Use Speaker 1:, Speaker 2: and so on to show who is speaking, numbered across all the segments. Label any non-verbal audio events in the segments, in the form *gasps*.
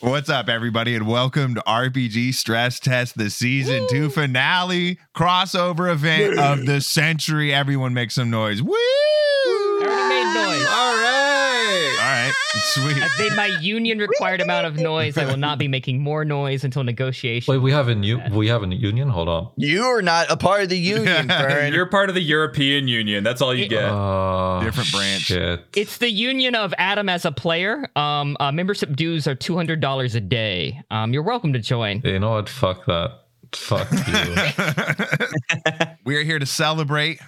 Speaker 1: What's up, everybody, and welcome to RPG Stress Test, the season two finale crossover event of the century. Everyone make some noise. Woo!
Speaker 2: I
Speaker 1: All
Speaker 2: already made noise.
Speaker 3: right.
Speaker 1: right, sweet.
Speaker 2: I've made my union required amount of noise. I will not be making more noise until negotiation.
Speaker 4: Wait, we have a new we have a new union. Hold on.
Speaker 3: You're not a part of
Speaker 1: *laughs*
Speaker 3: the union, Fern. Oh,
Speaker 5: You're part of the European Union. That's all you get.
Speaker 4: Uh,
Speaker 1: Different branch.
Speaker 4: Shit.
Speaker 2: It's the union of Adam as a player. Um, uh, membership dues are two hundred dollars a day. Um, you're welcome to join.
Speaker 4: You know what? Fuck that. Fuck you.
Speaker 1: we are here to celebrate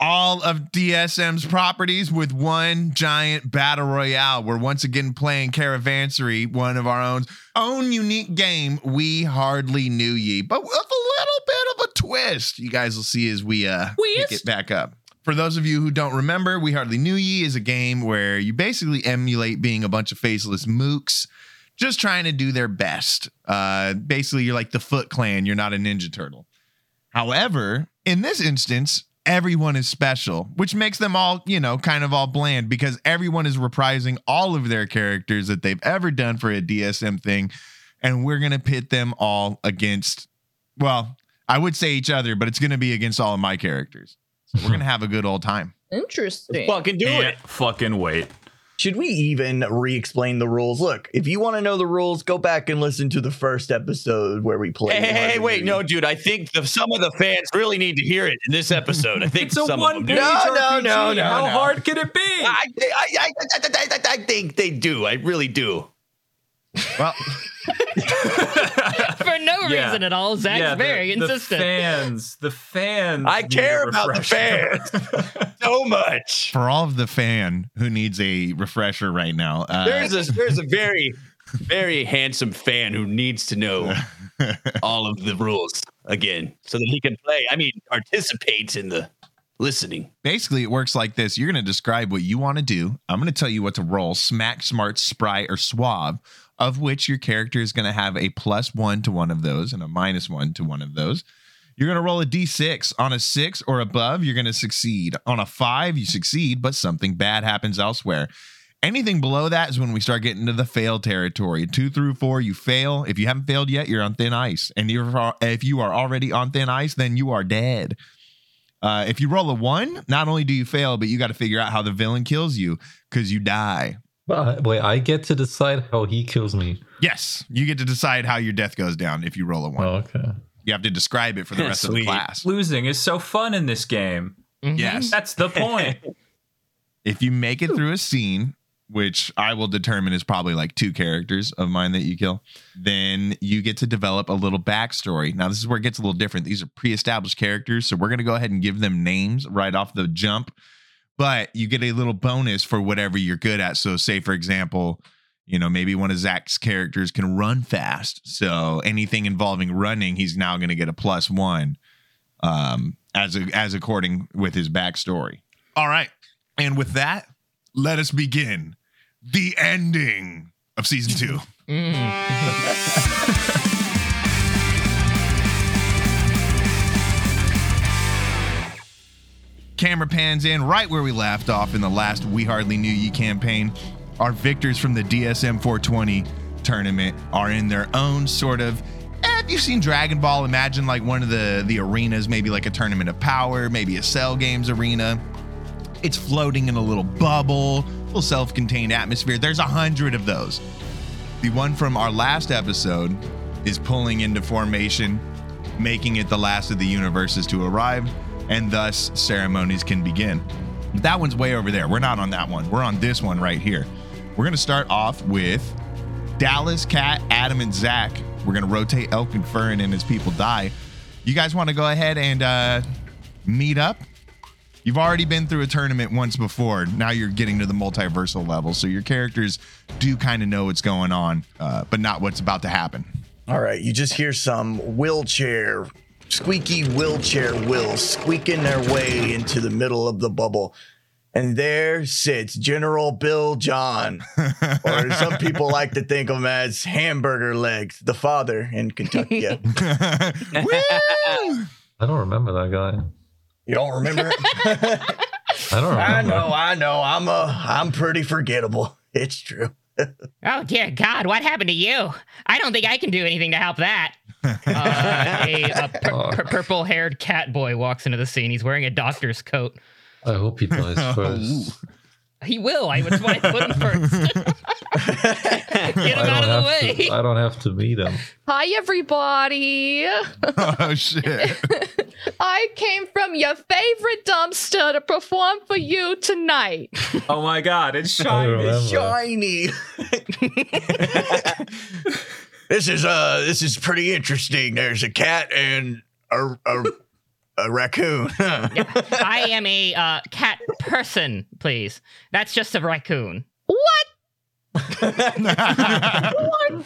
Speaker 1: all of DSM's properties with one giant battle royale. We're once again playing Caravansary, one of our own own unique game. We hardly knew ye, but with a little bit of a twist. You guys will see as we uh pick it back up. For those of you who don't remember, We Hardly Knew Ye is a game where you basically emulate being a bunch of faceless mooks just trying to do their best. Uh, basically, you're like the Foot Clan, you're not a Ninja Turtle. However, in this instance, everyone is special, which makes them all, you know, kind of all bland because everyone is reprising all of their characters that they've ever done for a DSM thing. And we're going to pit them all against, well, I would say each other, but it's going to be against all of my characters. So
Speaker 5: *laughs*
Speaker 1: we're going to have a good old time.
Speaker 6: Interesting.
Speaker 3: Fucking do
Speaker 5: Can't fucking wait.
Speaker 3: Should we even re explain the rules? Look, if you want to know the rules, go back and listen to the first episode where we played.
Speaker 7: Hey, hey, hey,
Speaker 3: Harder
Speaker 7: wait,
Speaker 3: Duty.
Speaker 7: no, dude. I think the, some of the fans really need to hear it in this episode. I think
Speaker 5: It's a
Speaker 7: some
Speaker 5: one
Speaker 7: of
Speaker 5: page
Speaker 7: them. do.
Speaker 3: No, no,
Speaker 5: RPG.
Speaker 3: no, no,
Speaker 5: How
Speaker 3: no.
Speaker 5: hard can it be?
Speaker 7: I, I, I, I, I, I- I think they do. I really do.
Speaker 1: Well,
Speaker 2: *laughs* For no
Speaker 5: Yeah.
Speaker 2: reason at all, Zach's
Speaker 5: the-
Speaker 2: very
Speaker 5: the
Speaker 2: insistent.
Speaker 5: fans, the fans.
Speaker 7: I
Speaker 5: need
Speaker 7: care
Speaker 5: a
Speaker 7: about the
Speaker 5: refresher. *laughs*
Speaker 7: fans so much.
Speaker 1: for all of the fan who needs a refresher right now, uh,
Speaker 7: There's a there's a very very handsome fan who needs
Speaker 5: *laughs*
Speaker 7: to know all of the rules again so that he can play. I mean, participate in the listening.
Speaker 1: basically it works like this you're going to describe what you want to do i'm going to tell you what to roll smack smart spry or suave of which your character is going to have a plus one to one of those and a minus one to one of those you're going to roll a d6 on a six or above you're going to succeed on a five you succeed but something bad happens elsewhere anything below that is when we start getting to the fail territory two through four you fail if you haven't failed yet you're on thin ice and you're, if you are already on thin ice then you are dead uh, if you roll a one, not only do you fail, but you got to figure out how the villain kills you because you die.
Speaker 4: But wait, I get to decide how he kills me.
Speaker 1: Yes, you get to decide how your death goes down if you roll a one.
Speaker 4: Oh, okay.
Speaker 1: You have to describe it for
Speaker 5: *laughs*
Speaker 1: the rest of the
Speaker 7: Sweet.
Speaker 1: class.
Speaker 5: Losing is so fun in this game.
Speaker 3: Mm-hmm.
Speaker 2: Mhm.
Speaker 1: Yes.
Speaker 5: That's
Speaker 3: *laughs*
Speaker 5: the point.
Speaker 1: If you make it through a scene, which I will determine is probably like two characters of mine that you kill, then you get to develop a little backstory. Now, this is where it gets a little different. These are pre established characters. So we're going to go ahead and give them names right off the jump, but you get a little bonus for whatever you're good at. So, say, for example, you know, maybe one of Zach's characters can run fast. So anything involving running, he's now going to get a plus one um, as, a, as according with his backstory. All right. And with that, let us begin the ending of season two.
Speaker 2: Mm.
Speaker 1: *laughs* Camera pans in right where we left off in the last We Hardly Knew Ye campaign. Our victors from the DSM 420 tournament are in their own sort of. eh, If you've seen Dragon Ball, imagine like one of the, the arenas, maybe like a tournament of power, maybe a Cell Games arena. It's floating in a little bubble, little self contained atmosphere. There's a hundred of those. The one from our last episode is pulling into formation, making it the last of the universes to arrive, and thus ceremonies can begin. That one's way over there. We're not on that one. We're on this one right here. We're going to start off with Dallas, Cat, Adam, and Zach. We're going to rotate Elk and Fern and his people die. You guys want to go ahead and uh, meet up? You've already been through a tournament once before. Now you're getting to the multiversal level. So your characters do kind of know what's going on, uh, but not what's about to happen.
Speaker 3: All right, you just hear some wheelchair, squeaky wheelchair wheels squeaking their way into the middle of the bubble. And there sits General Bill John, or some people like to think of him as Hamburger Legs, the father in Kentucky. you
Speaker 1: Woo!
Speaker 4: I don't remember that guy.
Speaker 3: don't remember?
Speaker 4: *laughs* I don't remember.
Speaker 3: I know, I know. I'm a, I'm pretty forgettable. It's true.
Speaker 2: Oh dear God, what happened to you? I don't think I can do anything to help that. Uh, a a
Speaker 4: Oh.
Speaker 2: pur- pur- purple-haired cat boy walks into the scene. He's wearing a doctor's coat.
Speaker 4: I hope he
Speaker 7: *laughs*
Speaker 4: dies
Speaker 7: Oh.
Speaker 4: first.
Speaker 2: He will. I was why I put him
Speaker 4: *laughs*
Speaker 2: first. Get
Speaker 4: I
Speaker 2: him
Speaker 4: don't
Speaker 2: out of the
Speaker 4: have
Speaker 2: way.
Speaker 4: To, I don't have to meet him.
Speaker 6: Hi, everybody.
Speaker 1: *laughs*
Speaker 6: *laughs*
Speaker 2: *laughs*
Speaker 1: oh shit.
Speaker 6: I came from your favorite dumpster to perform for you tonight.
Speaker 5: Oh my god, it's
Speaker 4: I
Speaker 5: shiny.
Speaker 4: remember.
Speaker 3: Shiny. this is uh this is pretty interesting. There's a cat and a a, a raccoon. *laughs*
Speaker 2: I am a uh, cat person, please. That's just a raccoon.
Speaker 6: What?
Speaker 7: *laughs*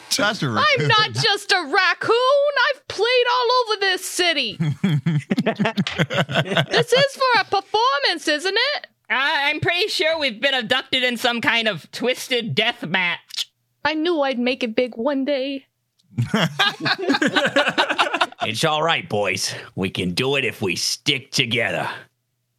Speaker 1: Just a
Speaker 6: I'm
Speaker 3: *laughs*
Speaker 6: not just a raccoon. I've played all over this city. this is for a performance, isn't it?
Speaker 2: I- Uh, I'm pretty sure we've been abducted in some kind of twisted death
Speaker 6: *laughs*
Speaker 2: match.
Speaker 6: I knew I'd make it big one day.
Speaker 7: It's all right, boys. We can do it if we stick together.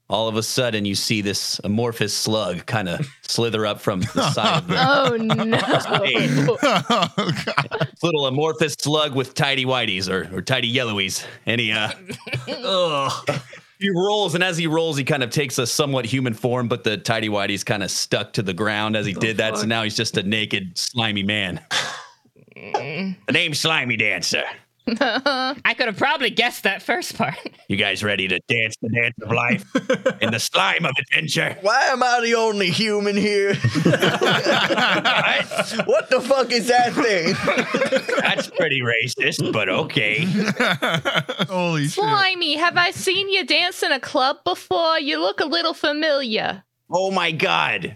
Speaker 7: All of a sudden, you see this amorphous slug kind of slither up from the
Speaker 1: *laughs*
Speaker 7: side of the
Speaker 6: Oh no.
Speaker 1: oh god.
Speaker 7: little amorphous slug with tidy whities or, or tidy yellowies. And he, uh, ugh. he rolls, and as he rolls, he kind of takes a somewhat human form, but the tidy whitey's kind of stuck to the ground as he did that. So now he's just a naked, slimy man. the name's Slimy Dancer.
Speaker 2: I could have probably guessed that first part.
Speaker 7: You guys ready to dance the dance of life in the slime of adventure?
Speaker 3: Why am I the only human here? *laughs* what the fuck is that thing? *laughs*
Speaker 7: That's pretty racist, but okay.
Speaker 1: Holy shit.
Speaker 6: Slimy, have I seen you dance in a club before? You look a little familiar.
Speaker 7: Oh my God.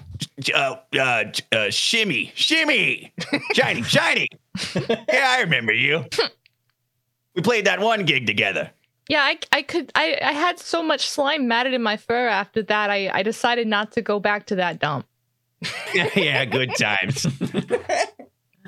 Speaker 7: Uh, uh, uh, shimmy, shimmy, shiny, shiny. Yeah, I remember you. We played that one gig together. *laughs*
Speaker 6: Yeah, I, I could I, I had so much slime matted in my fur after that I, I decided not to go back to that dump.
Speaker 7: yeah, good times.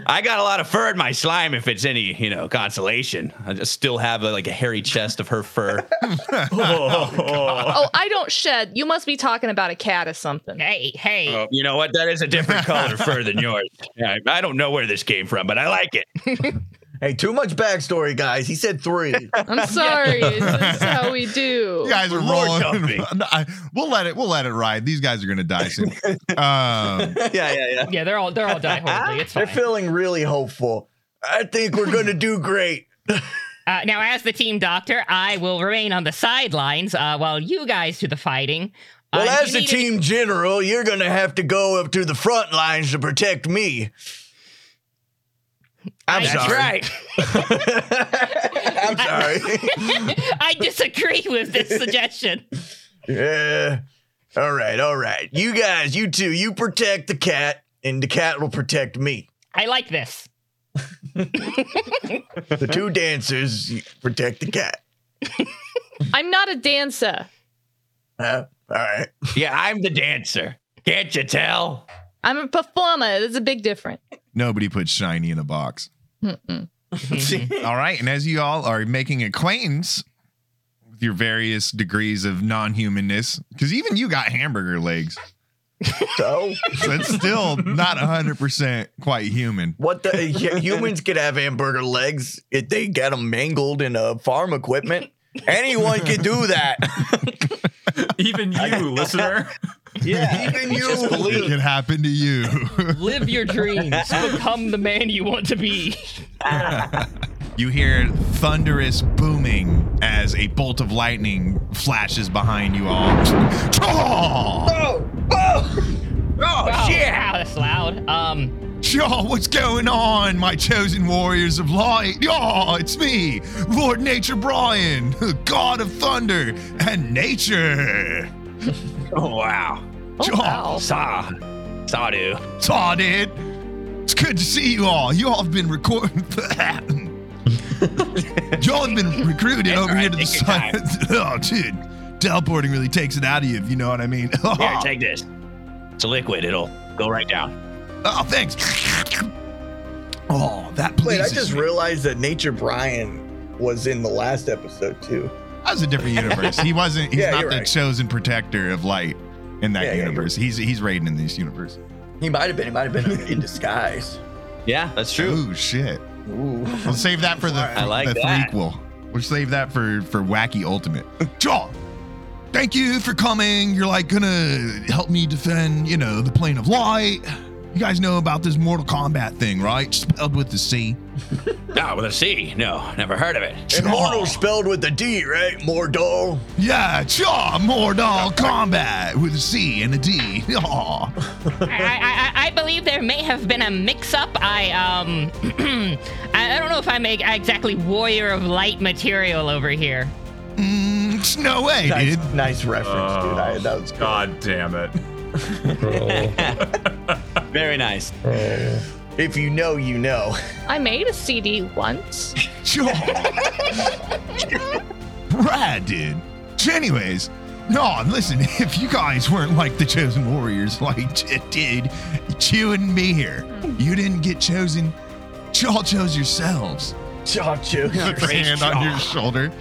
Speaker 7: I got a lot of fur in my slime, if it's any, you know, consolation. I just still have uh like a hairy chest of her fur. *laughs*
Speaker 6: Oh, I don't shed. You must be talking about a cat or something.
Speaker 2: Hey, hey.
Speaker 7: Oh, you know what? That is a different
Speaker 1: *laughs*
Speaker 7: color fur than yours. Yeah, I I don't know where this came from, but I like it.
Speaker 3: Hey, too much backstory, guys. He
Speaker 2: *laughs*
Speaker 3: said three. *laughs*
Speaker 6: I'm
Speaker 1: *laughs*
Speaker 6: sorry. this is how we do.
Speaker 1: You guys are
Speaker 7: Lord
Speaker 1: rolling.
Speaker 7: Duffy.
Speaker 1: *laughs* No, I- we'll let it. We'll let it ride. These guys are gonna
Speaker 3: *laughs*
Speaker 1: die soon. Um,
Speaker 7: *laughs* yeah, yeah, yeah.
Speaker 2: Yeah, they're all they're all die horribly. It's
Speaker 3: They're
Speaker 2: fine.
Speaker 3: feeling really hopeful. I think we're gonna do great.
Speaker 2: Uh, now, as the team doctor, I will remain on the sidelines uh, while you guys do the fighting. Uh,
Speaker 3: Well,
Speaker 2: if you
Speaker 3: as the
Speaker 2: need any-
Speaker 3: team general, you're gonna have to go up to the front lines to protect me. I'm
Speaker 2: That's
Speaker 3: sorry.
Speaker 7: right.
Speaker 3: *laughs* I'm sorry.
Speaker 2: *laughs* I disagree with this suggestion.
Speaker 3: Yeah. All right, all right. You guys, you two, you protect the cat, and the cat will protect me.
Speaker 2: I like this.
Speaker 3: The two dancers you protect the cat.
Speaker 6: I'm not a dancer.
Speaker 3: Huh? All right.
Speaker 7: Yeah, I'm the dancer. Can't you tell?
Speaker 6: I'm a performer. There's a big difference. Hmm.
Speaker 1: nobody puts shiny in a box. *laughs* All right. And as you all are making acquaintance with your various degrees of non humanness, because even you got hamburger legs.
Speaker 3: So,
Speaker 1: So it's
Speaker 3: *laughs*
Speaker 1: still not 100% quite human.
Speaker 3: what the *laughs* hu- humans could have hamburger legs if they got them mangled in a farm equipment. Anyone could do that.
Speaker 5: *laughs* Even
Speaker 3: *laughs*
Speaker 5: you, listener.
Speaker 3: Yeah, even
Speaker 1: It
Speaker 3: you.
Speaker 1: could happen to you. *laughs*
Speaker 2: Live your dreams. Become the man you want to be.
Speaker 1: *laughs* you hear thunderous booming as a bolt of lightning flashes behind
Speaker 3: *laughs*
Speaker 1: you all.
Speaker 2: Oh, wow, that's loud. Um,
Speaker 1: Y'all, what's going on, my chosen warriors of light? Y'all, it's me, Lord Nature Brian, *laughs* god of thunder and nature.
Speaker 7: Oh, wow.
Speaker 6: Oh, wow.
Speaker 7: Saw. Sawdu.
Speaker 1: Saw dude. It's good to see you all. You all have been recording. *laughs* Y'all
Speaker 3: *laughs*
Speaker 1: have been recruited over here to the
Speaker 7: That's all right,
Speaker 1: side. *laughs* oh, dude. Teleporting really takes it out of you, if you know what I mean. Oh,
Speaker 7: Here,
Speaker 1: *laughs*
Speaker 7: take this. It's a liquid. It'll go right down.
Speaker 1: oh, thanks. Oh, that
Speaker 3: Wait,
Speaker 1: pleases
Speaker 3: I just
Speaker 1: me.
Speaker 3: realized that Nature Brian was in the last episode too.
Speaker 1: That was a different universe. He wasn't. He's
Speaker 3: *laughs* Yeah,
Speaker 1: not
Speaker 3: you're
Speaker 1: the
Speaker 3: right.
Speaker 1: chosen protector of light in that
Speaker 3: Yeah, yeah, you're-
Speaker 1: universe. he's he's raiding in this universe.
Speaker 3: He might have been. He might have been in disguise.
Speaker 7: Yeah, that's true.
Speaker 1: Ooh, Oh, shit.
Speaker 3: Ooh.
Speaker 1: We'll save that for the,
Speaker 3: I
Speaker 7: like
Speaker 1: the
Speaker 7: that.
Speaker 1: threequel. We'll save that for for wacky ultimate. Jaw. Thank you for coming. You're like gonna help me defend, you know, the plane of light. You guys know about this Mortal Kombat thing, right? Spelled with the C.
Speaker 7: Ah, with a C. No, never heard of it.
Speaker 1: Jaw.
Speaker 3: Immortal spelled with a D, right? Mordor.
Speaker 1: Yeah, Jaw Mortal Kombat with a C and a D.
Speaker 3: *laughs*
Speaker 1: Aw.
Speaker 2: I, I, I believe there may have been a mix-up. I um, *clears throat* I, I don't know if I'm a, exactly warrior of light material over here.
Speaker 1: Mm, no way,
Speaker 3: Nice,
Speaker 1: dude.
Speaker 3: nice reference, dude. I, that was good.
Speaker 5: Oh, God
Speaker 3: *laughs*
Speaker 5: damn it.
Speaker 4: Roll,
Speaker 7: Very nice.
Speaker 5: Oh.
Speaker 4: roll.
Speaker 3: If you know, you know.
Speaker 6: I made a CD once.
Speaker 1: Jaw. Brad, dude. So anyways, no, listen, *laughs* if you guys weren't like the chosen warriors, *laughs* like, j- dude, you wouldn't be here. You didn't get chosen. Y'all chose yourselves.
Speaker 3: Chacho.
Speaker 1: Put your hand on your shoulder.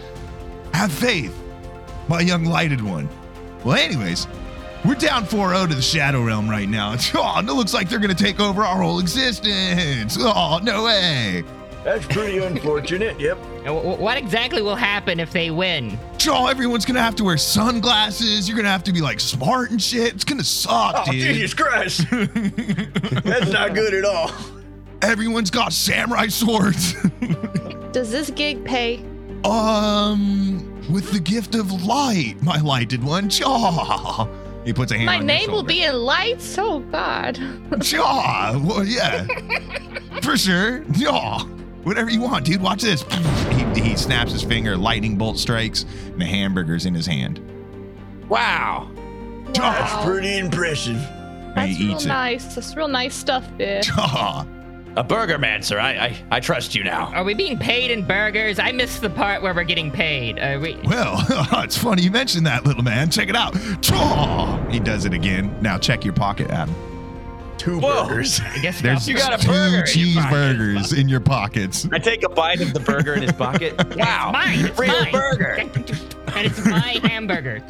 Speaker 1: Have faith, my young lighted one. Well, anyways, we're down 4 0 to the Shadow Realm right now. *laughs* Oh, and it looks like they're going to take over our whole existence. Oh, no way.
Speaker 3: That's
Speaker 1: *laughs*
Speaker 3: pretty unfortunate. Yep.
Speaker 2: Now, wh- wh- What exactly will happen if they win?
Speaker 1: Jaw, everyone's gonna have to wear sunglasses. You're gonna have to be like smart and shit. It's gonna suck,
Speaker 3: Oh,
Speaker 1: dude.
Speaker 3: Jesus
Speaker 1: *laughs*
Speaker 3: Christ. That's not good at all.
Speaker 1: Everyone's got samurai swords. *laughs*
Speaker 6: Does this gig pay?
Speaker 1: um, with the gift of light, my lighted one, Jaw. He puts a hand
Speaker 6: My
Speaker 1: on your
Speaker 6: name will
Speaker 1: shoulder.
Speaker 6: be in lights. Oh God.
Speaker 1: Jaw. Well, *laughs* yeah, for sure. Jaw. Whatever you want, dude. Watch this. He, he snaps his finger. Lightning bolt strikes, and a hamburger's in his hand.
Speaker 7: Wow.
Speaker 1: Jaw.
Speaker 6: Wow.
Speaker 3: Pretty impressive.
Speaker 1: And
Speaker 6: That's
Speaker 1: he
Speaker 6: real
Speaker 1: eats it.
Speaker 6: nice. That's real nice stuff there.
Speaker 1: Jaw.
Speaker 7: A burger man, sir. I, I, I trust you now.
Speaker 1: Oh.
Speaker 2: Are we being paid in burgers? I missed the part where we're getting paid. Are we? *laughs*
Speaker 1: Well, *laughs* it's funny you mentioned that, little man. Check it out. Chaw! He does it again. Now check your pocket, Adam.
Speaker 3: Two
Speaker 7: Whoa.
Speaker 3: burgers.
Speaker 2: I guess
Speaker 1: There's
Speaker 2: you
Speaker 7: got a
Speaker 1: two *laughs*
Speaker 7: burger in your pocket.
Speaker 1: cheeseburgers in your pockets.
Speaker 7: I take a bite of the burger in his pocket. Wow.
Speaker 2: mine.
Speaker 1: *laughs*
Speaker 2: It's
Speaker 7: Real
Speaker 2: mine. *laughs*
Speaker 7: burger.
Speaker 2: and it's my hamburger.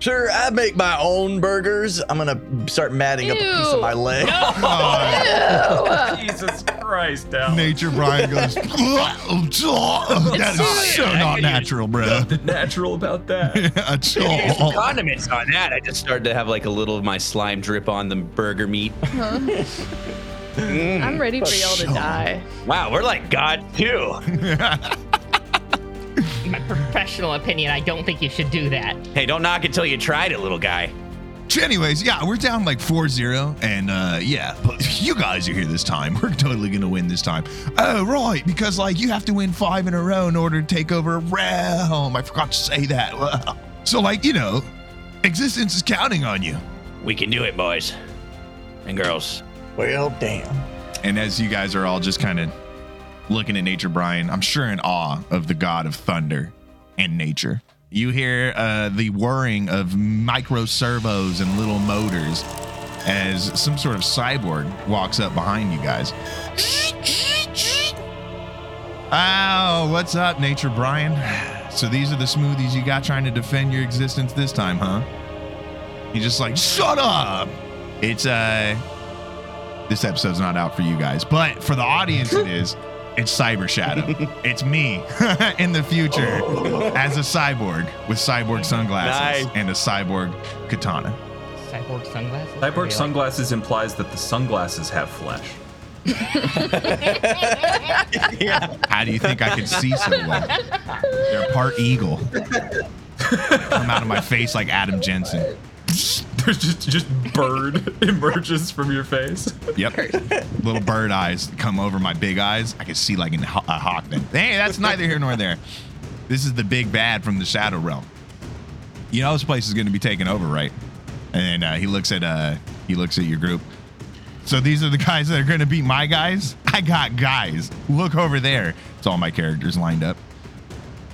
Speaker 3: Sure, I make my own burgers. I'm gonna start matting up a piece of
Speaker 6: Ew.
Speaker 3: my leg.
Speaker 1: *laughs* Ah,
Speaker 5: Jesus Christ, Al.
Speaker 1: Nature Brian
Speaker 3: *laughs*
Speaker 1: goes, Chaw! That is
Speaker 7: It's
Speaker 1: so
Speaker 7: fine.
Speaker 1: not natural, bro.
Speaker 5: Nothing natural about
Speaker 1: *laughs*
Speaker 5: that.
Speaker 1: Yeah,
Speaker 5: *laughs*
Speaker 7: There's some
Speaker 1: Chaw.
Speaker 7: condiments on that. I just started to have like a little of my slime drip on the burger meat.
Speaker 6: I'm ready for y'all to
Speaker 1: Sure.
Speaker 6: die.
Speaker 7: Wow, we're like God
Speaker 1: *laughs*
Speaker 7: too.
Speaker 2: In my professional opinion, I don't think you should do that.
Speaker 7: Hey, don't knock it till you tried it, little guy.
Speaker 1: Anyways, yeah, we're down like 4 0. And uh, yeah, but you guys are here this time. *laughs* We're totally going to win this time. Oh, right. Because, like, you have to win five in a row in order to take over a realm. I forgot to say that. *laughs* Wow. So, like, you know, existence is counting on you.
Speaker 7: We can do it, boys and girls.
Speaker 3: Well, damn.
Speaker 1: And as you guys are all just kind of looking at nature, Brian, I'm sure in awe of the god of thunder and nature. You hear uh, the whirring of micro servos and little motors as some sort of cyborg walks up behind you guys. Oh, what's up, Nature Brian? So these are the smoothies you got trying to defend your existence this time, huh? He's just like, shut up! It's uh this episode's not out for you guys, but for the audience, it is. It's Cyber Shadow. it's me *laughs* in the future as a cyborg with cyborg sunglasses
Speaker 7: Nice.
Speaker 1: and a cyborg katana.
Speaker 2: Cyborg sunglasses.
Speaker 5: Cyborg
Speaker 2: Really?
Speaker 5: sunglasses implies that the sunglasses have flesh.
Speaker 1: *laughs* How do you think I can see so well? They're part eagle. Come out of my face like Adam Jensen.
Speaker 5: *laughs* There's just just bird *laughs* emerges from your face.
Speaker 1: Yep. *laughs* Little bird eyes come over my big eyes. I can see like an, ho- a hawk. Then. Hey, that's neither here nor there. This is the big bad from the Shadow Realm. You know this place is going to be taken over, right? And uh, he looks at uh, he looks at your group. So these are the guys that are going to beat my guys. I got guys. Look over there. It's all my characters lined up.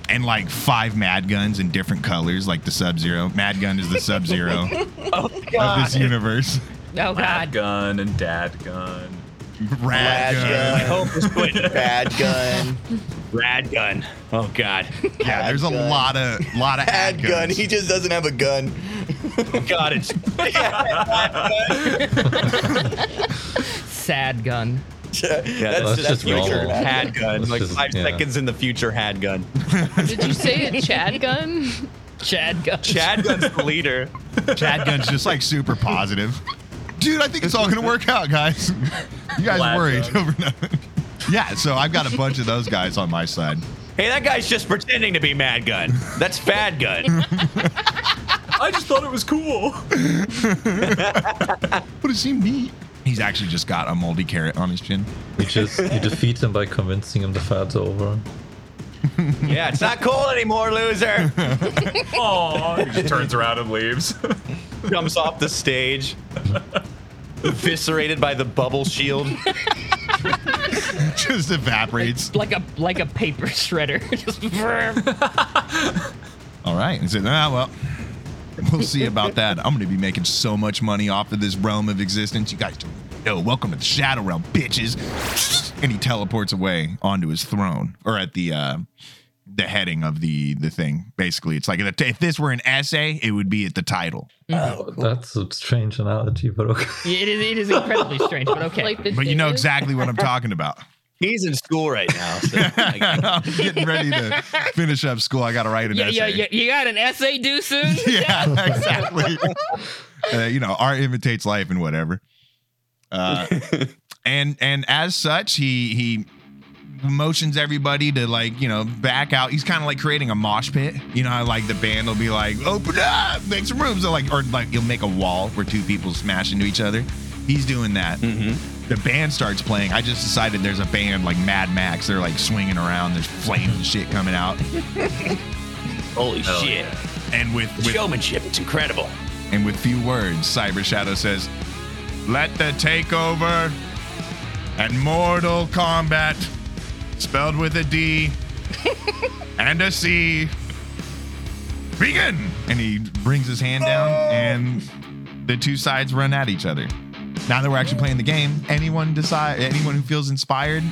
Speaker 1: And like five Mad Guns in different colors, like the Sub Zero. Mad Gun is the
Speaker 2: *laughs*
Speaker 1: Sub Zero of this universe.
Speaker 2: Oh
Speaker 5: Dad
Speaker 2: God.
Speaker 5: gun and dad gun.
Speaker 1: Rad
Speaker 3: Rad
Speaker 1: gun.
Speaker 3: gun.
Speaker 7: Oh, just quit.
Speaker 3: Bad gun.
Speaker 7: Rad gun. Oh God.
Speaker 1: Yeah, there's a
Speaker 3: gun.
Speaker 1: lot of lot of ad,
Speaker 3: Bad gun.
Speaker 1: guns.
Speaker 3: He just doesn't have a gun.
Speaker 7: Oh, God, it's
Speaker 2: Sad gun.
Speaker 7: that's,
Speaker 4: let's
Speaker 7: that's
Speaker 4: just roll.
Speaker 7: future
Speaker 1: *laughs*
Speaker 7: had gun.
Speaker 4: Let's
Speaker 7: Like
Speaker 4: just-
Speaker 7: five
Speaker 4: yeah.
Speaker 7: seconds in the future had gun.
Speaker 6: Did you say a Chad gun?
Speaker 2: Chad
Speaker 1: *laughs*
Speaker 2: gun.
Speaker 7: Chad gun's the leader.
Speaker 1: Chad Gun's just like super positive. Dude, I think it's all
Speaker 7: *laughs*
Speaker 1: gonna work out, guys. You guys
Speaker 5: Glad
Speaker 1: worried *laughs*
Speaker 5: Gun.
Speaker 1: over nothing. Yeah, so I've got a bunch of those guys on my side.
Speaker 7: Hey, that guy's just pretending to be Mad Gun. That's Fad
Speaker 1: *laughs*
Speaker 7: Gun.
Speaker 5: I just thought it was cool.
Speaker 1: What does he mean? He's actually just got a moldy carrot on his chin.
Speaker 4: You just you defeat him by convincing him the fight's over.
Speaker 7: Yeah, it's not cool anymore, loser.
Speaker 5: Aw, he just turns around and leaves.
Speaker 7: Jumps off the stage, eviscerated by the bubble shield.
Speaker 1: Just evaporates.
Speaker 2: Like a like a paper shredder. *laughs* Just
Speaker 1: *laughs*
Speaker 2: vroom.
Speaker 1: All right. And said, ah, well, we'll see about that. I'm going to be making so much money off of this realm of existence. You guys don't know. Welcome to the Shadow Realm, bitches. And he teleports away onto his throne or at the, uh, the heading of the the thing basically it's like if this were an essay it would be at the title
Speaker 4: That's a strange analogy, but okay. *laughs*
Speaker 2: it is it is incredibly strange, but okay.
Speaker 6: Like the
Speaker 1: but you know
Speaker 6: data?
Speaker 1: exactly
Speaker 6: *laughs*
Speaker 1: what i'm talking about
Speaker 7: He's in school right now. So like,
Speaker 1: *laughs* i'm getting ready *laughs* to finish up school i gotta write an
Speaker 2: you, you,
Speaker 1: essay
Speaker 2: you, you got an essay due soon?
Speaker 1: *laughs*
Speaker 2: *laughs*
Speaker 1: yeah, exactly. uh, you know, art imitates life and whatever. Uh, and and as such, he he motions everybody to like you know back out. He's kind of like creating a mosh pit. You know, how, like the band will be like, "Open up, make some room." So like, or like you'll make a wall where two people smash into each other. He's doing that.
Speaker 7: Mm-hmm.
Speaker 1: The band starts playing. I just decided there's a band like Mad Max. They're like swinging around. There's flames and shit coming out.
Speaker 7: *laughs* holy shit.
Speaker 1: And with with
Speaker 7: Showmanship. It's incredible.
Speaker 1: And with few words, Cyber Shadow says, Let the takeover and Mortal Kombat, spelled with a D and a C, begin! And he brings his hand down, and the two sides run at each other. Now that we're actually playing the game, anyone decide, anyone who feels inspired,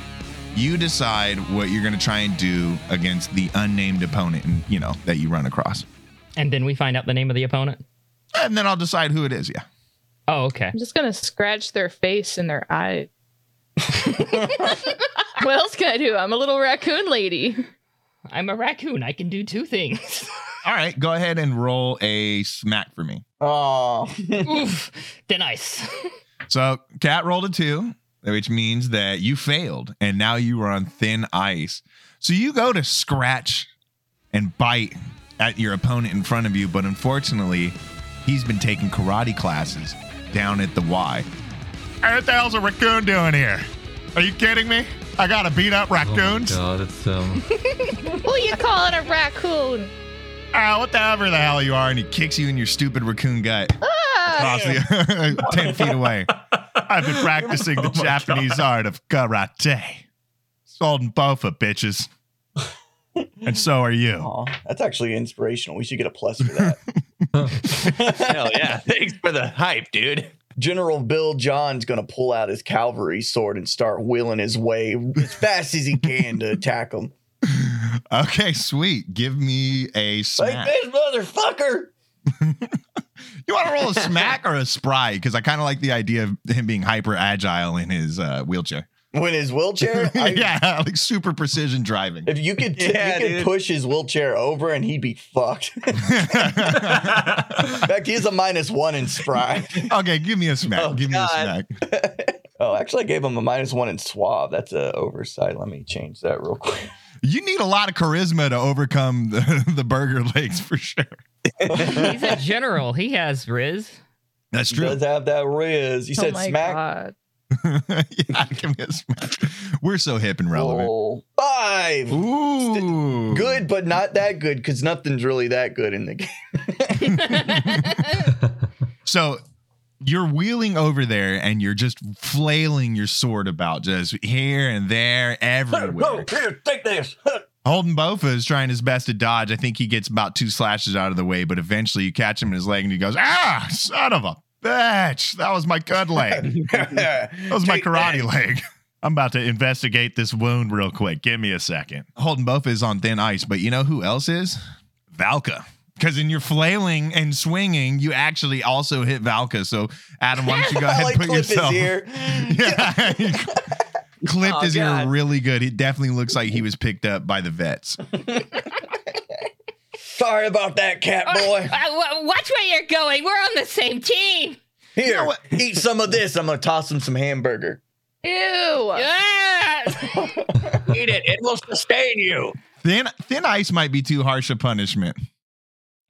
Speaker 1: you decide what you're going to try and do against the unnamed opponent, and you know that you run across,
Speaker 2: And then we find out the name of the opponent.
Speaker 1: and then I'll decide who it is. Yeah.
Speaker 2: Oh, okay.
Speaker 6: I'm just gonna scratch their face and their eye. what else can I do? I'm a little raccoon lady.
Speaker 2: I'm a raccoon. I can do two
Speaker 3: *laughs*
Speaker 2: things.
Speaker 1: All right, go ahead and roll a smack for me.
Speaker 3: Oh,
Speaker 2: *laughs* Oof. Then
Speaker 3: *laughs*
Speaker 2: ice.
Speaker 1: So, Cat rolled a two, which means that you failed, and now you are on thin ice. So you go to scratch and bite at your opponent in front of you, but unfortunately, he's been taking karate classes down at the Y. Hey, what the hell's a raccoon doing here? Are you kidding me? I gotta beat up raccoons.
Speaker 4: Oh
Speaker 8: *laughs*
Speaker 4: my god, it's um
Speaker 6: Who you calling a raccoon?
Speaker 1: ah, whatever the hell you are, and he kicks you in your stupid raccoon gut.
Speaker 6: Ah,
Speaker 1: *laughs* across the, 10 feet away. Oh I've been practicing *laughs* the Japanese art of karate. Sold in bofa, bitches. And so are you.
Speaker 3: aw, that's actually inspirational. We should get a plus for that.
Speaker 7: Hell yeah. *laughs* Thanks for the hype, dude.
Speaker 3: General Bill John's gonna pull out his cavalry sword and start wheeling his way as fast as he can to attack him.
Speaker 1: *laughs* Okay, sweet. Give me a
Speaker 3: Like
Speaker 1: smack.
Speaker 3: this motherfucker.
Speaker 1: You want
Speaker 3: *laughs*
Speaker 1: to roll a smack or a spry? Because I kind of like the idea of him being hyper agile in his uh, wheelchair.
Speaker 3: When his
Speaker 1: *laughs*
Speaker 3: wheelchair, I,
Speaker 1: yeah, like super precision driving.
Speaker 3: If you could, t-
Speaker 7: Yeah,
Speaker 3: you could
Speaker 7: dude.
Speaker 3: push his wheelchair over and he'd be
Speaker 1: *laughs*
Speaker 3: fucked. in fact, he is a minus one in spry.
Speaker 1: *laughs* Okay, give me a smack.
Speaker 7: Oh,
Speaker 1: give me a
Speaker 7: God.
Speaker 1: smack.
Speaker 3: *laughs* Oh, actually, I gave him a minus one in suave. That's a oversight. Let me change that real quick.
Speaker 1: You need a lot of charisma to overcome the, *laughs* the burger legs for sure.
Speaker 2: He's a general. He has Riz.
Speaker 1: That's
Speaker 3: He
Speaker 1: true.
Speaker 3: does have that riz. You
Speaker 6: oh
Speaker 3: said
Speaker 6: my
Speaker 3: smack.
Speaker 6: god.
Speaker 1: yeah, give me a smack. We're so hip and relevant.
Speaker 3: roll. Oh, Five.
Speaker 1: Ooh.
Speaker 3: Good, but not that good because nothing's really that good in the game.
Speaker 1: So you're wheeling over there and you're just flailing your sword about just here and there, everywhere.
Speaker 3: here, take this. *laughs*
Speaker 1: Holden Bofa is trying his best to dodge. I think he gets about two slashes out of the way, but eventually you catch him in his leg and he goes, ah, son of a Bitch, that was my good
Speaker 3: *laughs*
Speaker 1: leg.
Speaker 3: that
Speaker 1: That was my karate leg. *laughs* I'm about to investigate this wound real quick. Give me a second. Holden Bofa is on thin ice, but you know who else is? Valka. Because in your flailing and swinging, you actually also hit Valka. So, Adam,
Speaker 3: *laughs*
Speaker 1: why don't you go ahead
Speaker 3: Like
Speaker 1: and put
Speaker 3: clip
Speaker 1: yourself.
Speaker 3: his ear.
Speaker 1: Yeah. He Clipped
Speaker 7: Oh,
Speaker 1: his ear
Speaker 7: God.
Speaker 1: really good. It definitely looks like he was picked up by
Speaker 7: *laughs*
Speaker 1: the vets.
Speaker 3: Sorry about that, cat
Speaker 2: Uh,
Speaker 3: boy.
Speaker 2: w- watch where you're going. We're on the same team. *laughs*
Speaker 3: Here, eat some of this. I'm gonna toss him some hamburger.
Speaker 6: Ew.
Speaker 2: Ah.
Speaker 7: Eat it. It will sustain you.
Speaker 1: Thin thin ice might be too harsh a punishment.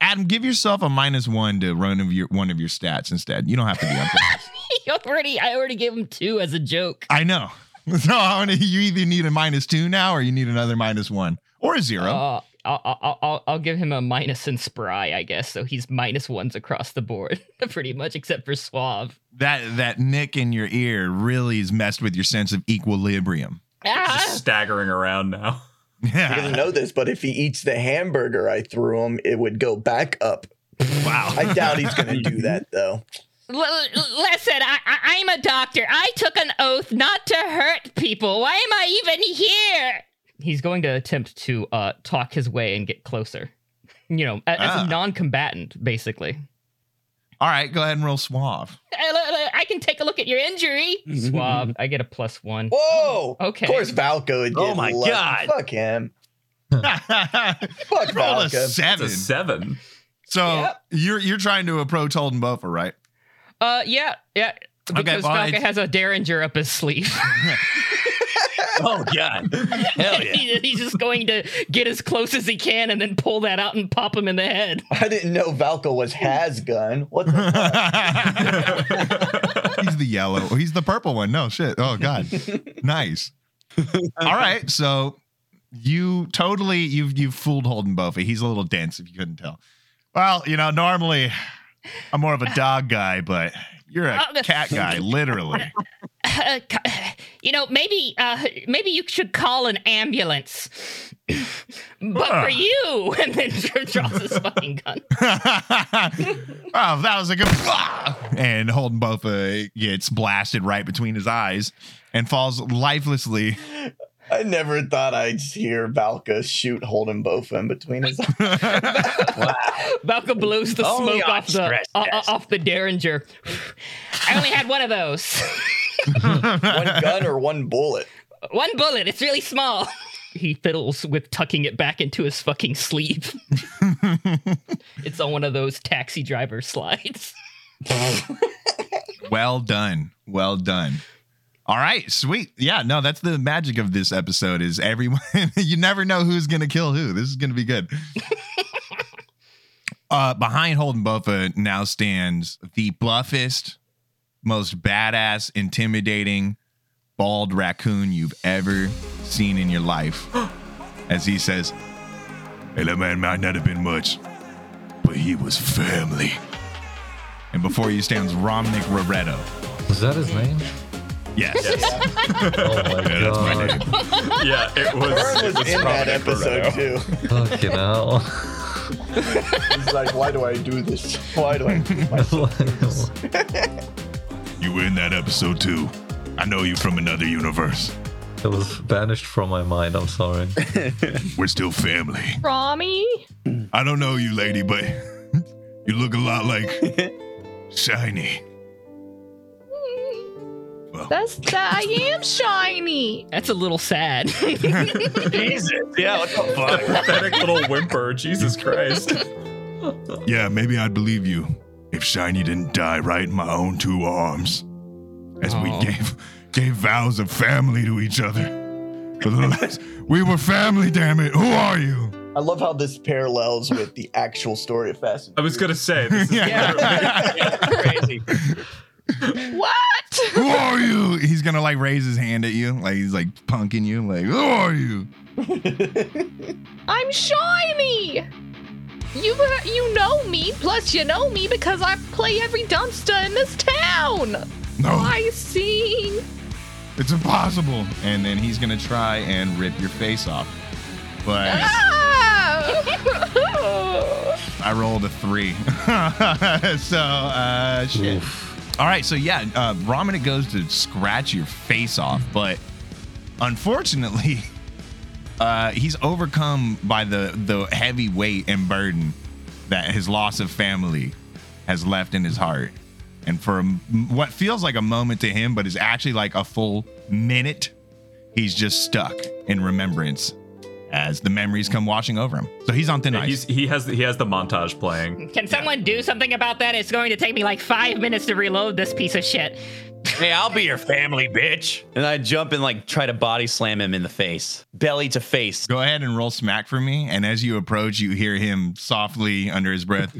Speaker 1: Adam, give yourself a minus one to run of your one of your stats instead. You don't have to be
Speaker 7: *laughs*
Speaker 1: on thin ice.
Speaker 2: He already, I already gave him two as a joke.
Speaker 1: I know. *laughs* So I wanna- you either need a minus two now, or you need another minus one, or a zero.
Speaker 7: Oh.
Speaker 2: Uh, I'll, I'll, I'll, I'll give him a minus in spry, I guess. So he's minus ones across the board, *laughs* pretty much, except for suave.
Speaker 1: that that nick in your ear really has messed with your sense of equilibrium.
Speaker 5: Just
Speaker 2: Ah,
Speaker 5: staggering around now.
Speaker 3: He doesn't
Speaker 1: *laughs* Yeah.
Speaker 3: know this, but if he eats the hamburger I threw him, it would go back up.
Speaker 1: Wow.
Speaker 3: I doubt he's gonna
Speaker 1: *laughs*
Speaker 3: do that though.
Speaker 2: l- l- listen, I, I, I'm a doctor. I took an oath not to hurt people. Why am I even here? He's going to attempt to uh, talk his way and get closer. You know, a- as
Speaker 1: Ah.
Speaker 2: a non-combatant, basically.
Speaker 1: All right, go ahead and roll suave.
Speaker 2: I, I- I can take a look at your injury. Suave. I get a plus one.
Speaker 3: Whoa!
Speaker 2: Oh, Okay.
Speaker 3: Of course, Valko would get
Speaker 7: Oh my
Speaker 3: lucky.
Speaker 7: God.
Speaker 3: Fuck
Speaker 1: *laughs*
Speaker 3: him.
Speaker 1: roll
Speaker 3: Fuck
Speaker 1: a
Speaker 3: Valko.
Speaker 5: It's
Speaker 1: seven.
Speaker 5: a seven.
Speaker 1: So
Speaker 3: Yep.
Speaker 1: you're you're trying to approach Holden Bofa, right?
Speaker 2: Uh, yeah, yeah.
Speaker 1: Okay,
Speaker 2: Because
Speaker 1: well,
Speaker 2: Falca
Speaker 1: it's-
Speaker 2: has a Derringer up
Speaker 4: *laughs*
Speaker 2: his sleeve.
Speaker 7: Oh God.
Speaker 2: *laughs*
Speaker 7: Hell yeah.
Speaker 2: He- he's just going to get as close as he can and then pull that out and pop him in the head.
Speaker 3: I didn't know Valko was has gun. What the
Speaker 1: *laughs*
Speaker 3: fuck?
Speaker 1: he's the yellow. Oh, He's the purple one. No shit. Oh god. Nice. All right. So you totally you've you've fooled Holden Bofa. He's a little dense if you couldn't tell. Well, you know, normally I'm more of a dog guy, but you're a
Speaker 2: Oh, the-
Speaker 1: cat guy, literally.
Speaker 2: Uh, c- *laughs* you know, maybe, uh, maybe you should call an ambulance. but for you, *laughs* and then draws his fucking gun.
Speaker 1: *laughs* oh, that was a good. And Holden Bofa gets blasted right between his eyes and falls lifelessly.
Speaker 3: *laughs* I never thought I'd hear Valka shoot Holden Bofa in between
Speaker 5: *laughs*
Speaker 3: his eyes.
Speaker 2: Valka blows the
Speaker 7: Only
Speaker 2: smoke
Speaker 7: on
Speaker 2: off the
Speaker 7: Oh, stress
Speaker 2: o- o-
Speaker 7: test.
Speaker 2: off the Derringer. *sighs* I only had one of *laughs*
Speaker 7: *laughs*
Speaker 2: those.
Speaker 3: one gun or one bullet.
Speaker 2: One bullet. It's really small. *laughs* He fiddles with tucking it back into his fucking
Speaker 6: *laughs*
Speaker 2: sleeve. it's on one of those taxi driver slides.
Speaker 1: Well done. Well done. All right, sweet. Yeah, no, that's the magic of this episode is everyone *laughs* you never know who's going to kill who. This is going to be good. uh behind Holden Bofa now stands the bluffest, most badass, intimidating bald raccoon you've ever seen in your life. As he says, "Hey, that man might not have been much, but he was family." And before you stands Romnick Roretto.
Speaker 4: Is that his
Speaker 1: *laughs*
Speaker 4: name? *laughs*
Speaker 1: Yes. *laughs*
Speaker 4: Oh my god.
Speaker 5: Yeah,
Speaker 3: *laughs*
Speaker 5: it was.
Speaker 3: Burn was
Speaker 5: it was
Speaker 3: in that
Speaker 5: Robert
Speaker 3: episode
Speaker 5: Barreto.
Speaker 3: too.
Speaker 4: Fucking hell.
Speaker 3: *laughs* He's like, why do I do this? Why do
Speaker 4: *laughs*
Speaker 3: I do *laughs*
Speaker 1: You were in that episode too. I know you from another universe.
Speaker 4: it was banished from my mind, I'm sorry.
Speaker 1: *laughs* We're still family.
Speaker 6: Romy?
Speaker 1: I don't know you, lady, but *laughs* you look a lot like
Speaker 4: *laughs*
Speaker 1: Shiny.
Speaker 6: That's that. I am shiny.
Speaker 2: That's a little sad.
Speaker 7: *laughs*
Speaker 2: *laughs*
Speaker 7: Jesus. Yeah. What the fuck?
Speaker 5: Pathetic little whimper. Jesus
Speaker 7: *laughs*
Speaker 5: Christ.
Speaker 1: Yeah, maybe I'd believe you if Shiny didn't die right in my own two arms. As we
Speaker 2: Aw.
Speaker 1: gave gave vows of family to each other. For the last- we were family, damn it. Who are you?
Speaker 3: I love how this parallels with the actual story of Fast and
Speaker 5: I was gonna
Speaker 3: *laughs*
Speaker 5: say this is
Speaker 7: Crazy.
Speaker 6: What?
Speaker 1: Who are you? He's gonna like raise his hand at you, like he's like punking you, like who are you?
Speaker 6: I'm shiny. You uh, you know me. Plus, you know me because I play every dumpster in this town.
Speaker 1: No,
Speaker 6: I see.
Speaker 1: it's impossible. And then he's gonna try and rip your face off. But
Speaker 6: Ah!
Speaker 1: I rolled a three. *laughs* so uh, shit. All right, so yeah, uh, ramen it goes to scratch your face off, but unfortunately, *laughs* uh, he's overcome by the the heavy weight and burden that his loss of family has left in his heart, and for a m- what feels like a moment to him, but is actually like a full minute, he's just stuck in remembrance as the memories come washing over him. So he's on thin
Speaker 5: Yeah, he's,
Speaker 1: ice.
Speaker 5: he has he has the montage playing.
Speaker 2: Can someone do something about that? It's going to take me like five minutes to reload this piece of shit.
Speaker 7: Hey, I'll be your family, bitch. And I jump and like try to body slam him in the face, belly to face.
Speaker 1: Go ahead and roll smack for me. And as you approach, you hear him softly under his *laughs* breath.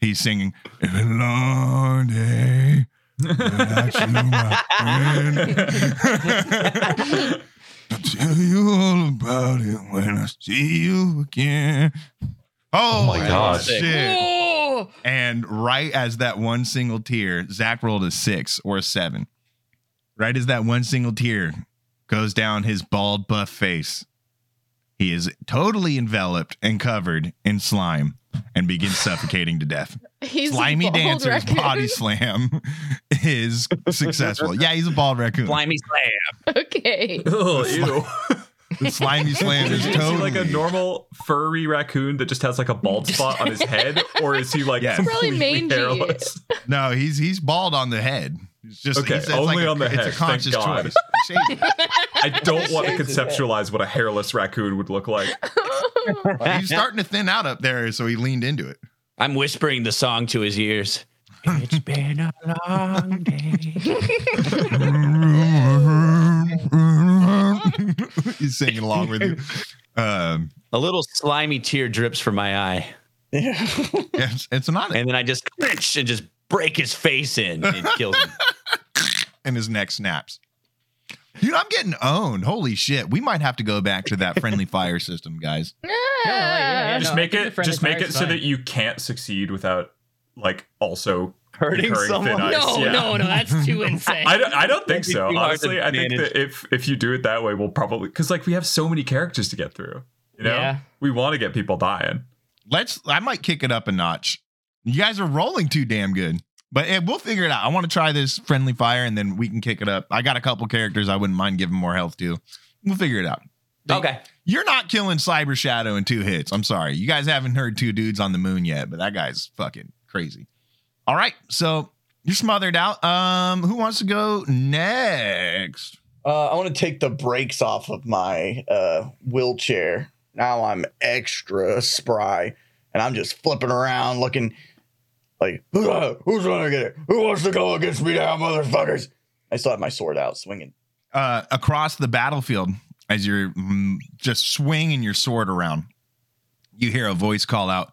Speaker 1: He's *laughs* singing, "It's been a long day without you, my friend." I'll tell you all about it when I see you again. *laughs* Oh,
Speaker 4: my God.
Speaker 1: Shit.
Speaker 2: Oh,
Speaker 6: *laughs*
Speaker 1: And right as that one single tear, Zach rolled a six or a seven. Right as that one single tear goes down his bald, buff face, he is totally enveloped and covered in slime and begins suffocating to death.
Speaker 6: He's a
Speaker 1: Slimy
Speaker 6: bald
Speaker 1: Dancer's
Speaker 6: raccoon.
Speaker 1: body slam is successful. Yeah, he's a bald raccoon.
Speaker 7: Slimy slam.
Speaker 6: *laughs* Okay.
Speaker 5: Oh, ew. *laughs*
Speaker 1: The slimy slam is
Speaker 5: Is
Speaker 1: totally
Speaker 5: he like a normal furry raccoon that just has like a bald spot on his head, or is he like
Speaker 1: Yes.
Speaker 6: Probably
Speaker 5: completely
Speaker 6: mangy.
Speaker 5: hairless?
Speaker 1: No, he's he's bald on the head. It's just
Speaker 5: Okay,
Speaker 1: it's, it's
Speaker 5: only
Speaker 1: like a,
Speaker 5: on the
Speaker 1: it's
Speaker 5: head,
Speaker 1: a
Speaker 5: thank
Speaker 1: conscious
Speaker 5: God.
Speaker 1: choice. Shave
Speaker 2: *laughs*
Speaker 1: it.
Speaker 5: I don't want to conceptualize what a hairless raccoon would look like.
Speaker 1: He's starting to thin out up there, so he leaned into it.
Speaker 7: I'm whispering the song to his ears. *laughs* It's been a long day.
Speaker 1: *laughs* He's singing along
Speaker 7: *laughs*
Speaker 1: with you. Um,
Speaker 7: A little slimy tear drips from my eye.
Speaker 3: *laughs*
Speaker 1: it's, it's not,
Speaker 7: And then I just clench and just break his face in. and It kills
Speaker 1: *laughs*
Speaker 7: him.
Speaker 1: and his neck snaps. Dude, I'm getting owned. Holy shit. We might have to go back to that friendly fire system, guys.
Speaker 2: Oh, yeah,
Speaker 5: just
Speaker 2: no, I
Speaker 5: make
Speaker 2: think
Speaker 5: it
Speaker 2: the
Speaker 5: just
Speaker 2: friendly
Speaker 5: make it
Speaker 2: fire's
Speaker 5: so
Speaker 2: fine.
Speaker 5: that you can't succeed without like also
Speaker 7: Hurting
Speaker 5: incurring thin
Speaker 7: someone.
Speaker 5: ice.
Speaker 2: No,
Speaker 5: Yeah.
Speaker 2: no, no, that's
Speaker 5: *laughs*
Speaker 2: too insane.
Speaker 5: I don't, I don't think
Speaker 7: That'd be
Speaker 5: so.
Speaker 7: too hard
Speaker 5: Honestly,
Speaker 7: to
Speaker 5: I think
Speaker 7: manage.
Speaker 5: that if if you do it that way, we'll probably because like we have so many characters to get through. You know,
Speaker 2: Yeah.
Speaker 5: we want to get people dying.
Speaker 1: Let's, I might kick it up a notch. You guys are rolling too damn good, but eh, we'll figure it out. I want to try this friendly fire and then we can kick it up. I got a couple characters I wouldn't mind giving more health to. We'll figure it out.
Speaker 7: Okay.
Speaker 1: You're not killing Cyber Shadow in two hits. I'm sorry. You guys haven't heard two dudes on the moon yet, but that guy's fucking crazy. All right. So you're smothered out. Um, who wants to go next?
Speaker 3: Uh, I want to take the brakes off of my uh, wheelchair. Now I'm extra spry, and I'm just flipping around, looking like *laughs* who's gonna, who's gonna get it? Who wants to go against me now, motherfuckers? I still have my sword out, swinging. *laughs*
Speaker 1: Uh, across the battlefield, as you're mm, just swinging your sword around, you hear a voice call out,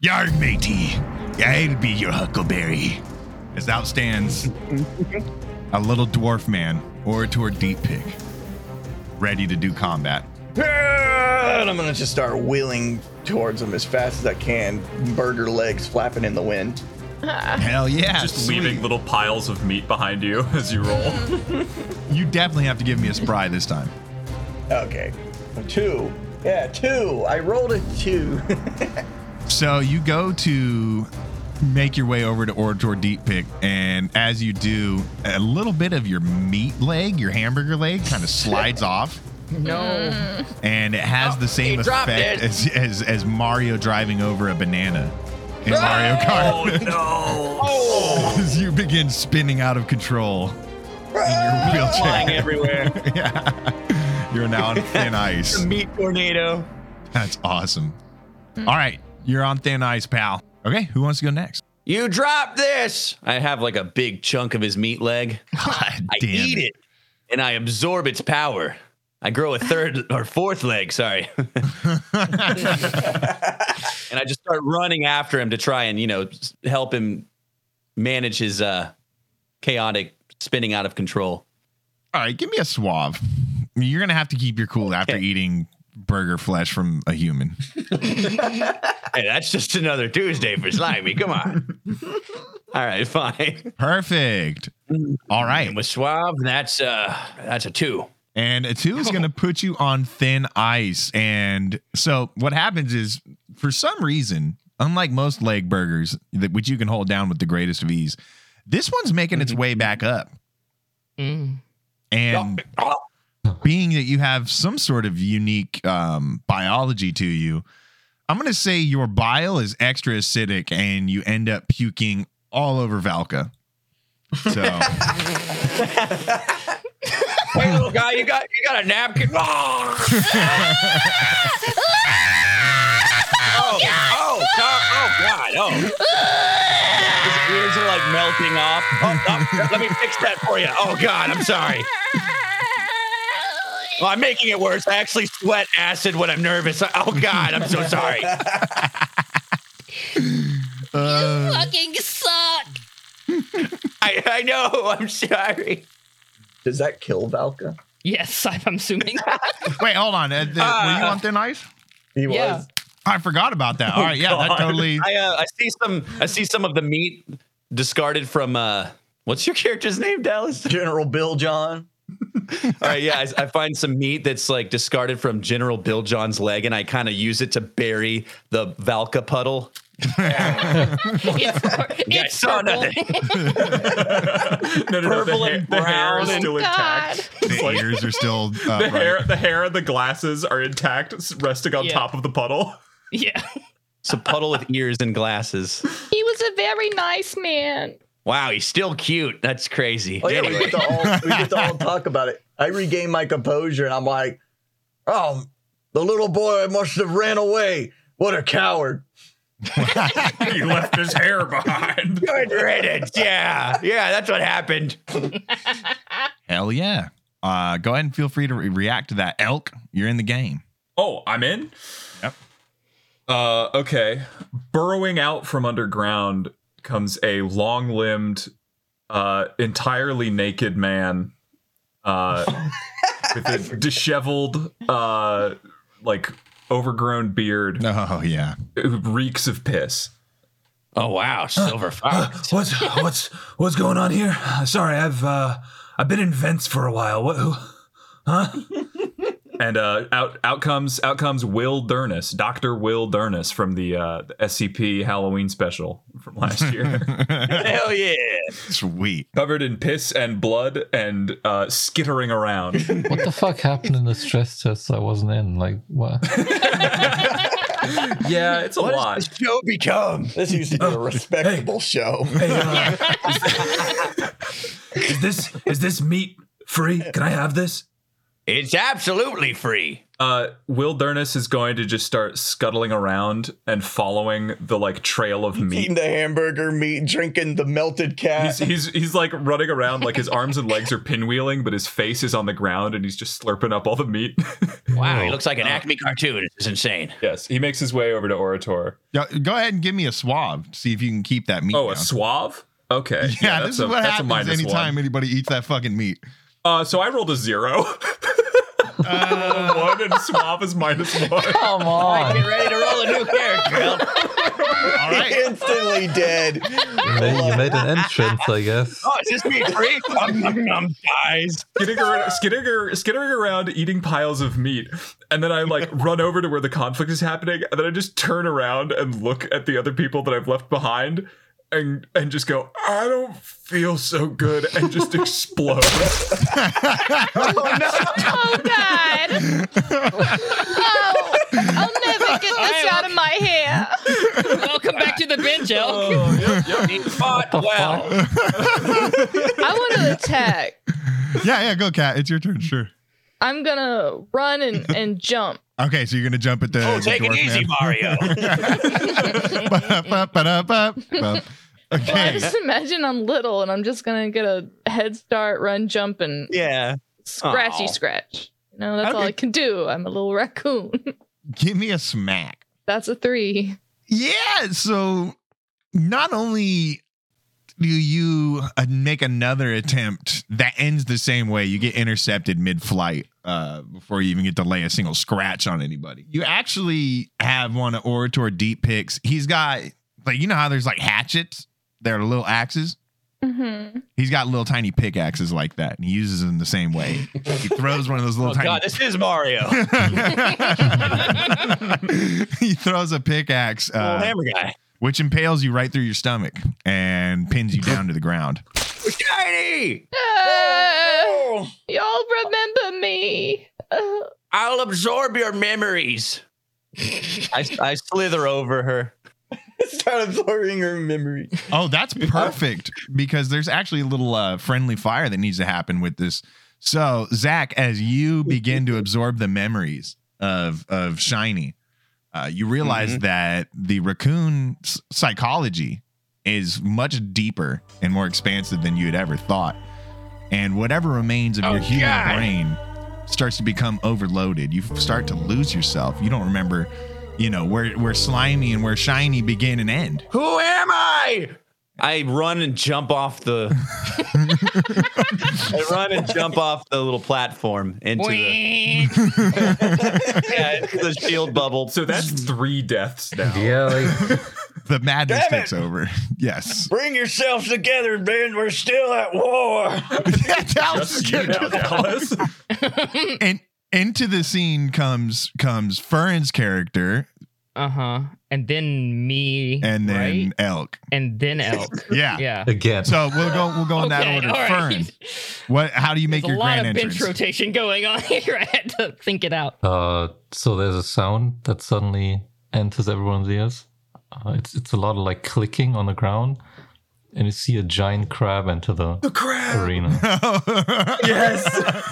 Speaker 1: Yard matey, I'll be your huckleberry. As out stands a little dwarf man, Orator Deep Pig, ready to do combat.
Speaker 3: And I'm gonna just start wheeling towards him as fast as I can, burger legs flapping in the wind.
Speaker 1: Hell yeah.
Speaker 5: Just
Speaker 1: sweet.
Speaker 5: leaving little piles of meat behind you *laughs* as you roll.
Speaker 1: You definitely have to give me a spry this time.
Speaker 3: Okay, two. Yeah, two. I rolled a two. *laughs*
Speaker 1: So you go to make your way over to Orator Deep Pick, and as you do, a little bit of your meat leg, your hamburger leg, kind of slides off.
Speaker 2: no.
Speaker 1: and it has the same effect as, as as Mario driving over a banana in Mario Kart. *laughs* Oh no! as you begin spinning out of control in your wheelchair,
Speaker 7: Flying everywhere.
Speaker 1: yeah, you're now on thin ice.
Speaker 7: Meat tornado.
Speaker 1: That's awesome. All right, you're on thin ice, pal. Okay, who wants to go next?
Speaker 7: You drop this. I have like a big chunk of his meat leg.
Speaker 1: *laughs* God
Speaker 7: I
Speaker 1: damn
Speaker 7: eat it and I absorb its power. I grow a
Speaker 1: *laughs*
Speaker 7: third or fourth leg, sorry. and I just start running after him to try and, you know, s- help him manage his uh chaotic spinning out of control.
Speaker 1: All right, give me a suave. You're gonna have to keep your cool after
Speaker 7: Okay.
Speaker 1: eating burger flesh from a human.
Speaker 7: *laughs* Hey, that's just another Tuesday for Slimy. Come
Speaker 1: *laughs*
Speaker 7: on. All right, fine.
Speaker 1: Perfect. All right.
Speaker 7: And Mm-hmm. with Suave, that's uh that's a two.
Speaker 1: And a two is going
Speaker 7: *laughs*
Speaker 1: to put you on thin ice. And so what happens is, for some reason, Unlike most leg burgers, that which you can hold down with the greatest of ease, this one's making
Speaker 7: Mm-hmm.
Speaker 1: its way back up.
Speaker 2: Mm.
Speaker 1: And being that you have some sort of unique um, biology to you, I'm going to say your bile is extra acidic and you end up puking all over Valka.
Speaker 7: *laughs*
Speaker 1: So.
Speaker 7: Hey, little guy, you got you got a napkin. Oh, oh, oh, God. oh, God. Oh. His ears are like melting off. *laughs* Oh, oh, let me fix that for you. Oh, God, I'm sorry. Well, I'm making it worse. I actually sweat acid when I'm nervous. Oh, God, I'm so *laughs* sorry. *laughs*
Speaker 1: uh,
Speaker 2: Fucking suck.
Speaker 7: I, I know. *laughs* I'm sorry.
Speaker 3: Does that kill Valka?
Speaker 2: Yes, *laughs* I'm I'm
Speaker 6: *laughs*
Speaker 2: assuming.
Speaker 6: Oh,
Speaker 1: wait, hold on. Uh, the- were you on thin ice?
Speaker 3: He
Speaker 2: Yeah.
Speaker 3: was. Oh
Speaker 1: I forgot
Speaker 3: *laughs*
Speaker 1: about that. All right, yeah, that
Speaker 5: God.
Speaker 1: totally.
Speaker 7: I, uh, I see some. I see some of the meat discarded from. Uh, what's your character's name, Dallas?
Speaker 3: General Bill John.
Speaker 7: All right, yeah, I, I find some meat that's like discarded from General Bill John's leg, and I kind of use it to bury the Valka puddle. Oh,
Speaker 2: it's it's
Speaker 7: guys saw
Speaker 2: purple.
Speaker 5: *laughs*
Speaker 7: *laughs*
Speaker 1: Oh.
Speaker 5: no, no, no, the,
Speaker 7: Purple
Speaker 5: hair,
Speaker 7: and
Speaker 5: the hair is
Speaker 7: brown
Speaker 5: still
Speaker 6: and-
Speaker 5: intact. It's
Speaker 1: The
Speaker 5: like-
Speaker 1: ears are still uh,
Speaker 5: the
Speaker 1: right.
Speaker 5: hair, the hair, and the glasses are intact, s- resting on
Speaker 2: Yeah.
Speaker 5: top of the puddle.
Speaker 2: Yeah.
Speaker 7: It's a puddle with ears and glasses.
Speaker 6: He was a very nice man.
Speaker 7: Wow, he's still cute. That's crazy.
Speaker 3: Oh yeah, we
Speaker 7: Anyway,
Speaker 3: get to all we get to all talk about it. I regain my composure and I'm like, oh, the little boy must have ran away. What a coward!
Speaker 5: *laughs* he left his hair behind.
Speaker 7: *laughs* good riddance. Yeah, yeah, that's what happened.
Speaker 1: Hell yeah. Uh, go ahead and feel free to re- react to that. Elk, you're in the game.
Speaker 5: Oh, I'm in?
Speaker 1: Yep.
Speaker 5: Uh, okay. Burrowing out from underground comes a long limbed, uh, entirely naked man uh, with a disheveled, uh, like overgrown beard
Speaker 1: Oh, yeah.
Speaker 5: who reeks of piss. Uh,
Speaker 7: Oh wow, silver fox.
Speaker 9: What's what's what's going on here? Uh, Sorry, I've uh, I've been in vents for a while. What? Who?
Speaker 5: And uh, out out comes out comes Will Durness, Doctor Will Durness from the, uh, the SCP Halloween special from last year.
Speaker 7: Hell yeah.
Speaker 1: Sweet.
Speaker 5: covered in piss and blood and uh, skittering around.
Speaker 4: *laughs* What the fuck happened in the stress test I wasn't in? Like, what?
Speaker 5: *laughs* yeah, it's a lot. Oh,
Speaker 3: Joe become. This used to be a respectable show.
Speaker 9: Hey, uh, is, is this is this meat free? Can I have this?
Speaker 7: It's absolutely free.
Speaker 5: Uh, Will Durness is going to just start scuttling around and following the like trail of
Speaker 3: Eating
Speaker 5: meat.
Speaker 3: the hamburger meat, drinking the melted
Speaker 5: He's,
Speaker 3: cat.
Speaker 5: he's he's like running around like his arms and legs are pinwheeling, but his face is on the ground and he's just slurping up all the meat. *laughs*
Speaker 7: Wow,
Speaker 1: Oh,
Speaker 7: he looks like an Acme cartoon. It's insane.
Speaker 5: yes, he makes his way over to Orator.
Speaker 1: Yo, Go ahead and give me a swab. See if you can keep that meat.
Speaker 5: Oh,
Speaker 1: down.
Speaker 5: a suave. Okay.
Speaker 1: Yeah, this is
Speaker 5: a,
Speaker 1: what
Speaker 5: that's a
Speaker 1: happens
Speaker 5: minus
Speaker 1: anytime
Speaker 5: One.
Speaker 1: anybody eats that fucking meat.
Speaker 5: Uh, so I rolled a zero. *laughs*
Speaker 1: Uh,
Speaker 5: one and suave is minus one.
Speaker 4: Come on.
Speaker 7: Get ready to roll a new *laughs* character. Elk.
Speaker 3: *laughs*
Speaker 1: all right.
Speaker 3: Instantly dead.
Speaker 4: You made, you made an entrance, I guess.
Speaker 7: Oh, is this me
Speaker 5: *laughs*
Speaker 7: free? Um, um, um, guys.
Speaker 5: skittering around, skittering, skittering around eating piles of meat and then i like run over to where the conflict is happening and then i just turn around and look at the other people that i've left behind and and just go i don't feel so good and just explode
Speaker 6: Oh God! oh, I'll never get this out of my hair.
Speaker 2: Welcome back to the bench, Elk.
Speaker 3: Oh,
Speaker 7: He fought well.
Speaker 2: *laughs*
Speaker 6: I want to attack.
Speaker 1: *laughs* Yeah, yeah, go, Cat. It's your turn. Sure.
Speaker 6: I'm gonna run and, and jump.
Speaker 1: Okay, so you're going to jump at the.
Speaker 7: Oh,
Speaker 1: the
Speaker 7: take it
Speaker 1: dwarf
Speaker 7: easy,
Speaker 1: man.
Speaker 7: Mario.
Speaker 1: *laughs* Ba-da-ba-ba-da-ba. *laughs*
Speaker 6: I
Speaker 1: okay.
Speaker 6: just imagine I'm little and I'm just gonna get a head start, run, jump, and
Speaker 7: yeah.
Speaker 6: scratchy
Speaker 7: Aw.
Speaker 6: scratch. You know, that's all
Speaker 1: Okay.
Speaker 6: I can do. I'm a little raccoon. *laughs*
Speaker 1: Give me a smack.
Speaker 6: that's a three.
Speaker 1: Yeah. So not only do you uh, make another attempt that ends the same way, you get intercepted mid flight uh, before you even get to lay a single scratch on anybody. You actually have one of Orator deep picks. He's got, like, you know how there's like hatchets, they're little axes. He's got little tiny pickaxes like that, and he uses them the same way. He throws one of those
Speaker 7: *laughs*
Speaker 1: little
Speaker 7: Oh
Speaker 1: tiny.
Speaker 7: God, this is Mario,
Speaker 1: *laughs* he throws a pickaxe,
Speaker 7: Little
Speaker 1: uh,
Speaker 7: hammer guy.
Speaker 1: which impales you right through your stomach and pins you down to the ground.
Speaker 7: Shiny!
Speaker 6: Uh, y'all remember me. Uh,
Speaker 7: *laughs* I'll absorb your memories. I, I slither over her.
Speaker 3: Start absorbing her memory.
Speaker 1: *laughs* Oh, that's perfect because there's actually a little uh, friendly fire that needs to happen with this. So, Zach, as you begin to absorb the memories of of Shiny, uh, you realize that the raccoon s- psychology is much deeper and more expansive than you had ever thought. And whatever remains of your human brain starts to become overloaded. You f- start to lose yourself. You don't remember, you know, where where slimy and where shiny begin and end.
Speaker 7: Who am I? I run and jump off *laughs* the. I run and jump off the little platform into the,
Speaker 1: *laughs*
Speaker 7: yeah, into the shield bubble.
Speaker 5: So that's three deaths now.
Speaker 4: Yeah, like,
Speaker 5: *laughs*
Speaker 1: The madness
Speaker 3: Damn it.
Speaker 1: takes over. *laughs* Yes.
Speaker 3: Bring yourselves together, man. We're still at war.
Speaker 5: *laughs* Just you now,
Speaker 1: *laughs*
Speaker 5: Dallas.
Speaker 1: *laughs* and into the scene comes comes Fern's character
Speaker 2: Uh huh. And then me.
Speaker 1: and then
Speaker 2: right?
Speaker 1: Elk.
Speaker 2: and
Speaker 1: *laughs*
Speaker 2: then elk.
Speaker 1: Yeah.
Speaker 2: yeah.
Speaker 4: again.
Speaker 1: So we'll go we'll go in that
Speaker 2: Okay,
Speaker 1: order.
Speaker 2: all right.
Speaker 1: Fern. What how do you make
Speaker 2: There's
Speaker 1: your
Speaker 2: a lot
Speaker 1: grand
Speaker 2: of
Speaker 1: entrance?
Speaker 2: bench rotation going on *laughs* here. I had to think it out.
Speaker 4: Uh, so there's a sound that suddenly enters everyone's ears. Uh, it's it's a lot of like clicking on the ground, and you see a giant crab enter the, arena.
Speaker 1: *laughs*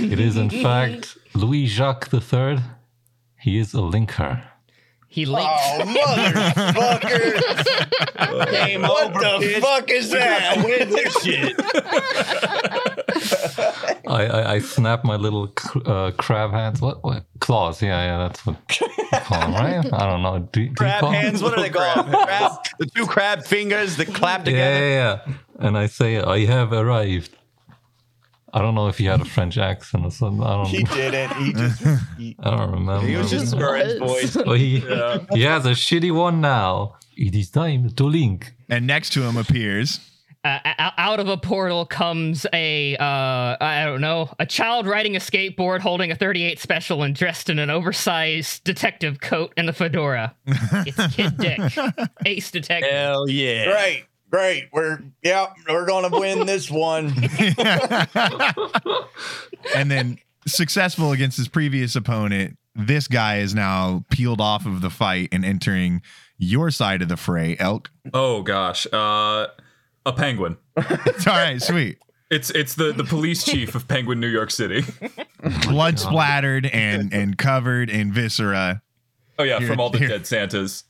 Speaker 4: It is in fact Louis Jacques III. He is a linker.
Speaker 2: He linked.
Speaker 3: Oh, motherfucker.
Speaker 5: *laughs*
Speaker 7: Game
Speaker 3: what
Speaker 7: over,
Speaker 3: the
Speaker 7: bitch.
Speaker 3: fuck is that?
Speaker 7: Win this shit.
Speaker 4: I I, I snap my little cr- uh, crab hands. What what claws? Yeah yeah, that's what. you Call them, right? I don't know. Do, do you
Speaker 7: Crab
Speaker 4: call them?
Speaker 7: hands. What are they called? Crab, the two crab fingers that clap
Speaker 4: Yeah,
Speaker 7: together.
Speaker 4: yeah, yeah. And I say, I have arrived. I don't know if he had a French accent or something. I
Speaker 3: He
Speaker 4: *laughs* don't.
Speaker 3: didn't. He just. He,
Speaker 4: I don't remember.
Speaker 7: He was just
Speaker 4: *laughs*
Speaker 7: Fern's voice.
Speaker 4: Oh, he, he has a shitty one now. It is time to link.
Speaker 1: and next to him appears
Speaker 2: uh, o- out of a portal comes a uh, I don't know a child riding a skateboard, holding a 38 special, and dressed in an oversized detective coat and a
Speaker 1: *laughs*
Speaker 2: fedora. It's Kid Dick, Ace Detective.
Speaker 7: Hell yeah!
Speaker 3: great. Great. We're yeah, we're gonna win this one.
Speaker 1: and then successful against his previous opponent. This guy is now peeled off of the fight and entering your side of the fray, Elk.
Speaker 5: Oh gosh, uh, a penguin.
Speaker 1: It's *laughs* all right, sweet.
Speaker 5: It's it's the the police chief of Penguin, New York City. *laughs*
Speaker 1: Blood splattered and and covered in viscera.
Speaker 5: Oh yeah,
Speaker 1: Here-
Speaker 5: from all the
Speaker 1: here.
Speaker 5: dead Santas.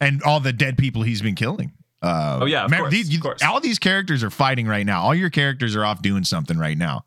Speaker 1: and all the dead people he's been killing. Uh,
Speaker 5: Oh, yeah, of
Speaker 1: remember,
Speaker 5: course,
Speaker 1: these-
Speaker 5: of course.
Speaker 1: all these characters are fighting right now. All your characters are off doing something right now.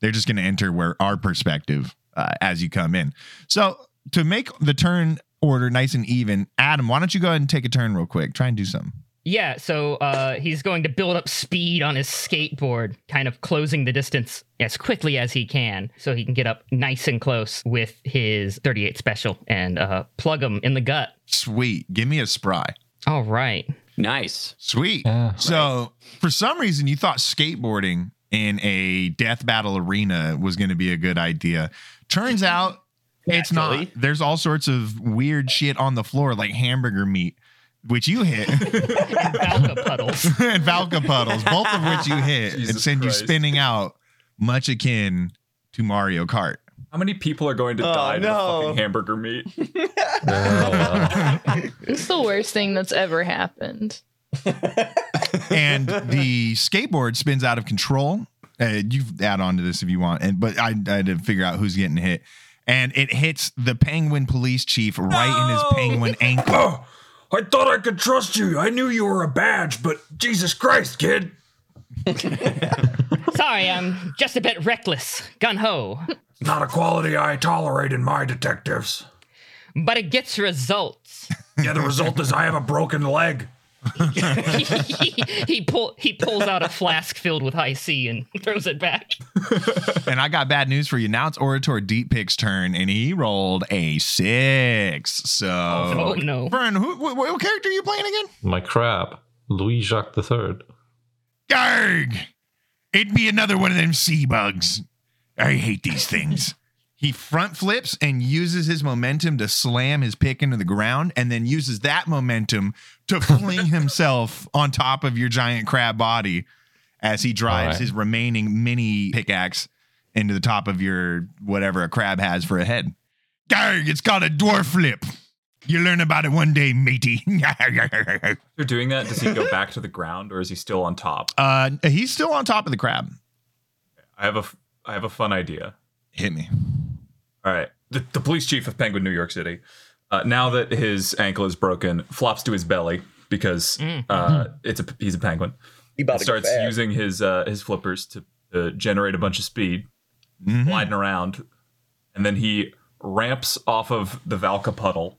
Speaker 1: They're just going to enter where our perspective uh, as you come in. So to make the turn order nice and even, Adam, why don't you go ahead and take a turn real quick? Try and do something.
Speaker 2: Yeah, so uh, he's going to build up speed on his skateboard, kind of closing the distance as quickly as he can, so he can get up nice and close with his 38 special and uh, plug him in the gut.
Speaker 1: Sweet, give me a spry.
Speaker 2: All right.
Speaker 7: Nice.
Speaker 1: Sweet.
Speaker 4: Yeah.
Speaker 1: So for some reason, you thought skateboarding in a death battle arena was going to be a good idea. Turns out it's not.
Speaker 7: Naturally.
Speaker 1: There's all sorts of weird shit on the floor, like hamburger meat, which you hit,
Speaker 2: Valka puddles.
Speaker 1: *laughs* and Valka puddles, both of which you hit and
Speaker 5: Jesus
Speaker 1: send
Speaker 5: Christ.
Speaker 1: you spinning out, much akin to Mario Kart.
Speaker 5: How many people are going to
Speaker 3: Oh,
Speaker 5: die
Speaker 3: no.
Speaker 5: to fucking hamburger
Speaker 1: *laughs*
Speaker 5: meat?
Speaker 6: it's the worst thing that's ever happened.
Speaker 1: and the skateboard spins out of control. Uh, you add on to this if you want, and but I, I had to figure out who's getting hit, and it hits the penguin police chief right in his
Speaker 2: *laughs*
Speaker 1: penguin ankle.
Speaker 9: Oh, I thought I could trust you. I knew you were a badge, but Jesus Christ, kid.
Speaker 2: Sorry, I'm just a bit reckless, gun ho,
Speaker 9: Not a quality I tolerate in my detectives.
Speaker 2: but it gets results.
Speaker 9: Yeah, the result is I have a broken leg.
Speaker 2: *laughs* he pull he pulls out a flask filled with high C and throws it back.
Speaker 1: and I got bad news for you. Now it's Orator Deep Pick's turn, and he rolled a six. So,
Speaker 2: Oh, no.
Speaker 1: Vern, who, wh- what, character are you playing again?
Speaker 4: My crab, Louis Jacques III.
Speaker 1: Garg! It'd be another one of them sea bugs. I hate these *laughs* things. he front flips and uses his momentum to slam his pick into the ground and then uses that momentum to *laughs* fling himself on top of your giant crab body as he drives
Speaker 4: right.
Speaker 1: his remaining mini pickaxe into the top of your whatever a crab has for a head. Garg, it's called a dwarf flip. You learn about it one day, matey. *laughs*
Speaker 5: After doing that, does he go back to the ground or is he still on top?
Speaker 1: uh, he's still on top of the crab.
Speaker 5: I have a f- I have a fun idea.
Speaker 1: Hit me.
Speaker 5: All right. The, the police chief of Penguin, New York City, uh, now that his ankle is broken, flops to his belly because uh, it's a p- he's a penguin.
Speaker 3: He about
Speaker 5: and
Speaker 3: to
Speaker 5: starts
Speaker 3: fast.
Speaker 5: using his uh, his flippers to uh, generate a bunch of speed,
Speaker 1: Mm-hmm.
Speaker 5: gliding around, and then he ramps off of the Valka puddle.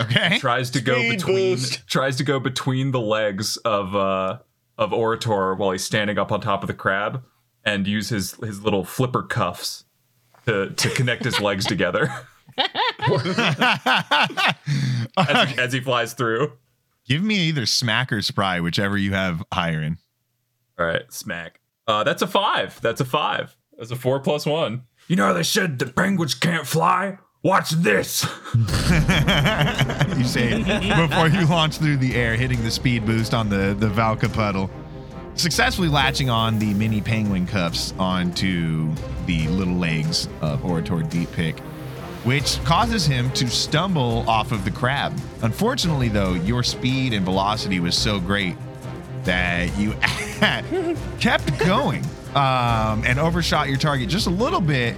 Speaker 1: Okay.
Speaker 5: Tries to go
Speaker 3: Speed
Speaker 5: between
Speaker 3: boost.
Speaker 5: tries to go between the legs of uh, of Orator while he's standing up on top of the crab, and use his his little flipper cuffs to to connect his legs together *laughs*
Speaker 3: *laughs*
Speaker 5: *laughs* as, he, as he flies through.
Speaker 1: Give me either smack or spry, whichever you have higher in.
Speaker 5: All right, smack. Uh, that's a five. That's a five. That's a four plus one.
Speaker 9: You know, they said the penguins can't fly. Watch this.
Speaker 1: you say it before you launch through the air, hitting the speed boost on the, the Valka puddle, successfully latching on the mini penguin cuffs onto the little legs of Orator Deep Pick, which causes him to stumble off of the crab. Unfortunately, though, your speed and velocity was so great that you *laughs* kept going um, and overshot your target just a little bit,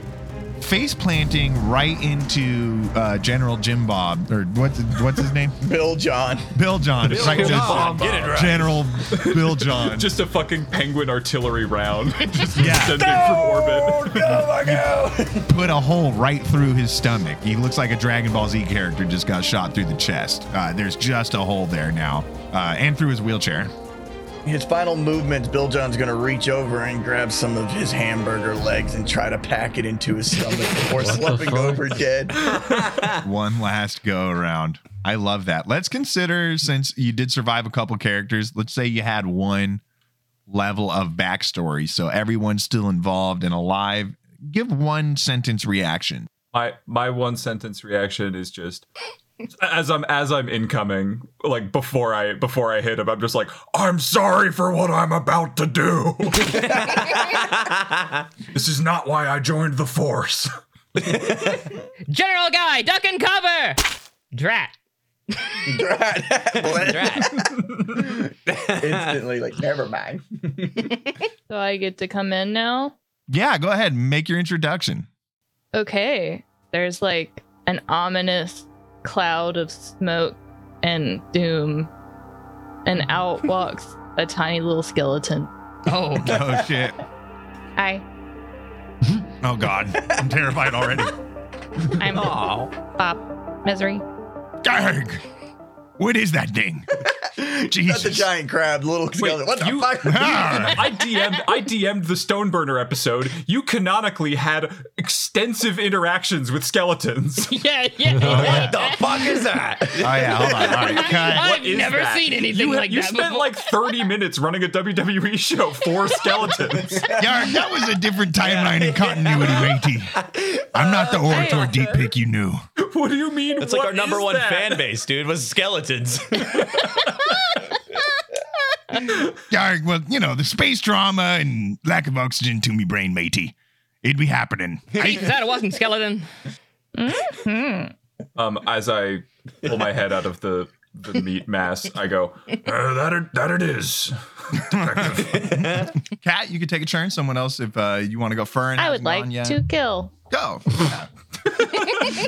Speaker 1: face planting right into uh, General Jim Bob or what's what's his name?
Speaker 3: *laughs* Bill John.
Speaker 1: Bill John. Right,
Speaker 5: Jim
Speaker 1: just-
Speaker 5: Bob. Get it right.
Speaker 1: General Bill
Speaker 5: *laughs*
Speaker 1: John.
Speaker 5: Just a fucking penguin artillery
Speaker 1: *laughs*
Speaker 5: round. *laughs* Just
Speaker 1: Yeah.
Speaker 5: descending from orbit.
Speaker 1: put a hole right through his stomach. He looks like a Dragon Ball Z character just got shot through the chest. Uh, there's just a hole there now, uh, and through his wheelchair.
Speaker 3: His final movements, Bill John's gonna reach over and grab some of his hamburger legs and try to pack it into his stomach before slipping over dead.
Speaker 1: *laughs* One last go around. I love that. Let's consider since you did survive a couple characters, let's say you had one level of backstory. So everyone's still involved and alive. Give one sentence reaction.
Speaker 5: my my one sentence reaction is just as I'm as I'm incoming, like before I before I hit him, I'm just like,
Speaker 9: I'm sorry for what I'm about to do. *laughs* this is not why I joined the force.
Speaker 2: General guy, duck and cover. *laughs* Drat.
Speaker 7: Drat.
Speaker 3: *laughs* Instantly, like, never mind.
Speaker 6: So I get to come in now?
Speaker 1: Yeah, go ahead and make your introduction.
Speaker 6: Okay. There's like an ominous cloud of smoke and doom, and out walks a tiny little skeleton.
Speaker 2: Oh,
Speaker 6: *laughs*
Speaker 1: Oh shit.
Speaker 6: Hi,
Speaker 1: Oh god. I'm terrified already.
Speaker 6: I'm Bob Misery.
Speaker 1: Garg! What is
Speaker 3: *laughs*
Speaker 1: that thing?
Speaker 3: Not
Speaker 1: Jesus.
Speaker 3: the giant crab, little skeleton. What the
Speaker 5: you- *laughs* Ah.
Speaker 3: fuck?
Speaker 1: Arr!
Speaker 5: I DM'd I DM'd the Stoneburner episode. You canonically had extensive interactions with skeletons.
Speaker 2: *laughs* yeah, yeah.
Speaker 7: What the fuck is
Speaker 1: Oh
Speaker 7: that?
Speaker 1: yeah, hold
Speaker 5: *laughs*
Speaker 1: on. All right, cut.
Speaker 2: I've
Speaker 5: is
Speaker 2: never
Speaker 5: that?
Speaker 2: seen anything
Speaker 5: You,
Speaker 2: like
Speaker 5: you
Speaker 2: that
Speaker 5: spent
Speaker 2: before.
Speaker 5: like 30 minutes running a WWE
Speaker 2: *laughs*
Speaker 5: show for skeletons.
Speaker 1: Yarg, that was a different timeline and continuity, matey. I'm not the
Speaker 7: Uh,
Speaker 1: orator deep pick you knew.
Speaker 5: what do you mean?
Speaker 7: That's like
Speaker 5: what
Speaker 7: our number
Speaker 5: is
Speaker 7: one
Speaker 5: that?
Speaker 7: fan base, dude. Was skeletons.
Speaker 1: Yarg, well, you know, the space drama and lack of oxygen to me brain, matey. It'd be happening.
Speaker 2: Keep that it wasn't skeleton.
Speaker 5: Um, as I pull my head out of the the meat mass, I go,
Speaker 9: Uh, that, it, that it is.
Speaker 1: *laughs* Cat, you could take a turn. Someone else, if uh, you want to go Fern.
Speaker 6: I would like to
Speaker 1: *laughs*
Speaker 4: *laughs*
Speaker 6: kill.
Speaker 1: Go.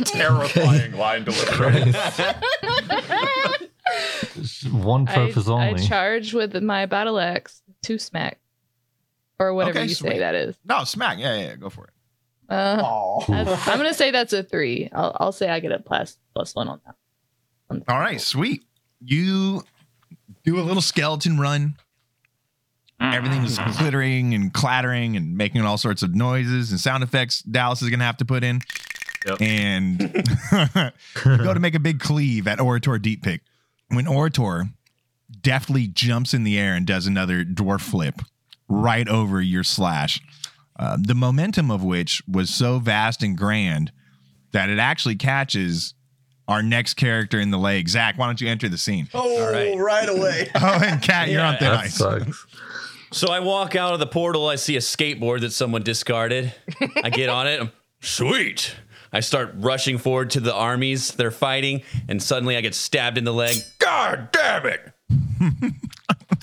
Speaker 5: terrifying line delivery.
Speaker 4: It's One
Speaker 6: I,
Speaker 4: purpose
Speaker 6: I
Speaker 4: only.
Speaker 6: charge with my battle axe to smack, or whatever
Speaker 1: Okay,
Speaker 6: you
Speaker 1: sweet.
Speaker 6: say that is.
Speaker 1: No, smack. Yeah, yeah, yeah, go for it.
Speaker 6: Uh,
Speaker 3: Aw.
Speaker 6: that's- I'm gonna say that's a three. I'll, I'll say I get a plus plus one on that.
Speaker 1: All right, sweet. You do a little skeleton run. Everything is
Speaker 5: Mm.
Speaker 1: glittering and clattering and making all sorts of noises and sound effects. Dallas is going to have to put in.
Speaker 5: Yep.
Speaker 1: And *laughs* you go to make a big cleave at Orator Deep Pick. When Orator deftly jumps in the air and does another dwarf flip right over your slash. Uh, the momentum of which was so vast and grand that it actually catches our next character in the leg. Zach, why don't you enter the scene? Oh,
Speaker 3: *laughs* Oh, right. away.
Speaker 1: and Kat, you're on thin
Speaker 4: That
Speaker 1: ice.
Speaker 4: sucks.
Speaker 7: So I walk out of the portal. I see a skateboard that someone discarded. I get on it. I'm sweet. I start rushing forward to the armies they're fighting, and suddenly I get stabbed in the leg. God damn it!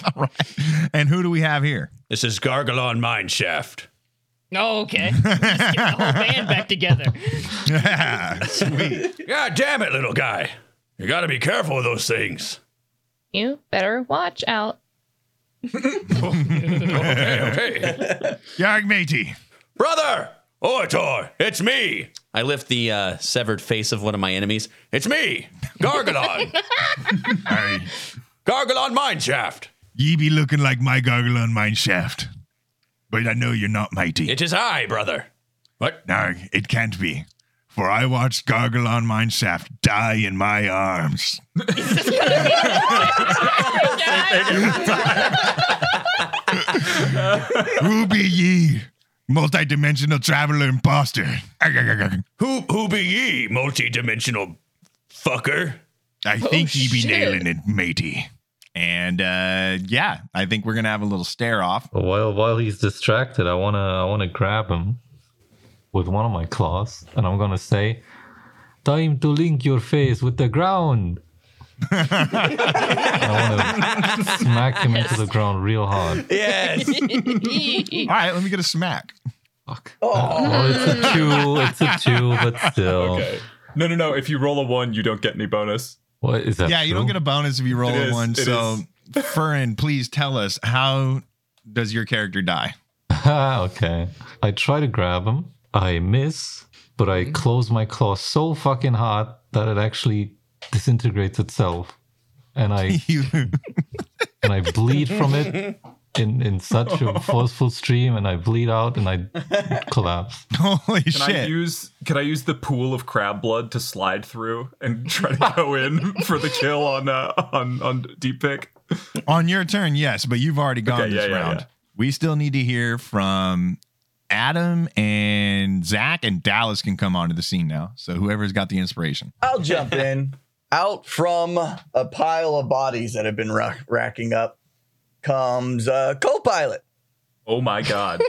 Speaker 1: All right. And who do we have here?
Speaker 7: This is Gargalon Mineshaft.
Speaker 2: Oh, okay. Let's get the whole band back
Speaker 7: *laughs*
Speaker 2: together.
Speaker 1: Sweet.
Speaker 7: God damn it, little guy! You gotta be careful with those things.
Speaker 6: You better watch out.
Speaker 7: *laughs* Okay,
Speaker 1: Uh,
Speaker 7: okay.
Speaker 1: Yarg matey.
Speaker 7: Brother! Orator! It's me! I lift the uh, severed face of one of my enemies. It's me! *laughs*
Speaker 3: *laughs*
Speaker 7: Gargalon!
Speaker 1: Aye.
Speaker 7: Gargalon Mineshaft!
Speaker 1: Ye be looking like my gargle on mine shaft. But I know you're not mighty.
Speaker 7: It is I, brother. What?
Speaker 1: Narg, it can't be. For I watched Gargle on mine shaft die in my arms.
Speaker 3: Oh
Speaker 1: *laughs* Who be ye? Multidimensional traveler imposter. Agagagag.
Speaker 7: Who who be ye, multi-dimensional
Speaker 5: Er.
Speaker 7: fucker?
Speaker 1: I think
Speaker 5: Oh,
Speaker 1: ye be
Speaker 6: shit.
Speaker 1: nailing it, matey. And uh yeah, I think we're gonna have a little stare
Speaker 5: *laughs*
Speaker 1: off.
Speaker 4: But while while he's distracted, I wanna I wanna grab him with one of my claws, and I'm gonna say, "Time to link your face with the
Speaker 1: *laughs*
Speaker 4: ground." I want to smack him into the ground real hard.
Speaker 7: Yes.
Speaker 1: All right, let me get a smack.
Speaker 4: Fuck. Oh, it's a two. It's a two, but still.
Speaker 5: Mm. Okay. No, no, no. If you roll a one, you don't get any bonus.
Speaker 4: What is that?
Speaker 1: yeah, you don't
Speaker 4: true?
Speaker 1: get a bonus if you roll
Speaker 5: It
Speaker 1: a
Speaker 5: is,
Speaker 1: one.
Speaker 5: it
Speaker 1: So, Furin, please tell us how does your character die?
Speaker 4: Ah, *laughs* okay. I try to grab him. I miss, but
Speaker 1: Mm-hmm.
Speaker 4: I close my claw so fucking hard that it actually disintegrates itself, and I
Speaker 1: *laughs* You-
Speaker 4: and I bleed from
Speaker 1: *laughs*
Speaker 4: it in in such a forceful stream, and I bleed out and I collapse.
Speaker 1: *laughs* holy
Speaker 5: Can I
Speaker 1: shit!
Speaker 5: use can I use the pool of crab blood to slide through and *laughs* try to go in for the kill on uh, on on deep pick?
Speaker 1: On your turn, yes, but you've already gone
Speaker 5: Okay,
Speaker 1: this
Speaker 5: yeah, yeah,
Speaker 1: round.
Speaker 5: yeah.
Speaker 1: We still need to hear from Adam and Zach, and Dallas can come onto the scene now. So whoever's got the inspiration.
Speaker 3: I'll jump in. Out from a pile of bodies that have been ra- racking up comes a co-pilot.
Speaker 5: Oh my god.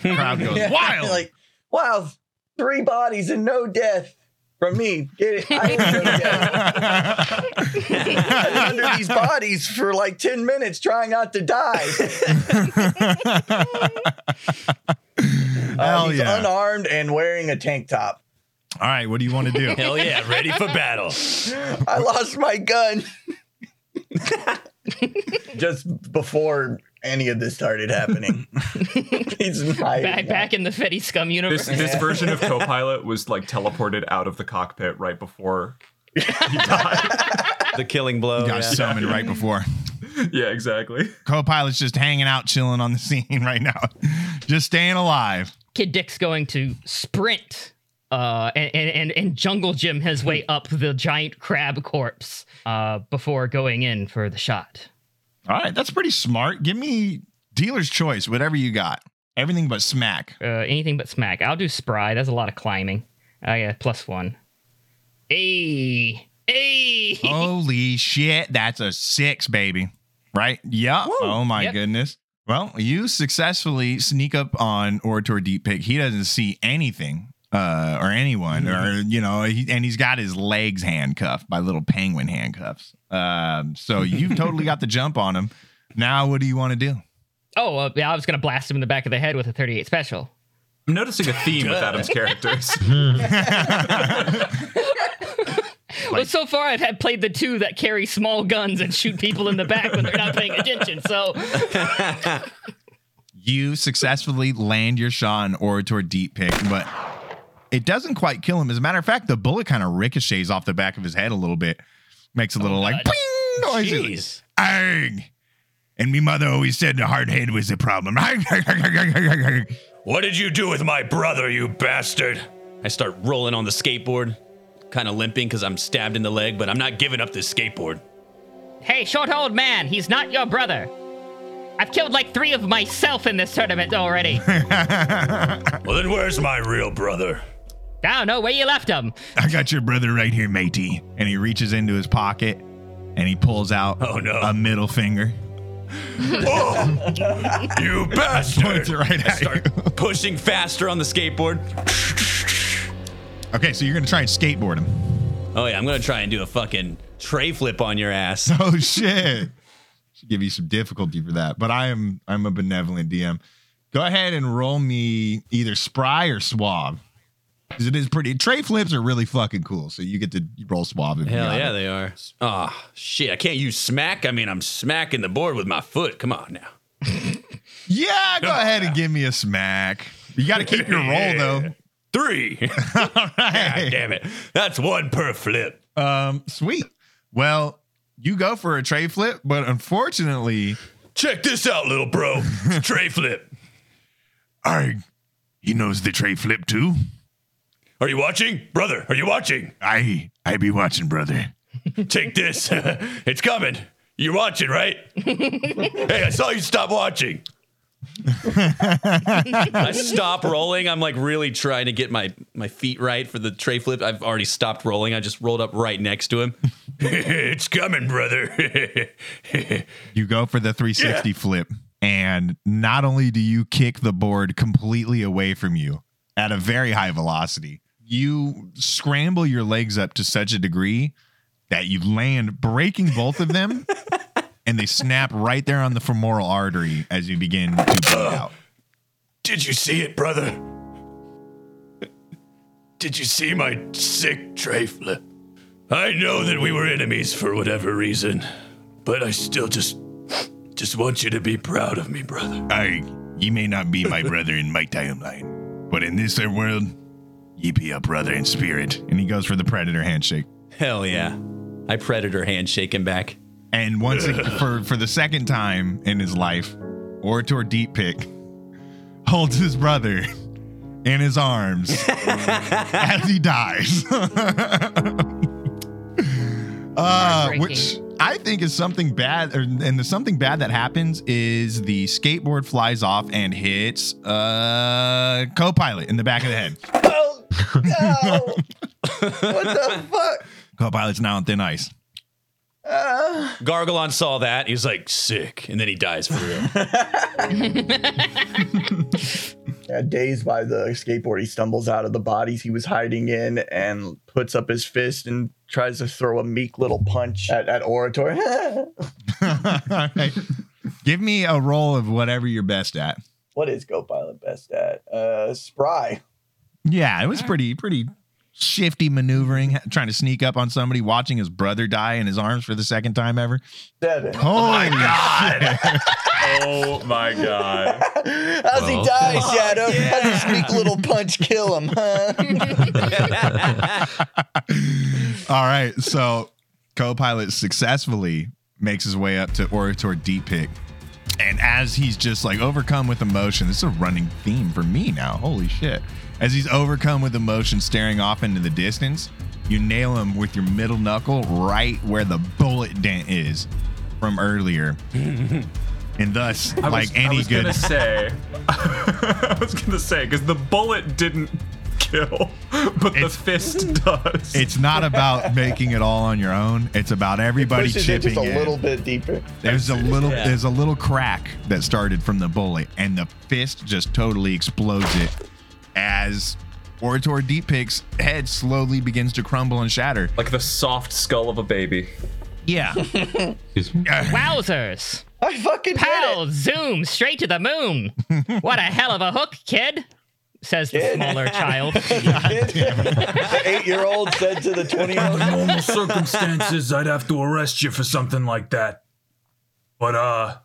Speaker 1: Crowd goes wild.
Speaker 3: like, wow, three bodies and no death from me. Get it? I ain't no death. I've been under these bodies for like 10 minutes trying not to die. Uh,
Speaker 1: Hell
Speaker 3: he's
Speaker 1: yeah!
Speaker 3: unarmed and wearing a tank top.
Speaker 1: All right, what do you want to do?
Speaker 7: Hell yeah, ready for battle.
Speaker 3: I lost my
Speaker 7: *laughs*
Speaker 3: gun. Just before any of this started
Speaker 7: *laughs*
Speaker 3: happening. He's hiding
Speaker 2: Back,
Speaker 3: now.
Speaker 2: back in the Fetty Scum
Speaker 5: This
Speaker 2: universe.
Speaker 5: this version
Speaker 7: *laughs*
Speaker 5: of Copilot was like teleported out of the cockpit right before
Speaker 7: *laughs*
Speaker 5: he died.
Speaker 7: The killing blow.
Speaker 1: Got
Speaker 7: yeah.
Speaker 1: summoned right before.
Speaker 5: *laughs* yeah, exactly.
Speaker 1: Copilot's just hanging out, chilling on the *laughs* scene right now, *laughs* just staying alive.
Speaker 2: Kid Dick's going to sprint uh, and, and, and, and jungle gym his way
Speaker 1: Hmm.
Speaker 2: up the giant crab corpse uh, before going in for the shot.
Speaker 1: All right, that's pretty smart. Give me dealer's choice, whatever you got. Everything but smack.
Speaker 2: Uh, anything but smack. I'll do spry. That's a lot of climbing. I yeah, plus one. Hey, hey.
Speaker 1: Holy shit, that's a six, baby. Right? Yeah. Oh my
Speaker 2: Yep.
Speaker 1: goodness. Well, you successfully sneak up on Orator Deep Pick. He doesn't see anything uh, or anyone, or
Speaker 2: Mm-hmm.
Speaker 1: you know, he, and he's got his legs handcuffed by little penguin handcuffs. Um, so you've totally got the jump on him. Now, what do you want to do?
Speaker 2: Oh, uh, yeah, I was gonna blast him in the back of the head with a 38 special.
Speaker 5: I'm noticing a theme with Adam's characters.
Speaker 2: well, so far I've had played the two that carry small guns and shoot people in the back when they're not paying attention. So
Speaker 1: you successfully land your shot on Orator Deep Pick, but it doesn't quite kill him. As a matter of fact, the bullet kind of ricochets off the back of his head a little bit, makes a little like
Speaker 2: God.
Speaker 1: ping noise.
Speaker 7: Oh, Jeez.
Speaker 1: Arg! And me mother always said a hard head was a problem. *laughs* Arg, arg, arg, arg, arg, arg.
Speaker 7: What did you do with my brother, you bastard? I start rolling on the skateboard, kind of limping because I'm stabbed in the leg, but I'm not giving up this skateboard.
Speaker 2: Hey, short old man, he's not your brother. I've killed like three of myself in this tournament
Speaker 3: *laughs*
Speaker 2: already. I
Speaker 7: Well, then where's my real brother?
Speaker 2: don't know where you left him.
Speaker 1: I got your brother right here, matey. And he reaches into his pocket and he pulls out
Speaker 7: Oh, no.
Speaker 1: a middle finger.
Speaker 3: *laughs*
Speaker 7: You
Speaker 1: *laughs* Points it
Speaker 7: bastard!
Speaker 1: right
Speaker 7: I
Speaker 1: at you.
Speaker 7: start pushing faster on the skateboard.
Speaker 1: Okay, so you're gonna try and skateboard him.
Speaker 7: Oh yeah, I'm gonna try and do a fucking tray flip on your
Speaker 1: *laughs*
Speaker 7: ass.
Speaker 1: Oh shit. Should give you some difficulty for that. But I am I'm a benevolent DM. Go ahead and roll me either spry or suave. Because it is pretty tray flips are really fucking cool. So you get to roll suave if you
Speaker 7: Hell
Speaker 1: got
Speaker 7: yeah,
Speaker 1: it.
Speaker 7: they are. Ah, shit, I can't use smack. I mean, I'm smacking the board with my foot. Come on now.
Speaker 1: Yeah,
Speaker 7: *laughs*
Speaker 1: go ahead and give me a smack. You gotta keep your roll though.
Speaker 7: Three.
Speaker 1: *laughs* All right.
Speaker 7: Damn it. That's one per flip.
Speaker 1: *laughs* Um, sweet. Well, you go for a tray flip, but unfortunately,
Speaker 7: Check this out, little bro. It's a tray flip.
Speaker 1: Arg, he knows the tray flip too.
Speaker 7: Are you watching? Brother, are you watching?
Speaker 1: I I be watching, brother.
Speaker 7: Take this. *laughs* it's coming. You're watching, right? hey, I saw you stop watching. I stop rolling. I'm like really trying to get my my feet right for the tray flip. I've already stopped rolling. I just rolled up right next to him. *laughs* it's coming, brother. *laughs*
Speaker 1: You go for the 360 flip, and not only do you kick the board completely away from you at a very high velocity, you scramble your legs up to such a degree that you land breaking both of them, and they snap right there on the femoral artery as you begin to bleed out.
Speaker 7: Did you see it, brother? Did you see my sick tray flip? I know that we were enemies for whatever reason, but I still just just want you to be proud of me, brother.
Speaker 1: I, ye may not be my brother in my timeline, but in this er- here world, ye be E a brother in spirit. And he goes for the predator handshake.
Speaker 7: Hell yeah. I predator handshake him back.
Speaker 1: And once ag- for for the second time in his life, Orator Deep Pick holds his brother in
Speaker 7: *laughs*
Speaker 1: his arms as he dies. *laughs* uh,
Speaker 2: Heartbreaking.
Speaker 1: which I think is something bad, or, and the something bad that happens is the skateboard flies off and hits uh, co-pilot in the back of the head.
Speaker 3: Oh, no. what the fuck?
Speaker 1: Co-pilot's now on thin ice.
Speaker 3: Uh,
Speaker 7: Gargalon saw that. He was like, sick. And then he dies for real.
Speaker 1: *laughs*
Speaker 3: yeah, uh, dazed by the skateboard, he stumbles out of the bodies he was hiding in and puts up his fist and tries to throw a meek little punch at, at Orator. *laughs*
Speaker 7: *laughs*
Speaker 1: All right. Give me a roll of whatever you're best at.
Speaker 3: what is Go Pilot best at? Uh, spry. *laughs*
Speaker 1: Yeah, it was pretty pretty shifty maneuvering, ha- trying to sneak up on somebody, watching his brother die in his arms for the second time ever.
Speaker 3: Seven.
Speaker 1: Holy
Speaker 5: *laughs* Oh my god.
Speaker 3: How's he
Speaker 4: Well.
Speaker 3: die, Shadow? How does this meek little punch kill him, huh?
Speaker 1: *laughs* All right, so co-pilot successfully makes his way up to Orator Deep Pick. And as he's just like overcome with emotion, this is a running theme for me now. Holy shit. As he's overcome with emotion, staring off into the distance, you nail him with your middle knuckle right where the bullet dent is from earlier. and thus,
Speaker 5: I
Speaker 1: like
Speaker 5: was, I
Speaker 1: any
Speaker 5: was
Speaker 1: good
Speaker 5: gonna say *laughs* I was gonna say, because the bullet didn't kill, but the
Speaker 1: It's-
Speaker 5: fist does.
Speaker 1: *laughs* It's not about making it all on your own. It's about *laughs* everybody
Speaker 3: Pushes it
Speaker 1: chipping
Speaker 3: just a
Speaker 1: in.
Speaker 3: little bit deeper.
Speaker 1: there's a little there's a little crack that started from the bullet, and the fist just totally explodes it as Orator Deep Pig's head slowly begins to crumble and shatter.
Speaker 5: like the soft skull of a baby.
Speaker 1: Yeah.
Speaker 4: Excuse
Speaker 3: *laughs*
Speaker 4: me?
Speaker 2: Wowzers!
Speaker 3: I fucking did it.
Speaker 2: Pow! Zoom straight to the
Speaker 3: *laughs*
Speaker 2: moon. What a hell of a hook, kid! Says the
Speaker 3: Kid.
Speaker 2: smaller
Speaker 3: *laughs*
Speaker 2: child.
Speaker 3: The *laughs* eight-year-old said to the twenty-year-old.
Speaker 9: Under normal circumstances, I'd have to arrest you for something like that. But, uh,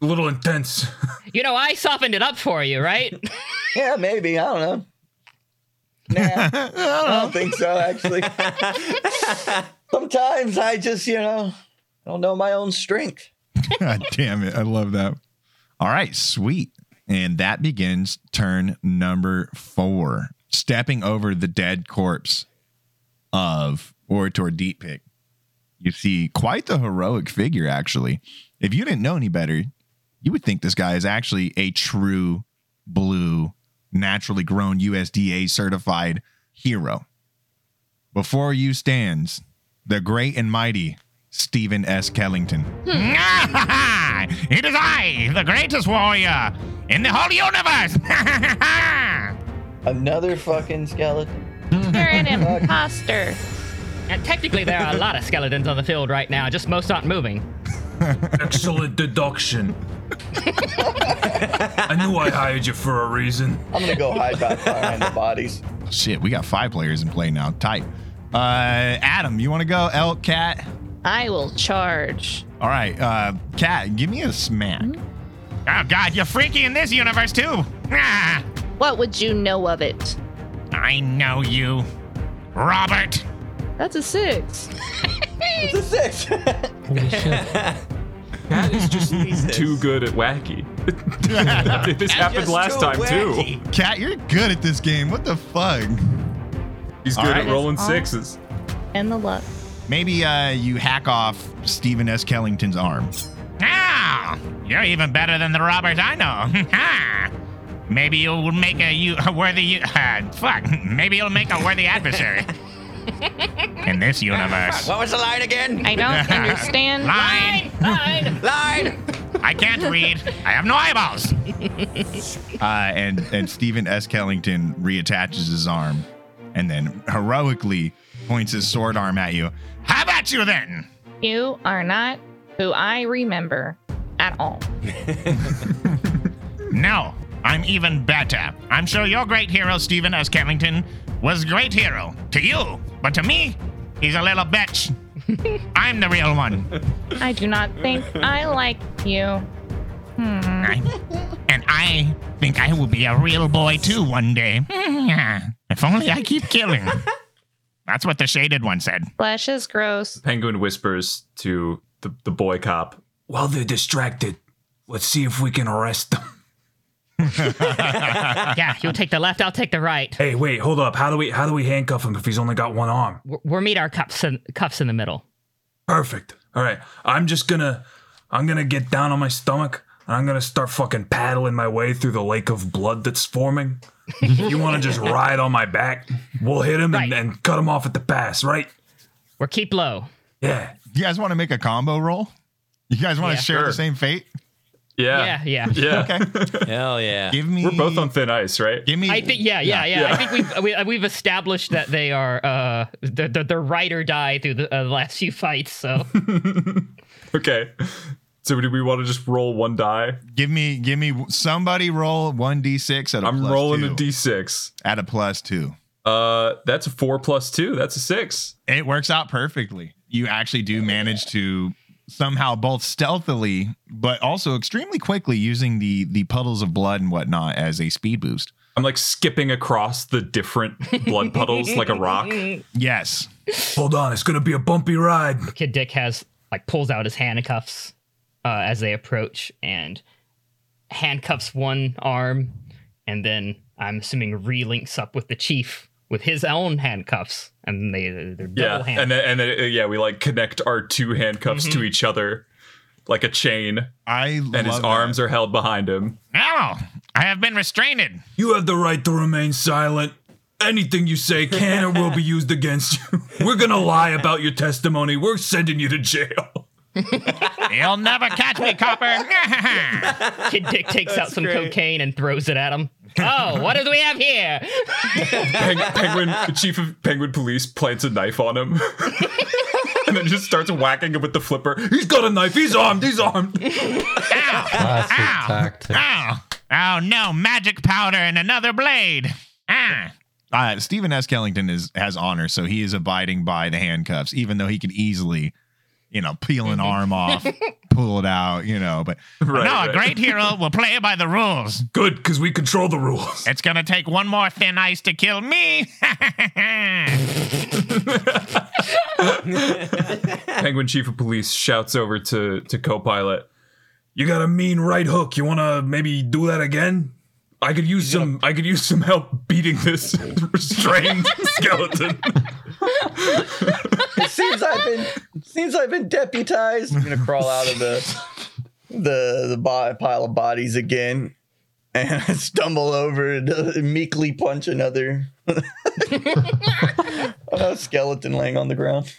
Speaker 9: a little intense. *laughs*
Speaker 2: You know, I softened it up for you, right?
Speaker 3: Yeah, maybe. I don't know. *laughs* Nah, I don't think so, actually. Sometimes I just, you know, don't know my own strength.
Speaker 1: *laughs* God damn it. I love that. All right, sweet. And that begins turn number four, stepping over the dead corpse of Orator Deep Pig. you see quite the heroic figure, actually. If you didn't know any better, you would think this guy is actually a true blue, naturally grown USDA certified hero. Before you stands the great and mighty Stephen S. Kellington.
Speaker 8: it is I, the greatest warrior in the whole universe. *laughs*
Speaker 3: Another fucking skeleton.
Speaker 6: You're
Speaker 8: *laughs*
Speaker 6: an imposter.
Speaker 2: And technically, there are a lot of skeletons on the field right now, just most aren't moving.
Speaker 9: Excellent deduction. I knew I hired you for a reason.
Speaker 3: I'm gonna go hide behind the bodies.
Speaker 1: Shit, we got five players in play now. Tight. Uh, Adam, you want to go? Elk, Cat.
Speaker 6: I will charge.
Speaker 1: All right, uh,
Speaker 5: *laughs*
Speaker 1: Cat, give me a smack.
Speaker 6: Hmm?
Speaker 8: oh God, you're freaky in this universe too. Ah,
Speaker 6: *laughs* What would you know of it?
Speaker 8: I know you, Robert.
Speaker 6: That's a six.
Speaker 3: It's a six.
Speaker 4: Holy shit.
Speaker 5: Cat is
Speaker 1: *laughs*
Speaker 5: just too good at wacky. this happened last time too.
Speaker 1: Cat, you're good at this game. What the fuck?
Speaker 5: He's
Speaker 1: All
Speaker 5: good
Speaker 1: right.
Speaker 5: at rolling
Speaker 6: That's
Speaker 5: sixes.
Speaker 6: And the luck.
Speaker 1: Maybe uh, you hack off Stephen S. Kellington's arm.
Speaker 8: Ah, you're even better than the robbers I know. *laughs* Maybe you'll make a, you, a worthy. u- *laughs* Uh, fuck. Maybe you'll make a worthy adversary in this universe.
Speaker 7: What was the line again?
Speaker 6: I
Speaker 8: *laughs*
Speaker 7: *laughs*
Speaker 6: don't understand.
Speaker 8: Line.
Speaker 2: Fine.
Speaker 7: Line.
Speaker 8: I can't read. I have no eyeballs.
Speaker 1: Uh, and and Stephen S. Kellington reattaches his arm, and then heroically points his sword arm at you.
Speaker 8: How about you then?
Speaker 6: You are not who I remember at all.
Speaker 8: No, I'm even better. I'm sure your great hero, Stephen S. Covington, was a great hero to you, but to me, he's a
Speaker 6: *laughs*
Speaker 8: little bitch. I'm the real one.
Speaker 6: I do not think I like you. Hmm.
Speaker 8: I, and I think I will be a real boy too one day. *laughs* if only I keep killing. That's what the shaded one said.
Speaker 6: Flesh is gross.
Speaker 5: Penguin whispers to the, the boy cop.
Speaker 9: While they're distracted, let's see if we can arrest them.
Speaker 2: *laughs* yeah, you'll take the left, I'll take the right.
Speaker 9: *laughs* Hey, wait, hold up. How do we how do we handcuff him if he's only got one arm?
Speaker 2: We're, we'll meet our cuffs in, cuffs in the middle.
Speaker 9: Perfect. All right. I'm just gonna I'm gonna get down on my stomach and I'm gonna start fucking paddling my way through the lake of blood that's forming. you wanna just ride on my back? We'll hit him and,
Speaker 2: Right.
Speaker 9: and cut him off at the pass, right?
Speaker 2: We're keep low.
Speaker 9: Yeah.
Speaker 1: You guys want to make a combo roll? You guys want to
Speaker 2: Yeah.
Speaker 1: share
Speaker 5: Sure.
Speaker 1: the same fate?
Speaker 5: Yeah.
Speaker 2: Yeah, yeah.
Speaker 5: *laughs* Yeah.
Speaker 1: Okay.
Speaker 7: Hell yeah.
Speaker 1: Give me.
Speaker 5: We're both on thin ice, right?
Speaker 1: Give me.
Speaker 2: I think yeah, yeah, yeah.
Speaker 5: Yeah.
Speaker 2: I think we've we, we've established that they are uh they're, they're, they're ride or die through the uh, last few fights. So
Speaker 7: *laughs*
Speaker 5: *laughs* Okay. So do we want to just roll one die?
Speaker 1: Give me. Give me. Somebody roll one d6 at a.
Speaker 5: I'm
Speaker 1: plus
Speaker 5: rolling
Speaker 1: two,
Speaker 5: a d6.
Speaker 1: at a plus two.
Speaker 5: Uh, that's a four plus two. That's a six.
Speaker 1: It works out perfectly. You actually do manage to somehow both stealthily, but also extremely quickly using the the puddles of blood and whatnot as a speed boost.
Speaker 5: I'm like skipping across the different blood puddles like a
Speaker 2: *laughs*
Speaker 5: rock.
Speaker 1: Yes.
Speaker 9: Hold on, it's gonna be a bumpy ride.
Speaker 2: Kid Dick has like pulls out his handcuffs uh, as they approach and handcuffs one arm, and then I'm assuming relinks up with the chief with his own handcuffs, and they they're double
Speaker 5: Yeah,
Speaker 2: handcuffs.
Speaker 5: and then and then uh, yeah, we like connect our two handcuffs
Speaker 2: Mm-hmm.
Speaker 5: to each other like a chain,
Speaker 1: I
Speaker 5: and his arms are held behind him.
Speaker 8: No, I have been restrained.
Speaker 9: You have the right to remain silent. Anything you say can or will be used against you. We're gonna lie about your testimony. We're sending you to jail.
Speaker 8: You'll never catch me, copper. *laughs*
Speaker 2: Kid Dick takes out some cocaine and throws it at
Speaker 9: *laughs*
Speaker 2: him. Oh, what do we have here? *laughs*
Speaker 5: Peng- penguin, the chief of penguin police, plants a knife on him, *laughs* and then just starts whacking him with the flipper.
Speaker 9: He's got a knife. He's armed. He's armed.
Speaker 4: Classic
Speaker 8: Ow.
Speaker 4: tactic.
Speaker 8: *laughs* oh, oh no, magic powder and another blade. Ah,
Speaker 1: Uh, Stephen S. Kellington is has honor, so he is abiding by the handcuffs, even though he could easily, you know, peel an arm off, pull it out, you know.
Speaker 9: *laughs*
Speaker 1: But
Speaker 5: Right,
Speaker 8: no,
Speaker 5: right.
Speaker 8: a great hero will play by the rules.
Speaker 9: Good, because we control the rules.
Speaker 8: It's gonna take one more thin ice to kill me.
Speaker 5: *laughs*
Speaker 8: *laughs*
Speaker 5: Penguin chief of police shouts over to to co-pilot.
Speaker 9: You got a mean right hook. You wanna maybe do that again? I could use some. I could use some help beating this
Speaker 3: *laughs*
Speaker 9: *laughs* restrained skeleton.
Speaker 3: *laughs* It seems I've been Since I've been deputized, I'm gonna crawl out of the the the bo- pile of bodies again, and *laughs* I stumble over to meekly punch another *laughs* uh, skeleton laying on the ground.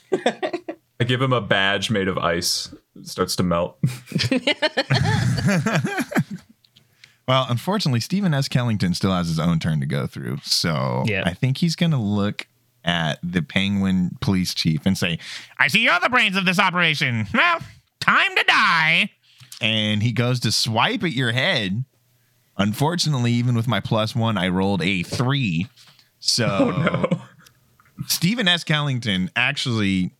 Speaker 5: I give him a badge made of ice. It starts to melt.
Speaker 1: *laughs* Well, unfortunately, Stephen S. Kellington still has his own turn to go through. So
Speaker 2: Yeah.
Speaker 1: I think he's going to look at the Penguin police chief and say,
Speaker 8: I see you're the brains of this operation. Well, time to die.
Speaker 1: and he goes to swipe at your head. Unfortunately, even with my plus one, I rolled a three. So Stephen S. Kellington actually,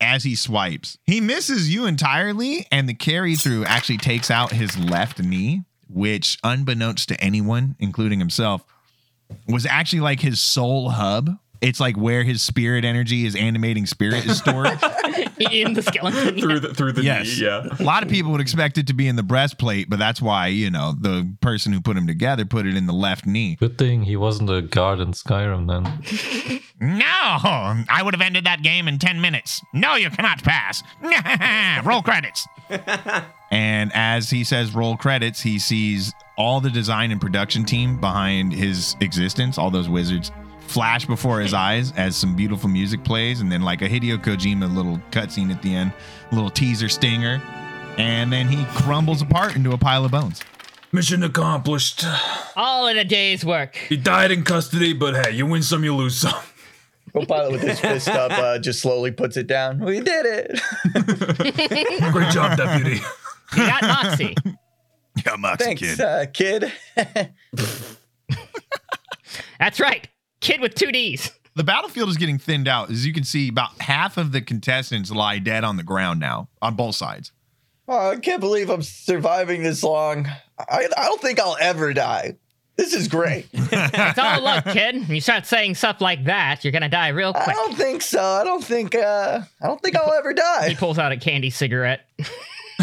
Speaker 1: as he swipes, he misses you entirely, and the carry through actually takes out his left knee, which, unbeknownst to anyone, including himself, was actually like his soul hub. It's like where his spirit energy, his animating spirit is stored.
Speaker 2: in the skeleton.
Speaker 5: *laughs* through the through the
Speaker 1: Yes.
Speaker 5: knee, yeah.
Speaker 1: A lot of people would expect it to be in the breastplate, but that's why, you know, the person who put him together put it in the left knee.
Speaker 4: Good thing he wasn't a guard in Skyrim then.
Speaker 8: No, I would have ended that game in 10 minutes. No, you cannot pass. *laughs* Roll credits. *laughs*
Speaker 1: And as he says roll credits, he sees all the design and production team behind his existence, all those wizards flash before his eyes as some beautiful music plays and then like a Hideo Kojima little cutscene at the end, little teaser stinger, and then he crumbles apart into a pile of bones.
Speaker 9: Mission accomplished.
Speaker 2: All in a day's work.
Speaker 9: He died in custody, but hey, you win some, you lose some.
Speaker 3: Copilot with his fist up, uh, just slowly puts it down. We did it.
Speaker 9: *laughs* Great job, deputy.
Speaker 2: *laughs* You got
Speaker 9: *laughs*
Speaker 2: Moxie.
Speaker 1: Yeah, Moxie
Speaker 3: Thanks, uh, kid.
Speaker 2: That's right. Kid with two D's.
Speaker 1: the battlefield is getting thinned out. As you can see, about half of the contestants lie dead on the ground now on both sides.
Speaker 3: Oh, I can't believe I'm surviving this long. I, I don't think I'll ever die. This is great.
Speaker 2: It's all luck, kid. You start saying stuff like that, you're gonna die real
Speaker 3: I
Speaker 2: quick.
Speaker 3: don't think so. I don't think. Uh, I don't think I'll ever
Speaker 2: He
Speaker 3: die.
Speaker 2: pulls out a candy cigarette.
Speaker 9: *laughs*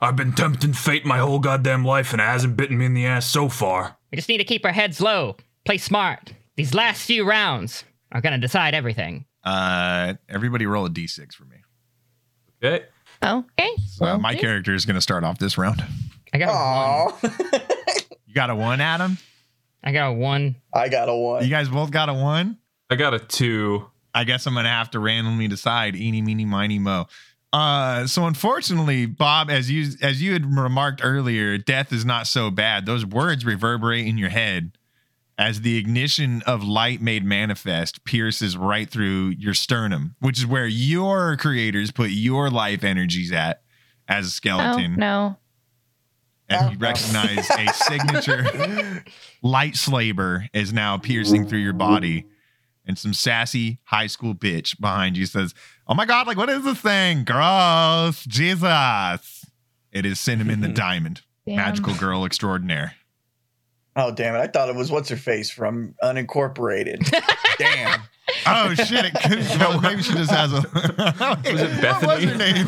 Speaker 9: I've been tempting fate my whole goddamn life, and it hasn't bitten me in the ass so far.
Speaker 2: We just need to keep our heads low, play smart. These last few rounds are gonna decide everything.
Speaker 1: Uh, everybody roll a d6 for me.
Speaker 5: Okay.
Speaker 6: Okay.
Speaker 1: So Uh, my character is going to start off this round.
Speaker 2: I got a one.
Speaker 3: Aw,
Speaker 1: You got a one, Adam.
Speaker 2: I got a one.
Speaker 3: I got a
Speaker 1: You
Speaker 3: one.
Speaker 1: guys both got a one.
Speaker 5: I got a two.
Speaker 1: I guess I'm going to have to randomly decide. Eeny, meeny, miny, mo. Uh, so unfortunately, Bob, as you as you had remarked earlier, death is not so bad. Those words reverberate in your head as the ignition of light made manifest pierces right through your sternum, which is where your creators put your life energies at as a
Speaker 6: Oh,
Speaker 1: skeleton.
Speaker 6: no.
Speaker 1: And you recognize a signature light slaber is now piercing through your body. And some sassy high school bitch behind you says, Oh my God, like, what is this thing? Gross. Jesus. It is Cinnamon the Diamond,
Speaker 6: Damn.
Speaker 1: magical girl extraordinaire.
Speaker 3: Oh damn it! I thought it was what's her face from Unincorporated. damn.
Speaker 1: *laughs* Oh shit! It could, well, maybe she just has a. was
Speaker 5: it
Speaker 1: *laughs* What was
Speaker 5: Bethany?
Speaker 1: her name?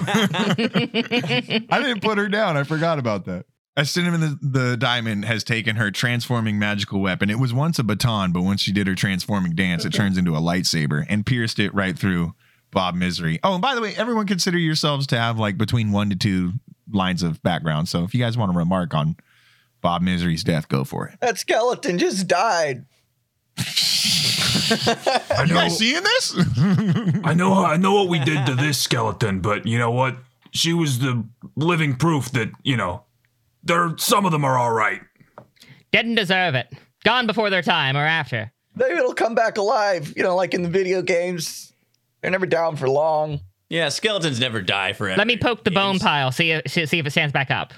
Speaker 1: *laughs* I didn't put her down. I forgot about that. As Cinnamon the, the Diamond has taken her transforming magical weapon, it was once a baton, but once she did her transforming dance, it turns into a lightsaber and pierced it right through Bob Misery. Oh, and by the way, everyone consider yourselves to have like between one to two lines of background. So if you guys want to remark on Bob Misery's death, go for it.
Speaker 3: *laughs* That skeleton just died.
Speaker 9: I
Speaker 1: You
Speaker 9: know,
Speaker 1: guys seeing this? *laughs*
Speaker 9: I know, I know what we did to this skeleton, but you know what? She was the living proof that you know, there some of them are all right.
Speaker 2: Didn't deserve it. Gone before their time or after.
Speaker 3: Maybe it'll come back alive. You know, like in the video games. They're never down for long.
Speaker 7: Yeah, skeletons never die forever.
Speaker 2: Let me poke the bone pile, see if, see see if it stands back up.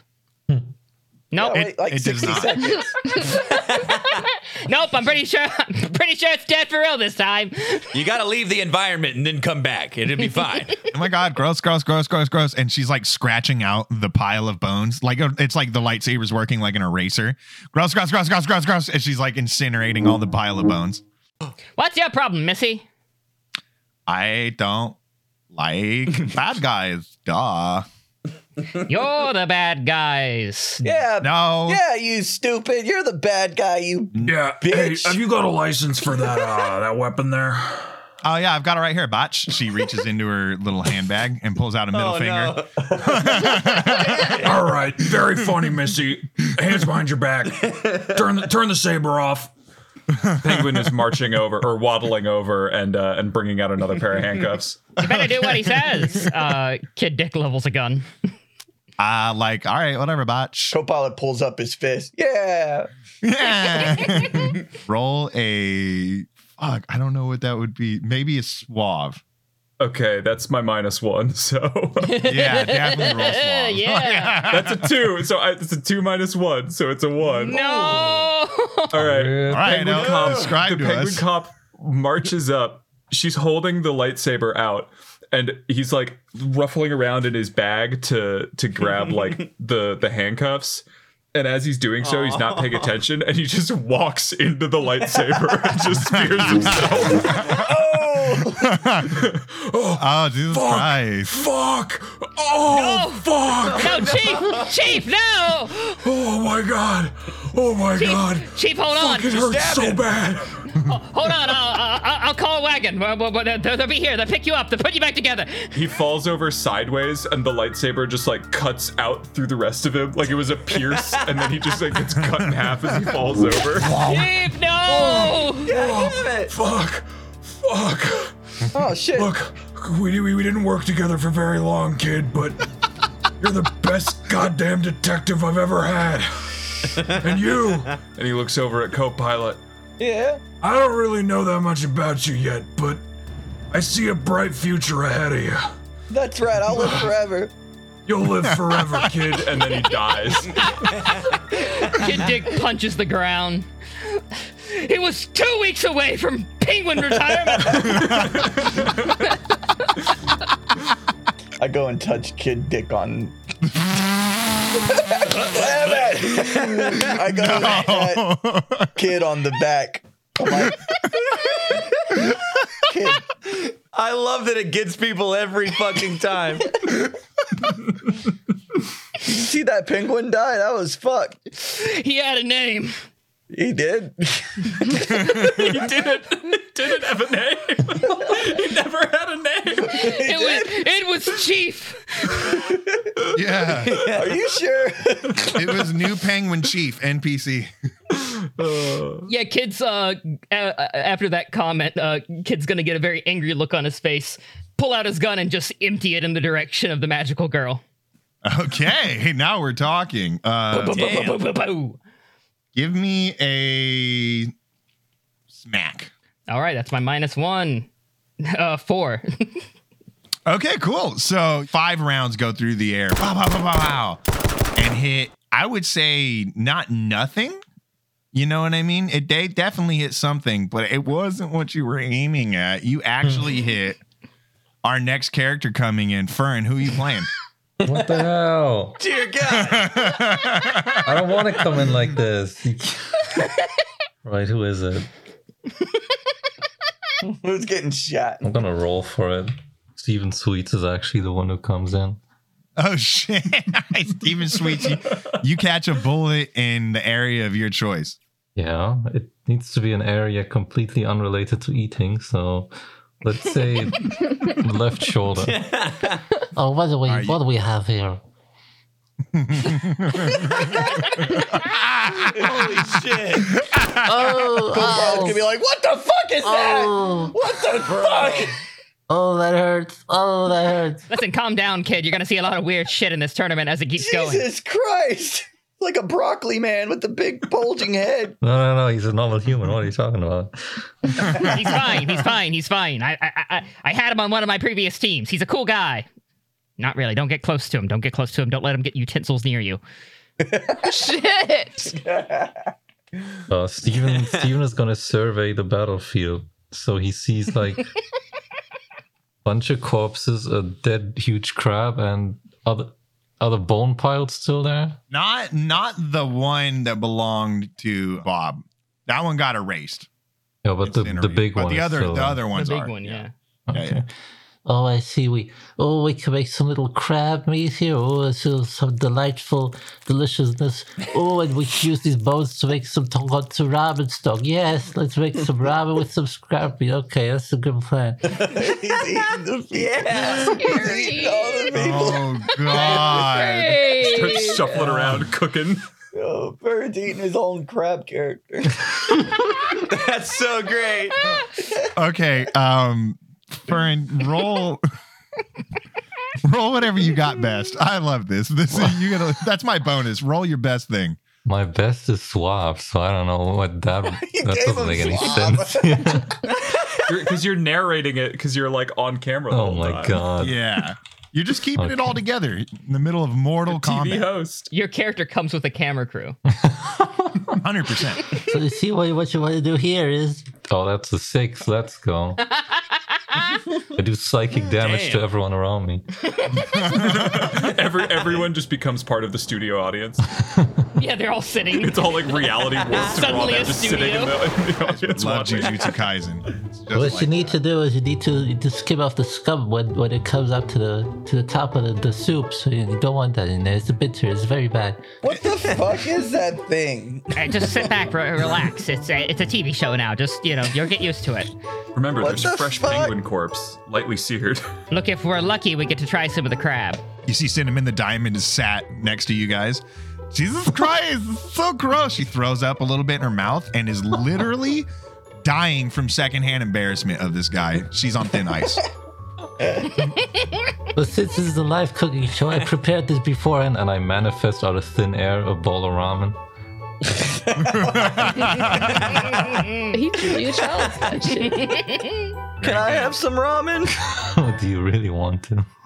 Speaker 2: Nope.
Speaker 3: Yeah, like like
Speaker 1: it does
Speaker 3: sixty
Speaker 1: not.
Speaker 2: *laughs*
Speaker 3: seconds.
Speaker 2: nope, I'm pretty sure *laughs* I'm pretty sure it's dead for real this time.
Speaker 7: You got to leave the environment and then come back. It'll *laughs* be fine.
Speaker 1: oh my god, gross, gross, gross, gross, gross. And she's like scratching out the pile of bones. Like uh, it's like the lightsaber's working like an eraser. Gross, gross, gross, gross, gross, gross. And she's like incinerating all the pile of bones.
Speaker 2: What's your problem, Missy?
Speaker 1: I don't like bad guys. Duh.
Speaker 2: You're the bad guys.
Speaker 3: Yeah.
Speaker 1: No.
Speaker 3: Yeah, you *laughs* stupid. You're the bad guy. You
Speaker 9: Yeah. Hey,
Speaker 3: Bitch.
Speaker 9: have you got a license for that uh, that weapon there?
Speaker 1: Oh yeah, I've got it right here, Botch. She reaches into her little handbag and pulls out a middle finger. *laughs*
Speaker 9: All right, very funny, Missy. Hands behind your back. Turn the, turn the saber off.
Speaker 5: Penguin is marching over or waddling over and uh, and bringing out another pair of handcuffs.
Speaker 2: You better do what he
Speaker 5: *laughs*
Speaker 2: says. Uh, Kid Dick levels a gun.
Speaker 1: *laughs* Uh, like, all right, whatever, Botch.
Speaker 3: Copilot pulls up his fist. Yeah.
Speaker 1: Yeah. Roll a fuck. I don't know what that would be. Maybe a suave.
Speaker 5: Okay, that's my minus one. So
Speaker 1: *laughs* Yeah,
Speaker 5: *laughs*
Speaker 1: definitely roll
Speaker 2: *laughs*
Speaker 1: suave.
Speaker 2: yeah.
Speaker 5: that's a two. So I, it's a two minus one. So it's a one.
Speaker 2: No.
Speaker 5: All right.
Speaker 1: All right, now
Speaker 5: cop-
Speaker 1: subscribe
Speaker 5: the
Speaker 1: to
Speaker 5: penguin
Speaker 1: us.
Speaker 5: cop marches up. She's holding the lightsaber out, and he's like ruffling around in his bag to to grab like the the handcuffs. And as he's doing so, he's not paying attention, and he just walks into the lightsaber and
Speaker 1: *laughs*
Speaker 5: just spears himself.
Speaker 1: oh, Jesus
Speaker 9: Fuck.
Speaker 1: Christ.
Speaker 9: Fuck! Oh, fuck!
Speaker 2: No, Chief! Chief, no!
Speaker 9: Oh my god! Oh my god!
Speaker 2: Chief, Chief, hold on!
Speaker 9: It hurts so bad.
Speaker 2: Hold on, I'll, I'll, I'll call a wagon. Well, well, well, They'll, they'll be here. They'll pick you up. They'll put you back together.
Speaker 5: he falls over sideways, and the lightsaber just like cuts out through the rest of him, like it was a pierce, and then he just like gets cut in half as he falls
Speaker 1: *laughs*
Speaker 5: over.
Speaker 2: Chief, no!
Speaker 9: *laughs* Oh, Fuck! Fuck!
Speaker 3: Oh shit.
Speaker 9: Look, we, we, we didn't work together for very long, kid, but you're the best *laughs* goddamn detective I've ever had. And you,
Speaker 5: And he looks over at Copilot.
Speaker 3: Yeah.
Speaker 9: I don't really know that much about you yet, but I see a bright future ahead of you.
Speaker 3: *laughs* That's right. I'll live forever.
Speaker 9: You'll live
Speaker 2: *laughs*
Speaker 9: forever, kid.
Speaker 5: *laughs* kid, and then he dies.
Speaker 2: Kid Dick punches the ground. He was two weeks away from penguin retirement.
Speaker 5: *laughs*
Speaker 3: I go and touch Kid Dick on. *laughs* Damn it! I go and pat Kid on the back. I'm like, Kid,
Speaker 7: I love that it gets people every fucking time.
Speaker 3: you see that penguin die? That was fucked.
Speaker 2: he had a
Speaker 9: *laughs*
Speaker 2: name.
Speaker 3: He did.
Speaker 5: Didn't have a
Speaker 9: *laughs*
Speaker 5: name. he never had a name.
Speaker 2: It was, it was Chief.
Speaker 1: Yeah.
Speaker 3: Are you sure?
Speaker 1: It was new penguin chief, NPC.
Speaker 2: Yeah, kids. Uh, a- a- after that comment, uh, kid's gonna get a very angry look on his face. Pull out his gun and just empty it in the direction of the magical girl.
Speaker 1: Okay, now we're talking. Uh,
Speaker 2: Boo, boo, boo, boo, boo, boo.
Speaker 1: give me a smack.
Speaker 2: All right, that's my minus one. *laughs* Uh, four. *laughs*
Speaker 1: Okay, cool. So five rounds go through the air, pow, pow, pow, pow, pow, and hit. I would say not nothing. You know what I mean? It they definitely hit something, but it wasn't what you were aiming at. You actually
Speaker 4: Hmm.
Speaker 1: hit our next character coming in, Fern. Who are you playing?
Speaker 4: What the hell?
Speaker 7: Dear God.
Speaker 4: *laughs* I don't want to come in like this. *laughs* right, who is it? *laughs*
Speaker 5: *laughs*
Speaker 3: Who's getting shot?
Speaker 4: I'm gonna roll for it. Steven Sweets is actually the one who comes in.
Speaker 1: oh shit! *laughs* Steven Sweet, you, you catch a bullet in the area of your choice.
Speaker 4: Yeah, it needs to be an area completely unrelated to eating. So let's say *laughs* the left shoulder. Oh, by the way,
Speaker 1: Are you- what
Speaker 4: do we have here?
Speaker 7: Holy shit.
Speaker 4: Oh,
Speaker 3: Copile's gonna be like, what the fuck is that? What the fuck?
Speaker 4: oh, that hurts. Oh, that hurts.
Speaker 2: Listen, calm down, kid. You're gonna see a lot of weird shit in this tournament as it keeps going.
Speaker 3: Jesus Christ! Like a broccoli man with the big bulging head.
Speaker 4: No, no, no. He's a normal human. What are you talking about?
Speaker 2: *laughs* He's fine. He's fine. He's fine. I, I, I, I had him on one of my previous teams. He's a cool guy. Not really. Don't get close to him. Don't get close to him. Don't let him get utensils near you.
Speaker 6: Shit.
Speaker 4: Uh, *laughs* Steven, Steven is going to survey the battlefield. So he sees like a bunch of corpses, a dead huge crab, and other other bone piles still there.
Speaker 1: Not not the one that belonged to Bob. That one got erased.
Speaker 4: Yeah, but the, the
Speaker 1: Incinerated.
Speaker 4: big
Speaker 1: but
Speaker 4: one.
Speaker 1: The
Speaker 4: is
Speaker 1: other
Speaker 4: still
Speaker 1: the
Speaker 4: there.
Speaker 1: other
Speaker 2: The
Speaker 1: ones
Speaker 2: big
Speaker 1: are.
Speaker 2: one, yeah.
Speaker 1: Yeah, yeah.
Speaker 10: Oh, I see. We oh, we can make some little crab meat here. Oh, this is some delightful deliciousness. Oh, and we can use these bones to make some tonkotsu ramen stock. Yes, let's make some ramen with some scrap meat. Okay, that's a good plan.
Speaker 1: *laughs*
Speaker 3: He's eating *laughs* the people. He's eating all the people.
Speaker 1: Oh
Speaker 5: *laughs*
Speaker 1: god.
Speaker 5: Start shuffling around, cooking.
Speaker 3: Oh, Bird's eating his own crab *laughs* character.
Speaker 7: That's so great.
Speaker 1: Okay, um Fern, roll *laughs* roll whatever you got best. I love this. This is you gonna that's my bonus. Roll your best thing.
Speaker 4: My best is swab, so I don't know what that
Speaker 3: *laughs* You
Speaker 4: that
Speaker 3: gave
Speaker 4: doesn't
Speaker 3: him
Speaker 4: make any
Speaker 3: swab.
Speaker 4: sense. Yeah.
Speaker 5: Because you're, narrating it because you're like on camera. The
Speaker 4: oh
Speaker 5: whole
Speaker 4: my
Speaker 5: time.
Speaker 4: god. Oh,
Speaker 1: Yeah. You're just keeping it
Speaker 4: Okay.
Speaker 1: all together in the middle of mortal
Speaker 5: TV
Speaker 1: combat.
Speaker 5: host.
Speaker 2: Your character comes with a camera
Speaker 1: *laughs*
Speaker 2: crew.
Speaker 1: 100%.
Speaker 10: So you see what what you want to do here is
Speaker 4: Oh, that's a six. Let's go.
Speaker 1: Ah!
Speaker 4: I do
Speaker 3: *laughs*
Speaker 4: psychic damage to everyone around me.
Speaker 5: *laughs* Every everyone just becomes part of the studio audience.
Speaker 2: *laughs* yeah, they're all sitting.
Speaker 5: It's all
Speaker 2: *laughs*
Speaker 5: like reality warped and we're all
Speaker 2: Suddenly
Speaker 5: there
Speaker 2: a
Speaker 5: just sitting in the, *laughs* in the audience
Speaker 1: Love
Speaker 5: watching.
Speaker 1: Jujutsu Kaisen. It's just
Speaker 10: what
Speaker 1: like
Speaker 10: you need
Speaker 1: that.
Speaker 10: to do is you need to you just skim off the scum when, when it comes up to the to the top of the, the soup. So you don't want that in there. It's bitter. It's very bad.
Speaker 3: what the fuck is that thing?
Speaker 2: Uh, just sit back, re- relax. It's a, it's a TV show now. Just you know, you'll get used to it.
Speaker 5: Remember,
Speaker 3: What
Speaker 5: there's
Speaker 3: the
Speaker 5: fresh
Speaker 3: fuck?
Speaker 5: penguin corpse, lightly seared.
Speaker 2: Look, if we're lucky, we get to try some of the
Speaker 3: *laughs*
Speaker 2: crab.
Speaker 1: You see Cinnamon the Diamond is sat next to you guys. Jesus Christ, it's so gross. She throws up a little bit in her mouth and is literally dying from secondhand embarrassment of this guy. She's on thin ice.
Speaker 10: But since this is a live cooking show, I prepared this beforehand.
Speaker 4: And I manifest out of thin air a ball of ramen. *laughs*
Speaker 6: He you tell us that shit.
Speaker 3: Can I have some ramen?
Speaker 4: Do you really want to?
Speaker 3: *laughs*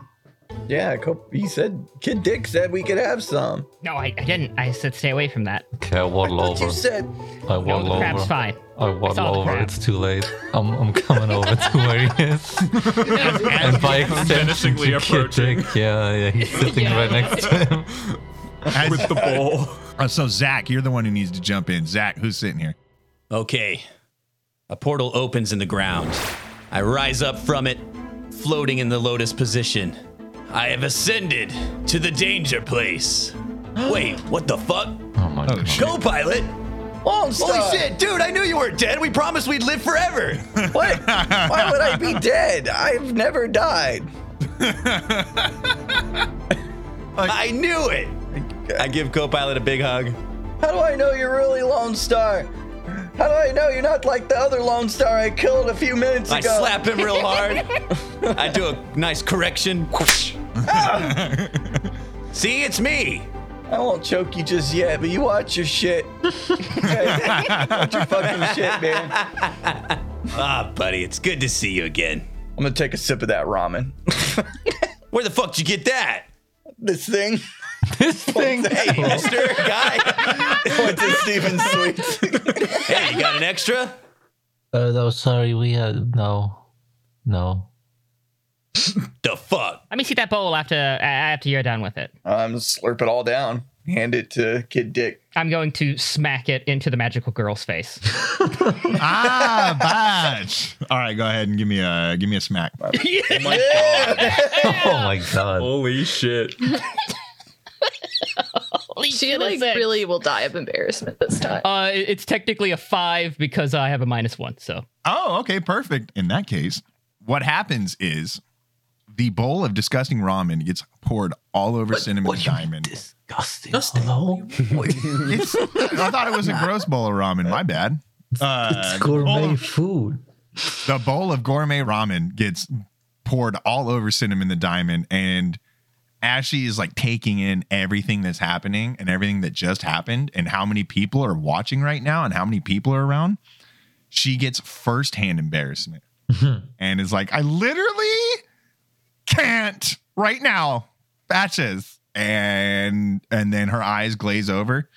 Speaker 3: Yeah, co- he said. Kid Dick said we could have some.
Speaker 2: No, I, I didn't. I said stay away from that.
Speaker 4: Okay, I waddle
Speaker 3: But
Speaker 4: over.
Speaker 3: you said
Speaker 4: I
Speaker 2: No,
Speaker 4: waddle
Speaker 2: the crab's
Speaker 4: over.
Speaker 2: fine.
Speaker 4: I
Speaker 2: the
Speaker 4: waddle over.
Speaker 2: crab.
Speaker 4: It's too late. I'm, I'm coming *laughs* over to where he is. *laughs* and by extension,
Speaker 5: Menacingly
Speaker 4: to Kid
Speaker 5: approaching.
Speaker 4: Dick. Yeah, yeah, *laughs* he's sitting right next to him.
Speaker 1: As-
Speaker 5: with the bowl.
Speaker 1: Uh, so Zach, you're the one who needs to jump in. Zach, who's sitting here?
Speaker 7: Okay. A portal opens in the ground. I rise up from it, floating in the lotus position. I have ascended to the danger *gasps* place. Wait, what the fuck?
Speaker 4: Oh my god.
Speaker 7: Go, pilot!
Speaker 3: Lone Star.
Speaker 7: Holy shit, dude, I knew you weren't dead. We promised we'd live *laughs* forever.
Speaker 3: What? Why would I be dead? I've never died.
Speaker 7: I knew it. I give co pilot a big hug.
Speaker 3: How do I know you're really Lone Star? How do I know you're not like the other Lone Star I killed a few minutes
Speaker 7: I
Speaker 3: ago?
Speaker 7: slap him real hard.
Speaker 3: *laughs*
Speaker 7: *laughs* I do a nice correction. Whoosh. *laughs* See, it's me.
Speaker 3: I won't choke you just yet, but you watch your
Speaker 7: *laughs*
Speaker 3: shit. Okay? watch your fucking shit, man. I'm
Speaker 7: *laughs* Ah, buddy, it's good to see you again.
Speaker 3: gonna take a sip of that ramen.
Speaker 7: Where the fuck did you get that?
Speaker 3: this
Speaker 7: *laughs*
Speaker 3: thing *laughs*
Speaker 7: Hey, mister, guy.
Speaker 3: went to Steven Sweets.
Speaker 7: Hey, you got an extra?
Speaker 10: Oh no, sorry, we uh no, no.
Speaker 7: The fuck?
Speaker 2: Let me see that bowl after uh, after you're done with it.
Speaker 3: I'm gonna slurp it all down. Hand it to Kid
Speaker 7: *laughs*
Speaker 3: Dick.
Speaker 2: I'm going to smack it into the magical girl's
Speaker 3: *laughs*
Speaker 2: face.
Speaker 1: ah, Batch. All right, go ahead and give me a give me a smack.
Speaker 4: Oh my god.
Speaker 5: Holy shit.
Speaker 2: Holy
Speaker 6: She like really will die of embarrassment this time.
Speaker 2: Uh, it- it's technically a five because I have a minus one. So
Speaker 1: Oh, okay, perfect. In that case, what happens is the bowl of disgusting ramen gets poured all over Cinnamon Diamond.
Speaker 10: Disgusting. Hello?
Speaker 1: It's- I thought it was a gross bowl of ramen. My bad. Uh,
Speaker 4: It's
Speaker 1: the bowl
Speaker 4: gourmet
Speaker 1: of-
Speaker 4: food.
Speaker 1: the bowl of gourmet ramen gets poured all over cinnamon the diamond and ashy is like taking in everything that's happening and everything that just happened and how many people are watching right now and how many people are around she gets firsthand embarrassment and is like i literally can't right now batches and and then her eyes glaze over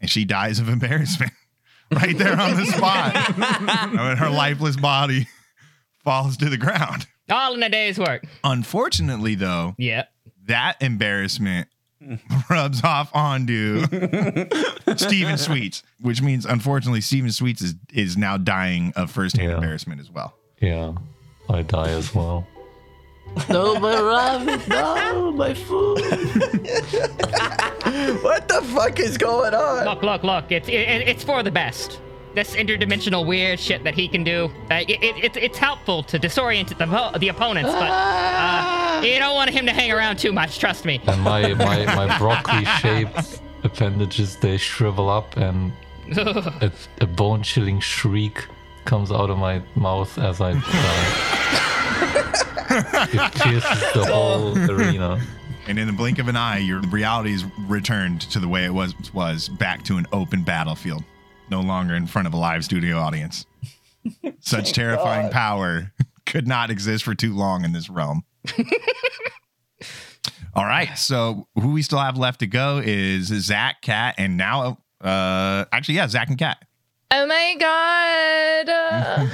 Speaker 1: and she dies of *laughs* embarrassment right there on the spot
Speaker 2: *laughs*
Speaker 1: and her lifeless body *laughs* falls to the ground.
Speaker 2: all in a day's work.
Speaker 1: Unfortunately, though,
Speaker 2: Yeah.
Speaker 1: that embarrassment *laughs* rubs off onto Steven Sweets, which means unfortunately Steven Sweets is is now dying of firsthand
Speaker 4: Yeah.
Speaker 1: embarrassment as well.
Speaker 4: Yeah, I die as well.
Speaker 10: No, my rabbit. No, my food.
Speaker 3: *laughs* What the fuck is going on?
Speaker 2: Look, look, look. It's it, it's for the best. This interdimensional weird shit that he can do, uh, it, it, it's it's helpful to disorient the, po- the opponents, but uh, you don't want him to hang around too much. Trust me.
Speaker 4: And my my,
Speaker 2: *laughs*
Speaker 4: my broccoli shaped appendages they shrivel up and a, a bone chilling shriek comes out of my mouth as I die. it pierces the whole arena.
Speaker 1: And in the blink of an eye, your reality is returned to the way it was was back to an open battlefield, no longer in front of a live studio audience. Such terrifying power *laughs* could not exist for too long in this realm. All right, so who we still have left to go is Zach, Cat, and now, uh, actually, yeah, Zach and Cat.
Speaker 6: Oh my god. Uh,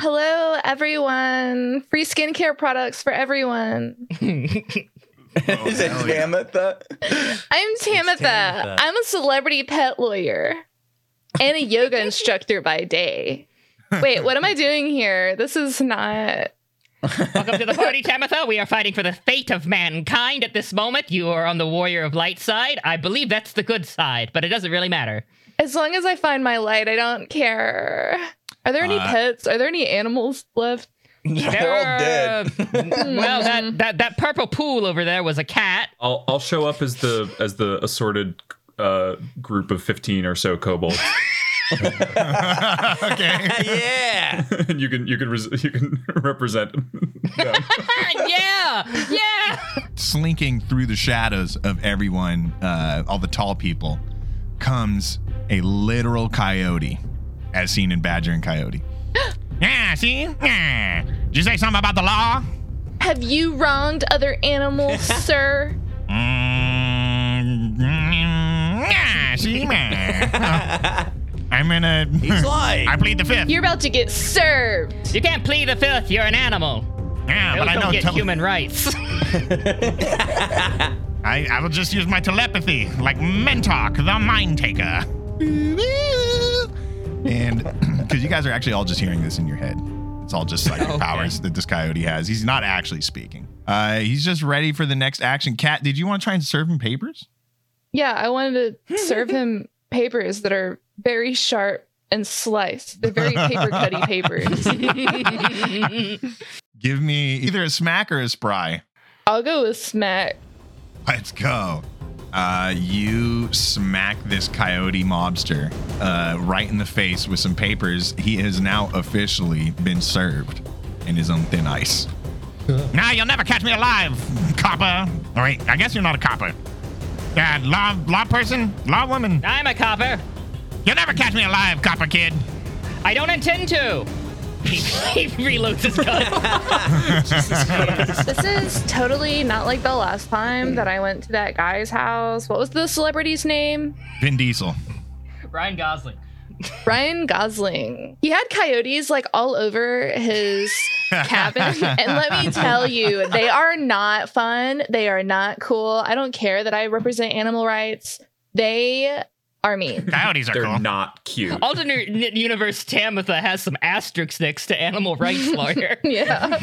Speaker 6: hello, everyone. Free skincare products for everyone.
Speaker 3: Is
Speaker 7: Oh,
Speaker 3: it Tamitha?
Speaker 6: I'm Tamitha.
Speaker 11: Tamitha.
Speaker 6: I'm a celebrity pet lawyer and a yoga instructor by day. Wait, what am I doing here? This is not.
Speaker 2: Welcome to the party, Tamitha. We are fighting for the fate of mankind at this moment. You are on the Warrior of Light side. I believe that's the good side, but it doesn't really
Speaker 3: *laughs*
Speaker 2: matter.
Speaker 6: As long as I find my light, I don't care. Are there any
Speaker 1: Uh,
Speaker 6: pets? Are there any animals left?
Speaker 3: They're all dead.
Speaker 2: Uh, *laughs* well, that, that, that purple pool over there was a cat.
Speaker 5: *laughs* I'll I'll show up as the as the assorted uh, group of fifteen or so *laughs* kobolds,
Speaker 1: okay.
Speaker 2: *laughs*
Speaker 11: yeah.
Speaker 5: and you can you can res- you can *laughs* represent them.
Speaker 2: yeah, yeah.
Speaker 1: slinking through the shadows of everyone, uh, all the tall people, comes a literal coyote, as seen in Badger and Coyote.
Speaker 8: *gasps* Yeah, see? Yeah. Did you say something about the law?
Speaker 6: Have you wronged other animals, sir?
Speaker 8: Mm, mm, yeah, see?
Speaker 11: *laughs*
Speaker 8: Yeah. I'm gonna.
Speaker 11: He's lying.
Speaker 8: *laughs* I plead
Speaker 11: *laughs*
Speaker 8: the fifth.
Speaker 6: You're about to get served.
Speaker 2: You can't plead the fifth. You're an animal.
Speaker 8: yeah,
Speaker 2: Those
Speaker 8: but I
Speaker 2: don't
Speaker 8: know.
Speaker 2: get
Speaker 8: tele-
Speaker 2: human rights. *laughs*
Speaker 8: I, I will just use my telepathy, like Mentok, the Mind Taker.
Speaker 1: And *clears throat* because you guys are actually all just hearing this in your head, it's all just
Speaker 8: *laughs*
Speaker 1: psychic powers that this coyote has. He's not actually speaking. Uh, he's just ready for the next action. Cat, did you want to try and serve him papers?
Speaker 6: Yeah, I wanted to serve him papers that are very sharp and sliced. They're very paper cutty papers. *laughs*
Speaker 1: Give me either a smack or a spry.
Speaker 6: I'll go with smack.
Speaker 1: Let's go. Uh, you smack this coyote mobster uh, right in the face with some papers. He has now officially been served in his own thin ice.
Speaker 8: Nah, you'll never catch me alive, copper. All right, I guess you're not a copper. Uh, law, law person, law woman.
Speaker 2: I'm a copper.
Speaker 8: You'll never catch me alive, copper kid.
Speaker 2: I don't intend to. He, *laughs* he reloads his gun.
Speaker 8: *laughs*
Speaker 6: This is totally not like the last time that I went to that guy's house. What was the celebrity's name?
Speaker 1: Vin Diesel.
Speaker 2: Ryan Gosling.
Speaker 6: Ryan Gosling. He had coyotes like all over his cabin. and let me tell you, they are not fun. They are not cool. I don't care that I represent animal rights. They are mean.
Speaker 8: Coyotes are
Speaker 5: They're
Speaker 8: cool.
Speaker 5: not cute.
Speaker 2: Alternate n- universe Tamitha has some asterisks next to animal rights
Speaker 6: *laughs*
Speaker 2: lawyer.
Speaker 6: Yeah.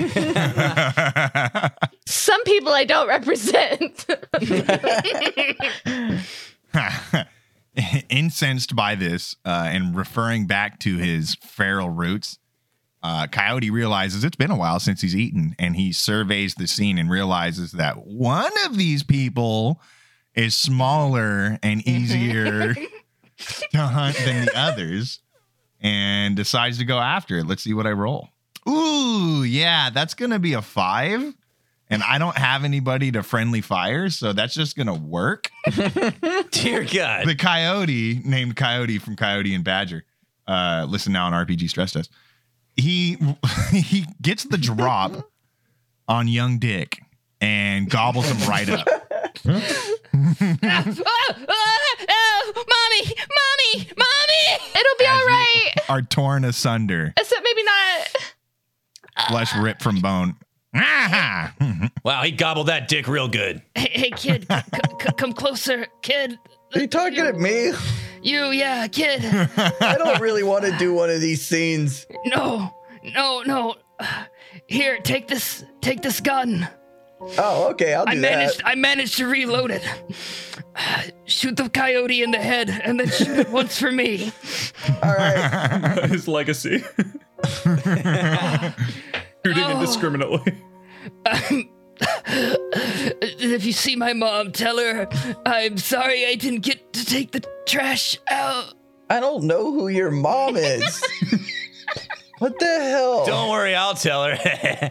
Speaker 6: Some people I
Speaker 2: *laughs*
Speaker 6: don't represent. *laughs*
Speaker 1: *laughs* Incensed by this uh, and referring back to his feral roots, uh, Coyote realizes it's been a while since he's eaten and he surveys the scene and realizes that one of these people is smaller and easier to hunt than the others and decides to go after it. Let's see what I roll. Ooh, yeah, that's going to be a five. And I don't have anybody to friendly fire, so that's just going to work
Speaker 11: *laughs* Dear God.
Speaker 1: the coyote named Coyote from Coyote and Badger. Uh, listen now on RPG Stress Test. He *laughs* he gets the drop on young Dick and gobbles him right up.
Speaker 2: Ah, ah, ah, oh, mommy, mommy, mommy!
Speaker 6: It'll be
Speaker 1: As
Speaker 6: all
Speaker 1: you-
Speaker 6: right.
Speaker 1: Are torn asunder,
Speaker 6: Except maybe not.
Speaker 3: *laughs*
Speaker 1: flesh ripped from bone. *laughs*
Speaker 8: Ah,
Speaker 11: Wow, he gobbled that dick real good.
Speaker 2: *laughs* Hey, hey kid, c- c- come closer, kid.
Speaker 3: Are you talking at me?
Speaker 2: You,
Speaker 3: *laughs*
Speaker 2: yeah, kid.
Speaker 3: I don't really want to do one of these scenes.
Speaker 2: No, no, no, Here, take this. Take this gun.
Speaker 3: Oh, okay, I'll do
Speaker 2: I
Speaker 3: that.
Speaker 2: managed. I managed to reload it. Shoot the coyote in the head, and then shoot it once for
Speaker 3: *laughs*
Speaker 2: me.
Speaker 3: All right.
Speaker 5: *laughs* His legacy. Shooting
Speaker 2: Oh.
Speaker 5: *laughs* indiscriminately.
Speaker 2: If you see my mom, tell her I'm sorry I didn't get to take the trash out.
Speaker 3: I don't know who your mom is.
Speaker 7: *laughs*
Speaker 3: what the hell?
Speaker 11: Don't worry, I'll tell her.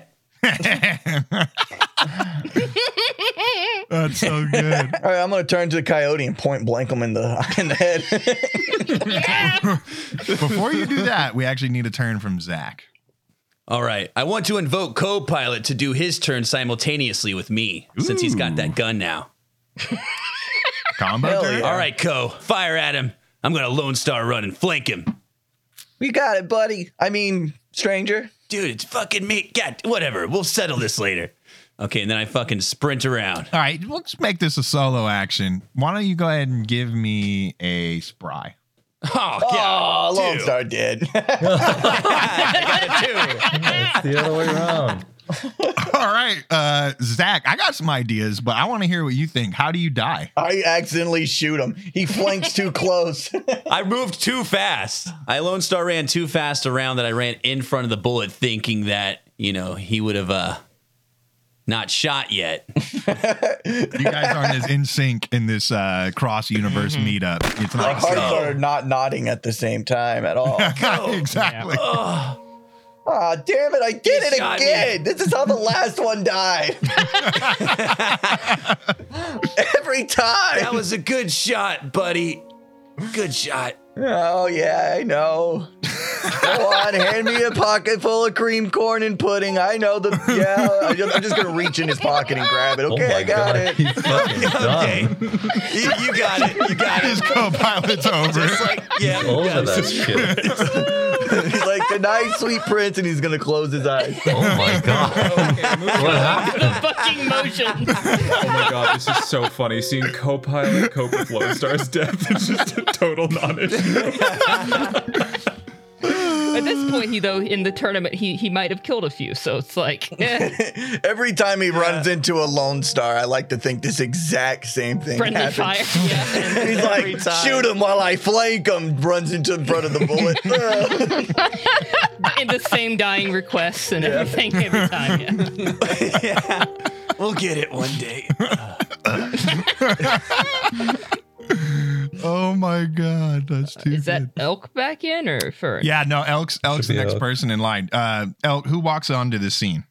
Speaker 3: *laughs*
Speaker 1: That's so good.
Speaker 3: All right, I'm gonna turn to the coyote and point blank him in the *laughs* in the head.
Speaker 1: Before you do that, we actually need a turn from Zach.
Speaker 7: *laughs* All right. I want to invoke co pilot to do his turn simultaneously with me since he's got that gun now.
Speaker 1: Combo.
Speaker 3: Hell
Speaker 1: turn?
Speaker 3: yeah.
Speaker 7: All right, Co, fire at him. I'm going to Lone Star run and flank him.
Speaker 3: you got it, buddy. I mean, stranger.
Speaker 7: Dude, it's fucking me. God, whatever. We'll settle this later. Okay, and then I fucking sprint around.
Speaker 1: All right, we'll just make this a solo action. Why don't you go ahead and give me a spry?
Speaker 7: Oh,
Speaker 3: Oh,
Speaker 7: God.
Speaker 3: Lone
Speaker 7: dude.
Speaker 3: Star *laughs*
Speaker 7: *laughs*
Speaker 3: dead.
Speaker 4: It's the other way around.
Speaker 1: All right, uh, Zach, I got some ideas, but I want to hear what you think. How do you die?
Speaker 3: I accidentally shoot him. He flanks
Speaker 7: *laughs*
Speaker 3: too close. *laughs*
Speaker 7: I moved too fast. I Lone Star ran too fast around that I ran in front of the bullet, thinking that, you know, he would have uh, not shot yet.
Speaker 1: You guys aren't as in sync in this uh, cross universe
Speaker 7: Mm-hmm.
Speaker 1: meetup. It's
Speaker 3: Our
Speaker 1: not
Speaker 3: hearts are not nodding at the same time at
Speaker 1: *laughs*
Speaker 3: all.
Speaker 7: Oh,
Speaker 1: exactly.
Speaker 3: Ah, damn it! I did
Speaker 7: You
Speaker 3: it
Speaker 7: shot me.
Speaker 3: again. This is how the last one died. *laughs* *laughs* Every
Speaker 7: That
Speaker 3: time.
Speaker 7: was a good shot, buddy. Good shot.
Speaker 3: Oh yeah, I
Speaker 1: *laughs*
Speaker 3: know. Go on, hand me a pocket full of cream corn and pudding. I know the. Yeah, I'm just, I'm just gonna reach in his pocket and grab it. Okay, I got it.
Speaker 4: He's fucking
Speaker 7: Okay.
Speaker 4: done.
Speaker 7: you, you got it. You got
Speaker 1: *laughs*
Speaker 7: *laughs*
Speaker 1: His co-pilot's over.
Speaker 7: It's like, yeah.
Speaker 4: He's over that shit.
Speaker 3: He's like, good night, sweet prince, and he's gonna close his eyes.
Speaker 4: Oh my god. what happened?
Speaker 2: The fucking motion.
Speaker 5: Oh my god, this is so funny. Seeing co-pilot cope with Lone Star's death is just a total non-issue.
Speaker 2: At this point, he though in the tournament, he he might have killed a few. So it's like,
Speaker 3: *laughs*
Speaker 2: eh,
Speaker 3: *laughs* Every time he runs into a Lone Star, I like to think this exact same thing
Speaker 2: friendly
Speaker 3: happens.
Speaker 2: fire.
Speaker 3: *laughs*
Speaker 2: Yeah.
Speaker 3: He's like, shoot him while I flank him. Runs into the front of the bullet. Ugh.
Speaker 2: in the same dying requests and everything every time. Yeah.
Speaker 7: *laughs* We'll get it one day.
Speaker 1: *laughs* Oh my god, that's too
Speaker 2: Is that
Speaker 1: good.
Speaker 2: elk back in or fur?
Speaker 1: Yeah, no, Elk's Elk's the
Speaker 4: be
Speaker 1: next
Speaker 4: Elk.
Speaker 1: person in line. Uh, Elk, who walks onto the scene?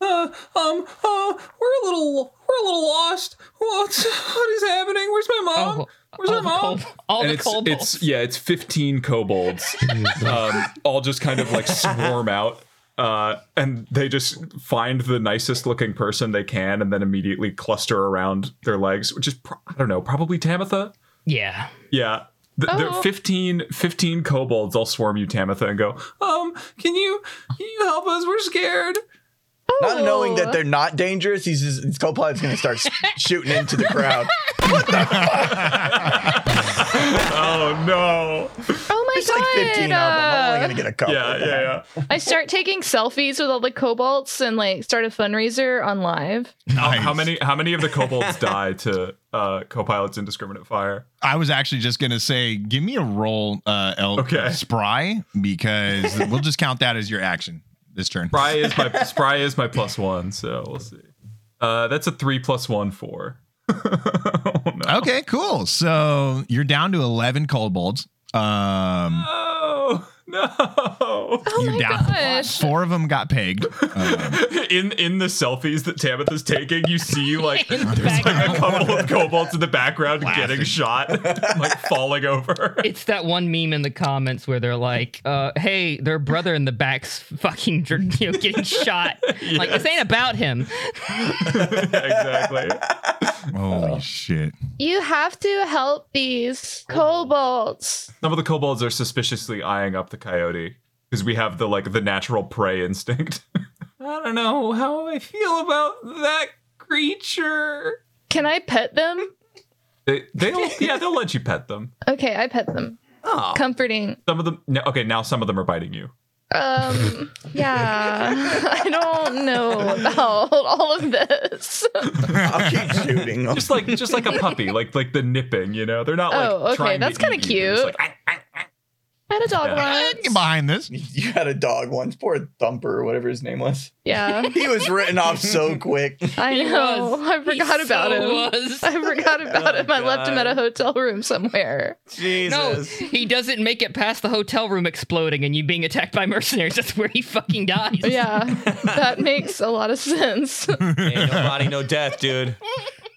Speaker 5: Uh, um, uh, we're a little, we're a little lost. What, what is happening? Where's my mom?
Speaker 2: All,
Speaker 5: Where's
Speaker 2: Oh, all
Speaker 5: my
Speaker 2: the
Speaker 5: mom?
Speaker 2: cold, all
Speaker 5: and
Speaker 2: the
Speaker 5: it's,
Speaker 2: cold
Speaker 5: it's yeah, it's fifteen kobolds, um, all just kind of like swarm out, uh, and they just find the nicest looking person they can, and then immediately cluster around their legs, which is pro- I don't know, probably Tamitha.
Speaker 7: *laughs*
Speaker 2: Yeah.
Speaker 5: Yeah. The, the
Speaker 6: Oh.
Speaker 5: 15, 15 kobolds all swarm you, Tamitha, and go, um, can you, can you help us? We're scared.
Speaker 3: Not knowing that
Speaker 6: Oh.
Speaker 3: they're not dangerous, he's just, his co-pilot's gonna start s- shooting into the crowd.
Speaker 5: Oh, no.
Speaker 6: Oh my
Speaker 3: It's
Speaker 6: god!
Speaker 3: like 15 of them. I'm only
Speaker 6: uh,
Speaker 3: gonna get a couple.
Speaker 5: *laughs* Yeah, yeah, yeah.
Speaker 6: I start taking selfies with all the cobalts and like start a fundraiser on live.
Speaker 5: How- How many how many of the kobolds die to uh co-pilot's indiscriminate fire?
Speaker 1: I was actually just gonna say, give me a roll, uh, Elk
Speaker 5: Okay.
Speaker 1: Spry,
Speaker 5: *laughs*
Speaker 1: because we'll just count that as your action this turn.
Speaker 5: Spry is my Spry is my plus one, so we'll see. Uh that's a three plus one four. oh no.
Speaker 1: Okay, cool. So you're down to eleven kobolds. Um,
Speaker 5: Oh no.
Speaker 1: you're down.
Speaker 6: gosh.
Speaker 1: Four of them got pegged.
Speaker 5: *laughs* In in the selfies that Tabitha's taking, you see like there's like a couple of kobolds in the background getting shot, *laughs* like falling over.
Speaker 2: It's that one meme in the comments where they're like, uh, "Hey, their brother in the back's fucking dr- you know,
Speaker 7: *laughs*
Speaker 2: getting shot. Like this ain't about him."
Speaker 5: exactly.
Speaker 1: Holy shit!
Speaker 6: You have to help these cobalts.
Speaker 5: Some of the kobolds are suspiciously eyeing up the coyote because we have the like the natural prey instinct. *laughs* I don't know how I feel about that creature.
Speaker 6: Can I pet them?
Speaker 5: They they'll yeah they'll let you pet them.
Speaker 6: Okay, I pet them.
Speaker 7: Oh.
Speaker 5: Ah.
Speaker 6: Comforting.
Speaker 5: Some of them no, okay now some of them are biting you. *laughs*
Speaker 6: Um, yeah, *laughs* I don't know about all of this.
Speaker 3: I'll keep shooting them.
Speaker 5: Just like just like a puppy, like like the nipping, you know. They're not like
Speaker 6: Oh, okay,
Speaker 5: trying to
Speaker 6: that's kinda
Speaker 5: eat you. They're
Speaker 6: cute.
Speaker 5: just like, "Ah, ah, ah."
Speaker 6: I had a dog
Speaker 1: Get
Speaker 6: once.
Speaker 1: behind this.
Speaker 3: *laughs* You had a dog once, poor Thumper, or whatever his name was.
Speaker 6: Yeah,
Speaker 3: *laughs* He was written off so quick. *laughs*
Speaker 6: I know.
Speaker 2: was.
Speaker 6: *laughs* I
Speaker 2: He
Speaker 6: forgot about
Speaker 2: so
Speaker 6: him.
Speaker 2: was. *laughs*
Speaker 6: I forgot about
Speaker 1: Oh,
Speaker 6: him. I left him at a hotel room
Speaker 1: *laughs*
Speaker 6: somewhere.
Speaker 2: No, he doesn't make it past the hotel room exploding and you being attacked by mercenaries. That's where he fucking
Speaker 7: *laughs*
Speaker 2: dies.
Speaker 6: Yeah, that makes a lot of
Speaker 1: *laughs*
Speaker 6: sense.
Speaker 7: Ain't no body, no death, dude.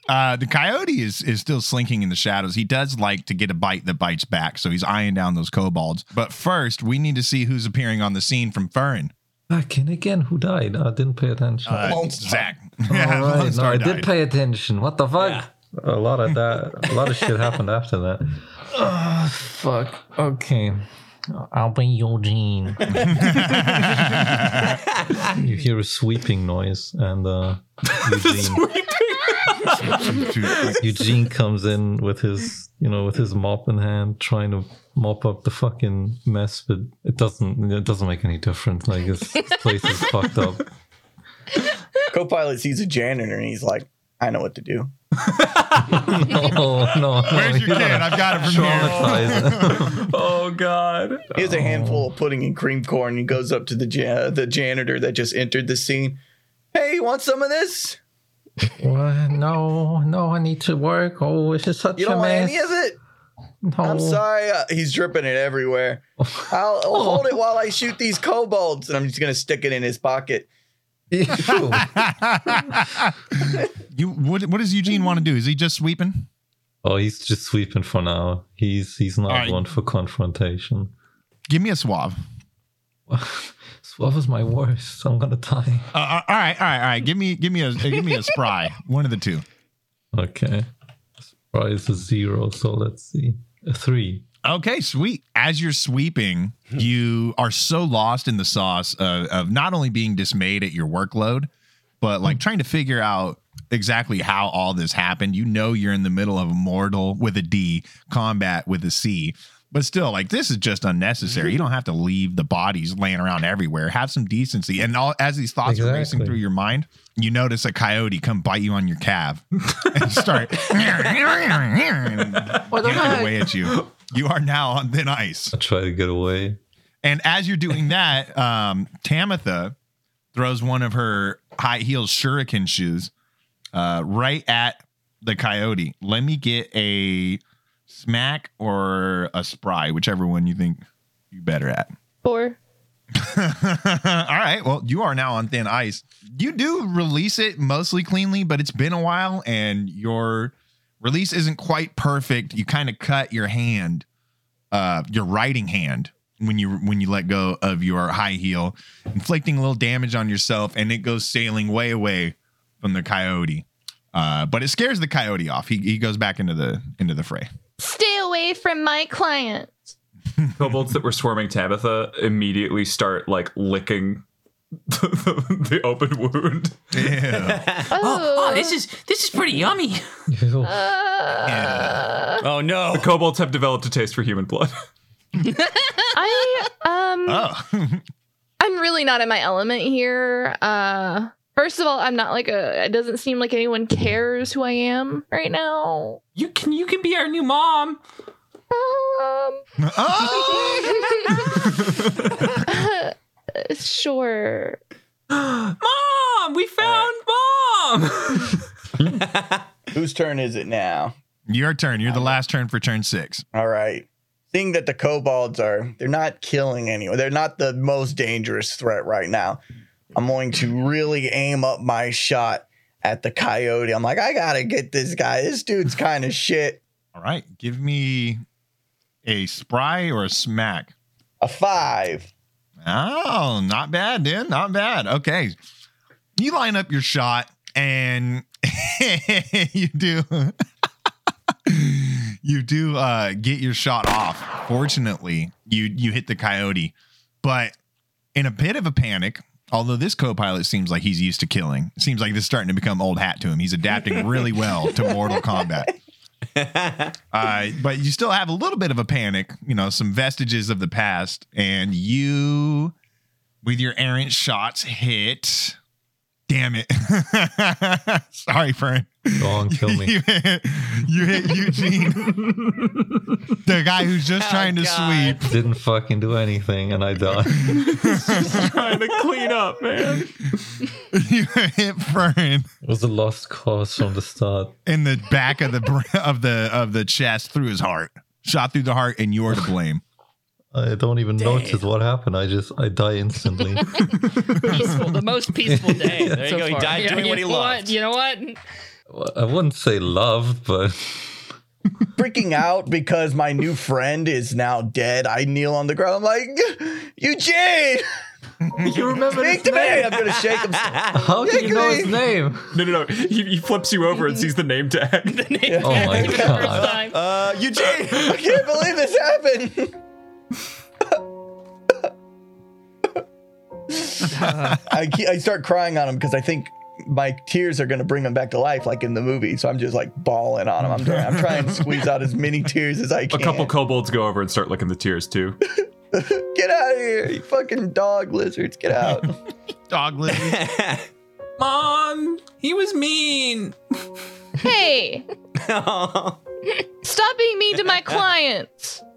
Speaker 1: Uh, the coyote is is still slinking in the shadows. He does like to get a bite that bites back, so he's eyeing down those kobolds. But first, we need to see who's appearing on the scene from Furin.
Speaker 4: Back in again. Who died? I didn't pay attention.
Speaker 1: Uh,
Speaker 3: Lone Star.
Speaker 1: Zach. *laughs*
Speaker 4: All right,
Speaker 1: Lone
Speaker 4: no,
Speaker 1: Star
Speaker 4: I
Speaker 1: died.
Speaker 4: did pay attention. What the fuck? A lot of that. A lot of shit happened after that. Ah, fuck. Okay.
Speaker 10: I'll be Eugene.
Speaker 4: You hear a sweeping noise, and uh, Eugene, *laughs* Eugene comes in with his, you know, with his mop in hand, trying to mop up the fucking mess. But it doesn't. It doesn't make any difference. Like this place is fucked up. *laughs*
Speaker 3: Copilot sees a janitor and he's like, I know what to do.
Speaker 4: No, no. no
Speaker 1: Where's your
Speaker 4: you're
Speaker 1: kid?
Speaker 4: gonna
Speaker 1: *laughs* I've got it from here.
Speaker 4: traumatize him.
Speaker 3: *laughs*
Speaker 5: Oh god.
Speaker 3: He has a handful of pudding and cream corn. He goes up to the ja- the janitor that just entered the scene. Hey, you want some of this?
Speaker 10: What? No, no, I need to work. Oh, this is such
Speaker 3: You
Speaker 10: a
Speaker 3: don't want
Speaker 10: mess. Oh.
Speaker 3: any of it?
Speaker 10: no.
Speaker 3: I'm sorry. Uh, he's dripping it everywhere. I'll, I'll hold it while I shoot these kobolds, and I'm just gonna stick it in his pocket. *laughs*
Speaker 1: *laughs*
Speaker 4: Ew.
Speaker 1: you what? What does Eugene want to do? Is he just sweeping?
Speaker 4: Oh, he's just sweeping for now. He's he's not
Speaker 1: Alright.
Speaker 4: one for confrontation.
Speaker 1: Give me a
Speaker 4: *laughs*
Speaker 1: swab.
Speaker 4: Swab is my worst. I'm gonna die.
Speaker 1: Uh, Uh, all right, all right, all right. Give me, give me a, give me a spry. One of the two.
Speaker 4: Okay. Surprise is zero, so let's see. A three.
Speaker 1: Okay, sweet. As you're sweeping, you are so lost in the sauce of, of not only being dismayed at your workload, but like trying to figure out exactly how all this happened. You know, you're in the middle of a mortal with a D combat with a C, but still, like, this is just unnecessary. You don't have to leave the bodies laying around everywhere. Have some decency. And all, as these thoughts are racing
Speaker 4: Exactly.
Speaker 1: through your mind, you notice a coyote come bite you on your calf and start
Speaker 10: What the
Speaker 1: yanking
Speaker 10: heck?
Speaker 1: away at you. You are now on thin ice.
Speaker 4: I try to get away.
Speaker 1: And as you're doing that, um, Tamitha throws one of her high heel shuriken shoes uh, right at the coyote. Let me get a smack or a spry, whichever one you think you're better at.
Speaker 6: Four.
Speaker 1: *laughs* All right. Well, you are now on thin ice. You do release it mostly cleanly, but it's been a while and your release isn't quite perfect. You kind of cut your hand, uh, your writing hand when you when you let go of your high heel, inflicting a little damage on yourself, and it goes sailing way away from the coyote. Uh, but it scares the coyote off. He, he goes back into the into the fray.
Speaker 6: Stay away from my client.
Speaker 5: Kobolds that were swarming Tabitha immediately start like licking *laughs* the, the, the open wound.
Speaker 6: Oh,
Speaker 8: Oh, this is this is pretty yummy.
Speaker 4: Ew.
Speaker 7: Oh no.
Speaker 5: Kobolds have developed a taste for human blood.
Speaker 6: I um
Speaker 1: *laughs* Oh.
Speaker 6: I'm really not in my element here. Uh first of all, I'm not like a it doesn't seem like anyone cares who I am right now.
Speaker 8: You can you can be our new mom.
Speaker 6: Um *laughs*
Speaker 1: oh! *laughs*
Speaker 6: Uh,
Speaker 1: *gasps*
Speaker 6: sure.
Speaker 8: Mom, we found mom.
Speaker 3: Whose turn is it now?
Speaker 1: Your turn. You're the last turn for turn six.
Speaker 3: All right. Seeing that the kobolds are, they're not killing anyone. They're not the most dangerous threat right now. I'm going to really aim up my shot at the coyote. I'm like, I gotta get this guy. This dude's kind of shit.
Speaker 1: All right. Give me a spry or a smack.
Speaker 3: A five.
Speaker 1: Oh, not bad, dude. Not bad. Okay. You line up your shot and *laughs* you do *laughs* you do uh get your shot off. Fortunately, you you hit the coyote. But in a bit of a panic, although this co-pilot seems like he's used to killing, it seems like this is starting to become old hat to him. He's adapting really well
Speaker 3: *laughs*
Speaker 1: to Mortal Kombat. *laughs* Uh, but you still have a little bit of a panic, you know, some vestiges of the past, and you with your errant shots hit. Damn it. *laughs* Sorry, Fern.
Speaker 4: Don't kill me.
Speaker 1: You hit, *laughs* you hit Eugene, the guy who's just trying to sweep.
Speaker 4: Didn't fucking do anything, and I
Speaker 1: *laughs*
Speaker 4: died.
Speaker 5: Trying to clean up, man.
Speaker 1: You hit Fern
Speaker 4: It was a lost cause from the start.
Speaker 1: in the back of the br- of the of the chest through his heart. Shot through the heart, and you're to blame.
Speaker 4: I don't even notice what happened. I just I die instantly.
Speaker 2: *laughs* peaceful, the most peaceful day.
Speaker 4: There
Speaker 7: you
Speaker 2: so
Speaker 7: go, he
Speaker 2: far.
Speaker 7: died doing what he
Speaker 2: you know
Speaker 7: loved.
Speaker 2: You know what?
Speaker 4: I wouldn't say loved, but
Speaker 3: freaking out because my new friend is now dead. I kneel on the ground. I'm like, Eugene,
Speaker 5: You remember
Speaker 3: speak to me. I'm gonna shake
Speaker 5: *laughs*
Speaker 3: him.
Speaker 4: how do you know his
Speaker 3: Yiggly!
Speaker 4: name?
Speaker 5: No, no, no. He, he flips you over and sees the name tag.
Speaker 4: Oh
Speaker 3: *laughs*
Speaker 4: my
Speaker 2: Even the first
Speaker 4: god!
Speaker 2: time.
Speaker 7: Uh, Eugene.
Speaker 3: I can't believe this happened. I, ke- I start crying on him because I think my tears are going to bring him back to life, like in the movie. So I'm just like bawling on him. I'm trying, I'm trying to squeeze out as many tears as I
Speaker 5: A
Speaker 3: can.
Speaker 5: couple kobolds go over and start licking the tears too.
Speaker 3: get out of here, you fucking dog lizards!
Speaker 2: *laughs*
Speaker 3: Get out.
Speaker 1: Dog lizard.
Speaker 9: Mom, he was mean.
Speaker 6: Hey, stop being mean to my clients.
Speaker 2: *laughs*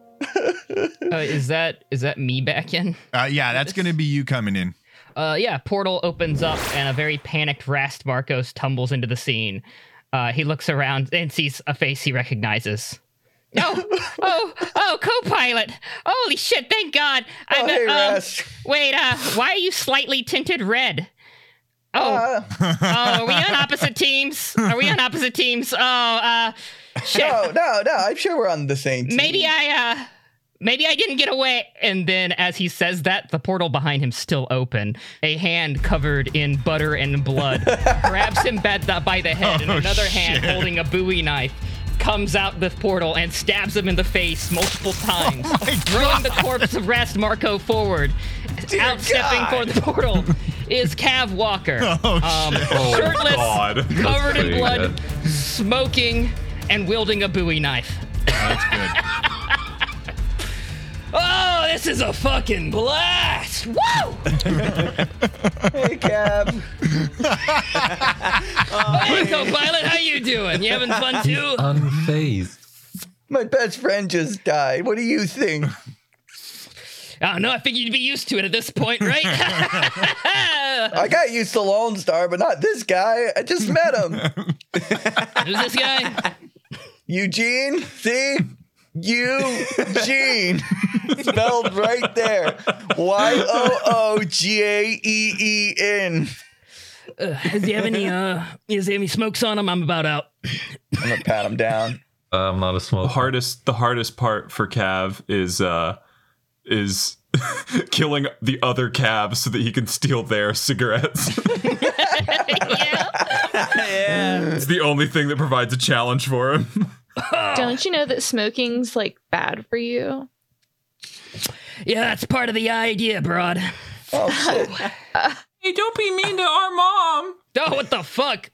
Speaker 2: Uh, is that is that me back in?
Speaker 1: Uh, yeah, that's gonna be you coming in.
Speaker 2: Uh, yeah, portal opens up and a very panicked Rast Marcos tumbles into the scene. Uh, he looks around and sees a face he recognizes. Oh, oh, oh, co-pilot! Holy shit! Thank God.
Speaker 3: Oh,
Speaker 2: I'm,
Speaker 3: hey,
Speaker 2: um,
Speaker 3: Rast.
Speaker 2: Wait, uh, why are you slightly tinted red? Oh,
Speaker 3: Uh,
Speaker 2: oh, are we on opposite teams? Are we on opposite teams? Oh, uh, shit.
Speaker 3: no, no, no. I'm sure we're on the same team.
Speaker 2: Maybe I, uh, maybe I didn't get away. And then as he says that, the portal behind him still open. A hand covered in butter and
Speaker 3: *laughs*
Speaker 2: blood grabs him by the, by the head, and
Speaker 1: Oh,
Speaker 2: another hand
Speaker 1: shit.
Speaker 2: holding a Bowie knife comes out the portal and stabs him in the face multiple
Speaker 1: *laughs*
Speaker 2: times,
Speaker 1: Oh
Speaker 2: throwing the corpse of Rast Marco forward. Outstepping for the portal is Cav Walker,
Speaker 1: *laughs* Oh
Speaker 2: um,
Speaker 1: shit!
Speaker 2: shirtless,
Speaker 5: God.
Speaker 2: covered in
Speaker 4: pretty
Speaker 2: blood, smoking, and wielding a Bowie knife.
Speaker 1: That's good.
Speaker 2: *laughs* Oh, this is a fucking blast! Woo!
Speaker 3: Hey, Cab.
Speaker 2: Hey, co-pilot, how you doing? You having fun too?
Speaker 4: Unfazed.
Speaker 3: My best friend just died. What do you think?
Speaker 2: I don't know. I figured you'd be used to it at this point,
Speaker 1: *laughs*
Speaker 2: right? *laughs*
Speaker 3: I got used to Lone Star, but not this guy. I just met him.
Speaker 2: Who's this guy?
Speaker 3: Eugene, see? Eugene. *laughs* Spelled right there. Y O O G A E E
Speaker 2: *laughs*
Speaker 3: N.
Speaker 2: Uh, does he have any? Uh, does he have any smokes on him? I'm about out.
Speaker 3: I'm going to pat him down.
Speaker 4: *laughs* I'm not a smoker.
Speaker 5: The hardest the hardest part for Cav is uh is *laughs* killing the other Cav so that he can steal their cigarettes. *laughs*
Speaker 2: yeah.
Speaker 5: it's the only thing that provides a challenge for him.
Speaker 3: *laughs*
Speaker 6: Don't you know that smoking's like bad for you?
Speaker 2: Yeah, that's part of the idea,
Speaker 9: *laughs*
Speaker 2: broad.
Speaker 3: Oh, shit.
Speaker 9: Hey, don't be mean to our mom.
Speaker 2: Oh, what the fuck?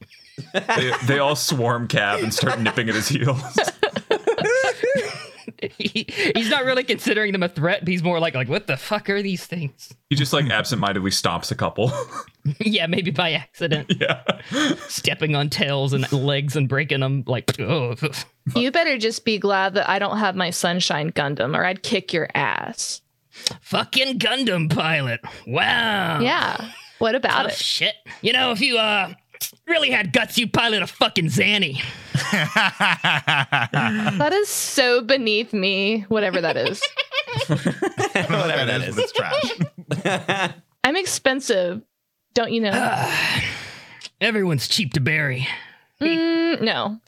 Speaker 5: they, they all swarm Cav and start nipping at his heels.
Speaker 2: *laughs* He, he's not really considering them a threat. But he's more like, like, what the fuck are these things? *laughs*
Speaker 5: He just like absentmindedly stomps a couple. *laughs*
Speaker 2: yeah, maybe by accident,
Speaker 5: yeah.
Speaker 2: stepping on tails and legs and breaking them. Like, oh, *laughs*
Speaker 6: You better just be glad that I don't have my sunshine Gundam or I'd kick your ass.
Speaker 2: fucking Gundam pilot. Wow.
Speaker 6: Yeah. What about
Speaker 2: Oh,
Speaker 6: it?
Speaker 2: shit. You know, if you uh really had guts, you pilot a fucking Zanny.
Speaker 6: That is so beneath me, whatever
Speaker 2: *laughs*
Speaker 6: that is.
Speaker 1: Whatever that is, but it's trash.
Speaker 6: I'm expensive. Don't you know?
Speaker 2: *laughs* *sighs* Everyone's cheap to bury.
Speaker 6: Mm, no.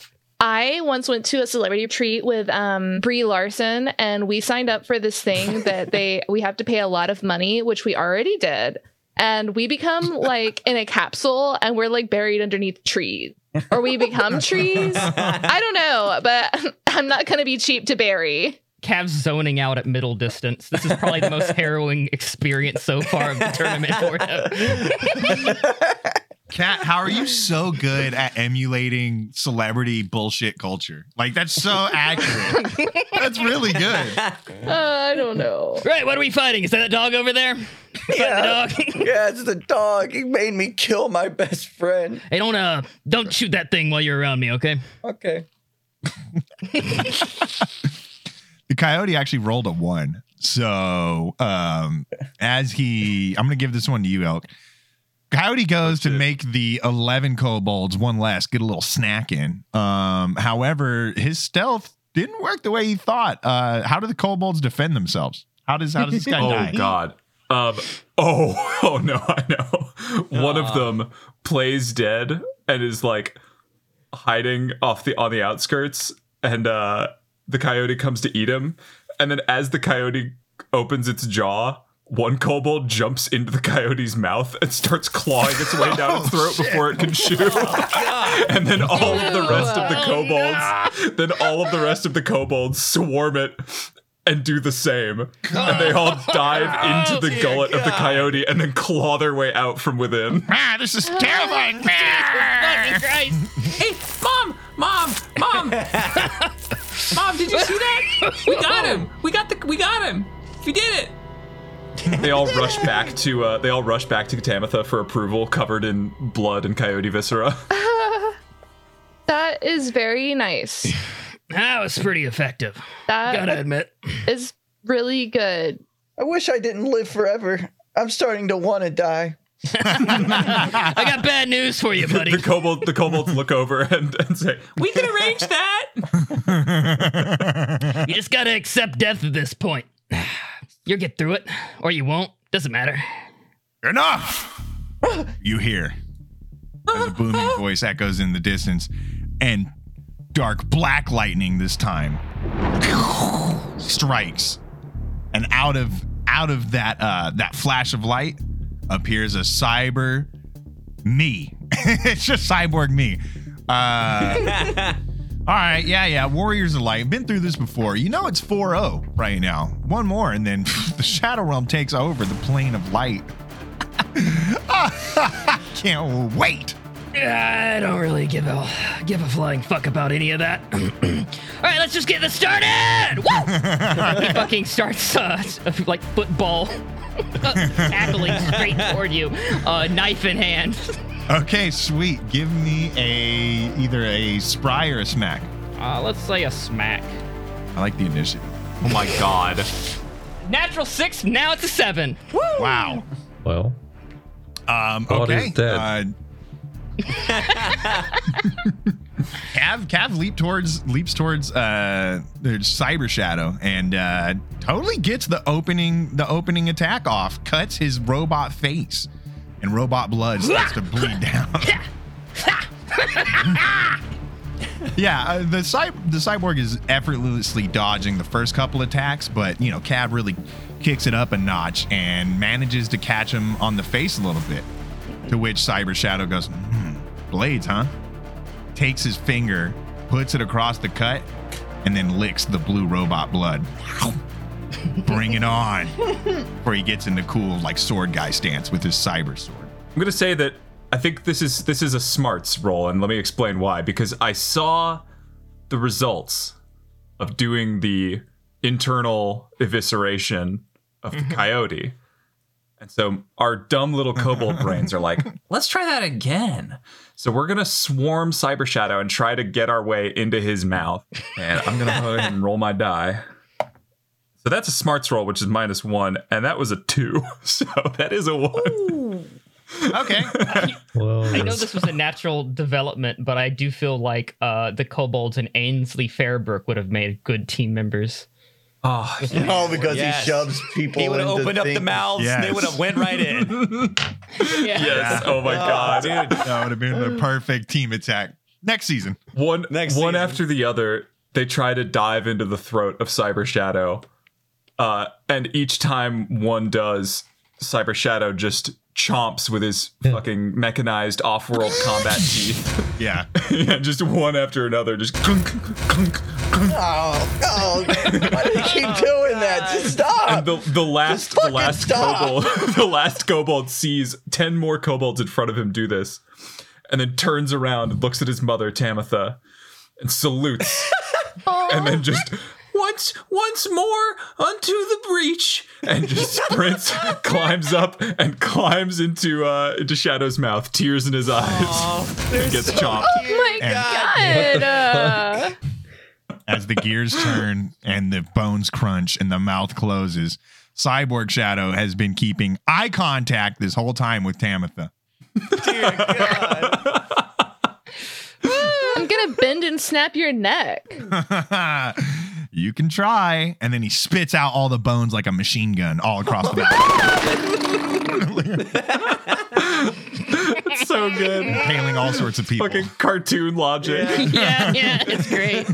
Speaker 6: I once went to a celebrity retreat with um, Brie Larson, and we signed up for this
Speaker 2: *laughs*
Speaker 6: thing that they we have to pay a lot of money, which we already did, and we become like in a capsule, and we're like buried underneath trees, or
Speaker 2: *laughs*
Speaker 6: we become trees. I don't know, but *laughs* I'm not gonna be cheap to bury.
Speaker 2: Cavs zoning out at middle distance. This is probably the most harrowing experience so far of the tournament for him.
Speaker 1: Kat, how are you so good at emulating celebrity bullshit culture? Like that's so accurate. that's really good.
Speaker 6: Uh, I don't know. *laughs*
Speaker 2: Right, what are we fighting? Is that a dog over there?
Speaker 3: yeah.
Speaker 2: the dog.
Speaker 3: yeah, it's the dog. He made me kill my best friend.
Speaker 2: Hey, don't uh, don't shoot that thing while you're around me, okay?
Speaker 3: Okay.
Speaker 1: The coyote actually rolled a one. So um as he I'm gonna give this one to you, Elk. Coyote goes to make the eleven kobolds one less, get a little snack in. Um however, his stealth didn't work the way he thought. Uh how do the kobolds defend themselves? How does how does this
Speaker 5: *laughs*
Speaker 1: guy
Speaker 5: oh
Speaker 1: die?
Speaker 5: god um *laughs* oh *laughs* oh no i know one
Speaker 1: Uh.
Speaker 5: of them plays dead and is like hiding off the on the outskirts and uh the coyote comes to eat him and then as the coyote opens its jaw one kobold jumps into the coyote's mouth and starts clawing its way
Speaker 1: *laughs*
Speaker 5: down its
Speaker 1: Oh,
Speaker 5: throat before it can shoot. and then all of the rest of the kobolds, then all of the rest of the kobolds swarm it and do the same. And they all dive into the gullet of the coyote and then claw their way out from within.
Speaker 8: Ah, this is terrifying. Ah.
Speaker 2: Jesus Christ.
Speaker 9: Hey, mom, mom, mom, mom! Did you see that? We got him. We got the. We got him. We did it.
Speaker 5: They all rush back to uh, they all rush back to Tamitha for approval, covered in blood and coyote viscera.
Speaker 6: That is
Speaker 2: *sighs*
Speaker 6: very nice.
Speaker 2: That was pretty effective. Gotta
Speaker 6: That
Speaker 2: admit.
Speaker 6: is really good.
Speaker 3: I wish I didn't live forever. I'm starting to want to die.
Speaker 2: *laughs* I got bad news for you, buddy.
Speaker 5: the kobold the kobolds look over and, and say,
Speaker 9: We can arrange
Speaker 2: *laughs*
Speaker 9: that.
Speaker 2: You just gotta accept death at this point. *sighs* You'll get through it, or you won't. Doesn't matter.
Speaker 1: Enough! You hear as a booming voice echoes in the distance, and dark black lightning this time strikes, and out of out of that uh, that flash of light appears a cyber me. *laughs* it's just cyborg me. Uh, all right, yeah, yeah. Warriors of Light. Been through this before. You know it's 4-0 right now. One more, and then *laughs* the Shadow Realm takes over the plane of light. Can't wait.
Speaker 2: I don't really give a give a flying fuck about any of that. All right, let's just get this started. Woo! he fucking starts uh, *laughs* like football, uh, tackling straight toward you, uh, knife in hand. *laughs*
Speaker 1: Okay, sweet. Give me a either a spry or a smack.
Speaker 2: Uh, let's say a smack.
Speaker 1: I like the initiative.
Speaker 5: "Oh my god."
Speaker 2: Natural six. Now it's a seven.
Speaker 1: Wow.
Speaker 4: Well,
Speaker 1: Um,
Speaker 4: God
Speaker 1: okay.
Speaker 4: is dead.
Speaker 1: Uh, Cav, Cav leap towards leaps towards uh, there's Cyber Shadow and uh, totally gets the opening the opening attack off. Cuts his robot face, and robot blood starts to bleed down. yeah, uh, the cy- the cyborg is effortlessly dodging the first couple attacks, but you know Cav really kicks it up a notch and manages to catch him on the face a little bit. To which Cyber Shadow goes, hmm, "Blades, huh?" Takes his finger, puts it across the cut, and then licks the blue robot blood. *laughs* Bring it on! Before he gets into cool like sword guy stance with his cyber sword.
Speaker 5: I'm gonna say that I think this is this is a smarts roll, and let me explain why. Because I saw the results of doing the internal evisceration of the coyote. And so our dumb little kobold brains are like,
Speaker 9: Let's try that again.
Speaker 5: so we're gonna swarm Cyber Shadow and try to get our way into his mouth. And I'm gonna go ahead and roll my die. So that's a smarts roll, which is minus one, and that was a two. *laughs* So that is a one.
Speaker 1: Okay.
Speaker 4: well,
Speaker 2: I know this was a natural development, but I do feel like uh, the kobolds and Ainsley Fairbrook would have made good team members.
Speaker 1: Ah,
Speaker 5: Oh,
Speaker 3: Oh, because
Speaker 11: Yes.
Speaker 3: he shoves people.
Speaker 11: He would have
Speaker 3: into
Speaker 11: opened up the
Speaker 3: things.
Speaker 11: mouths. They
Speaker 1: Yes.
Speaker 11: would have went right
Speaker 2: *laughs*
Speaker 11: in.
Speaker 5: yes. Oh my god.
Speaker 1: that would have been the perfect team attack. Next season.
Speaker 5: one
Speaker 11: Next season.
Speaker 5: one after the other they try to dive into the throat of cyber shadow uh, and each time one does cyber shadow just chomps with his fucking mechanized off-world
Speaker 1: *laughs*
Speaker 5: combat teeth
Speaker 1: Yeah.
Speaker 5: *laughs* yeah, just one after another just clunk, clunk, clunk.
Speaker 3: Oh, oh, why do you keep doing that? Just
Speaker 5: and
Speaker 3: stop.
Speaker 5: the, the last the
Speaker 3: fucking
Speaker 5: last
Speaker 3: stop.
Speaker 5: kobold *laughs* the last kobold sees 10 more kobolds in front of him do this and then
Speaker 3: *laughs*
Speaker 5: turns around and looks at his mother tamitha and salutes and then just one once, once more unto the breach. And just
Speaker 7: *laughs*
Speaker 5: sprints, *laughs* climbs up, and climbs into uh, into Shadow's mouth, tears in his eyes. and gets chopped.
Speaker 3: *laughs*
Speaker 6: Oh my god. Uh,
Speaker 1: as the gears turn and the bones crunch and the mouth closes. Cyborg Shadow has been keeping eye contact this whole time with Tamitha.
Speaker 6: Uh, I'm gonna bend and snap your neck.
Speaker 1: *laughs* you can try. And then he spits out all the bones like a machine gun all across the
Speaker 5: *laughs*
Speaker 1: map,
Speaker 5: It's so good.
Speaker 1: impaling all sorts of people.
Speaker 5: Fucking cartoon logic.
Speaker 1: *laughs*
Speaker 2: yeah, yeah, it's great.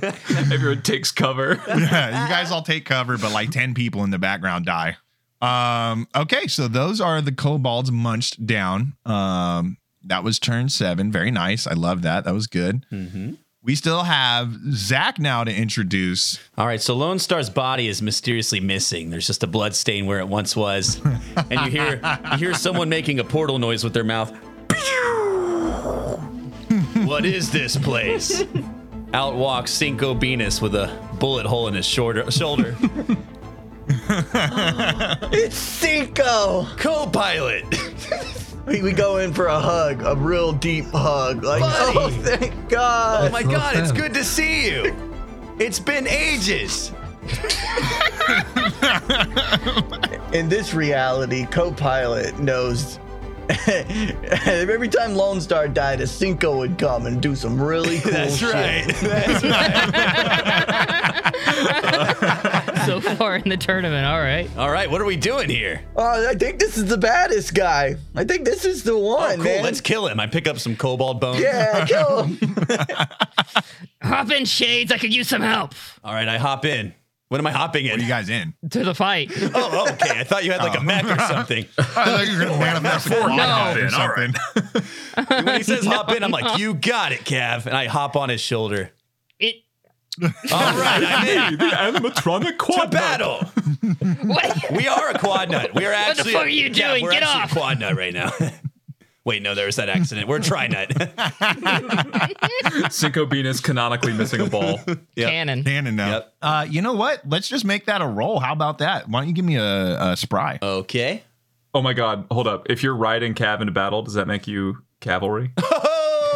Speaker 5: *laughs* Everyone takes cover.
Speaker 1: *laughs* yeah, you guys all take cover, but like 10 people in the background die. Um, okay, so those are the kobolds munched down. Um, that was turn seven. Very nice. I love that. That was good.
Speaker 5: Mm-hmm.
Speaker 1: We still have Zach now to introduce.
Speaker 11: All right, so Lone Star's body is mysteriously missing. There's just a blood stain where it once was, and you hear you hear someone making a portal noise with their mouth.
Speaker 7: What is this place?
Speaker 11: Out walks Cinco Venus with a bullet hole in his shoulder. Shoulder.
Speaker 3: It's Cinco.
Speaker 7: Co-pilot.
Speaker 3: *laughs* We, we go in for a hug, a real deep hug. Like,
Speaker 7: Buddy.
Speaker 3: oh, thank God.
Speaker 7: *laughs* Oh my
Speaker 4: That's not
Speaker 7: god, it's
Speaker 4: bad.
Speaker 7: good to see you. It's been ages.
Speaker 3: in this reality, co-pilot knows *laughs* every time Lone Star died, a Cinco would come and do some
Speaker 7: *laughs*
Speaker 3: really cool
Speaker 7: That's
Speaker 3: shit.
Speaker 7: right. That's right.
Speaker 1: *laughs*
Speaker 2: *laughs* So far in the tournament, all right.
Speaker 7: All right, what are we doing here?
Speaker 3: Oh, I think this is the baddest guy. I think this is the one,
Speaker 7: Oh, Cool,
Speaker 3: man.
Speaker 7: let's kill him. I pick up some cobalt bones.
Speaker 3: yeah, kill him.
Speaker 2: *laughs* Hop in, Shades. I could use some help
Speaker 7: All right, I hop in. When am I hopping
Speaker 1: What
Speaker 7: in?
Speaker 1: are you guys in? Oh.
Speaker 2: to the fight.
Speaker 7: oh, okay. I thought you had like a mech or something.
Speaker 1: *laughs* I thought you
Speaker 7: *laughs*
Speaker 1: were going to manifest a quad or
Speaker 5: in, all
Speaker 1: something.
Speaker 7: when he says hop in, I'm like, you got it, Cav. And I hop on his shoulder.
Speaker 2: It,
Speaker 7: All right, I'm in.
Speaker 5: Hey, *laughs* the animatronic
Speaker 7: To
Speaker 5: quad
Speaker 7: battle.
Speaker 2: *laughs* what?
Speaker 7: We are a quad nut. We are
Speaker 2: the
Speaker 7: actually.
Speaker 2: fuck are you
Speaker 7: Yeah,
Speaker 2: doing?
Speaker 7: we're
Speaker 2: Get
Speaker 7: actually
Speaker 2: off.
Speaker 7: a quad nut right now. *laughs* Wait, no, there was that accident. We're a tri nut. *laughs*
Speaker 5: Cinco Venus canonically missing a ball.
Speaker 7: Yep.
Speaker 2: Cannon.
Speaker 1: Dan and now.
Speaker 7: Yep.
Speaker 1: Uh, you know what? Let's just make that a roll. How about that? Why don't you give me a, a spry?
Speaker 7: okay.
Speaker 5: Oh my god, hold up. If you're riding Cav into battle, does that make you cavalry?
Speaker 8: *laughs*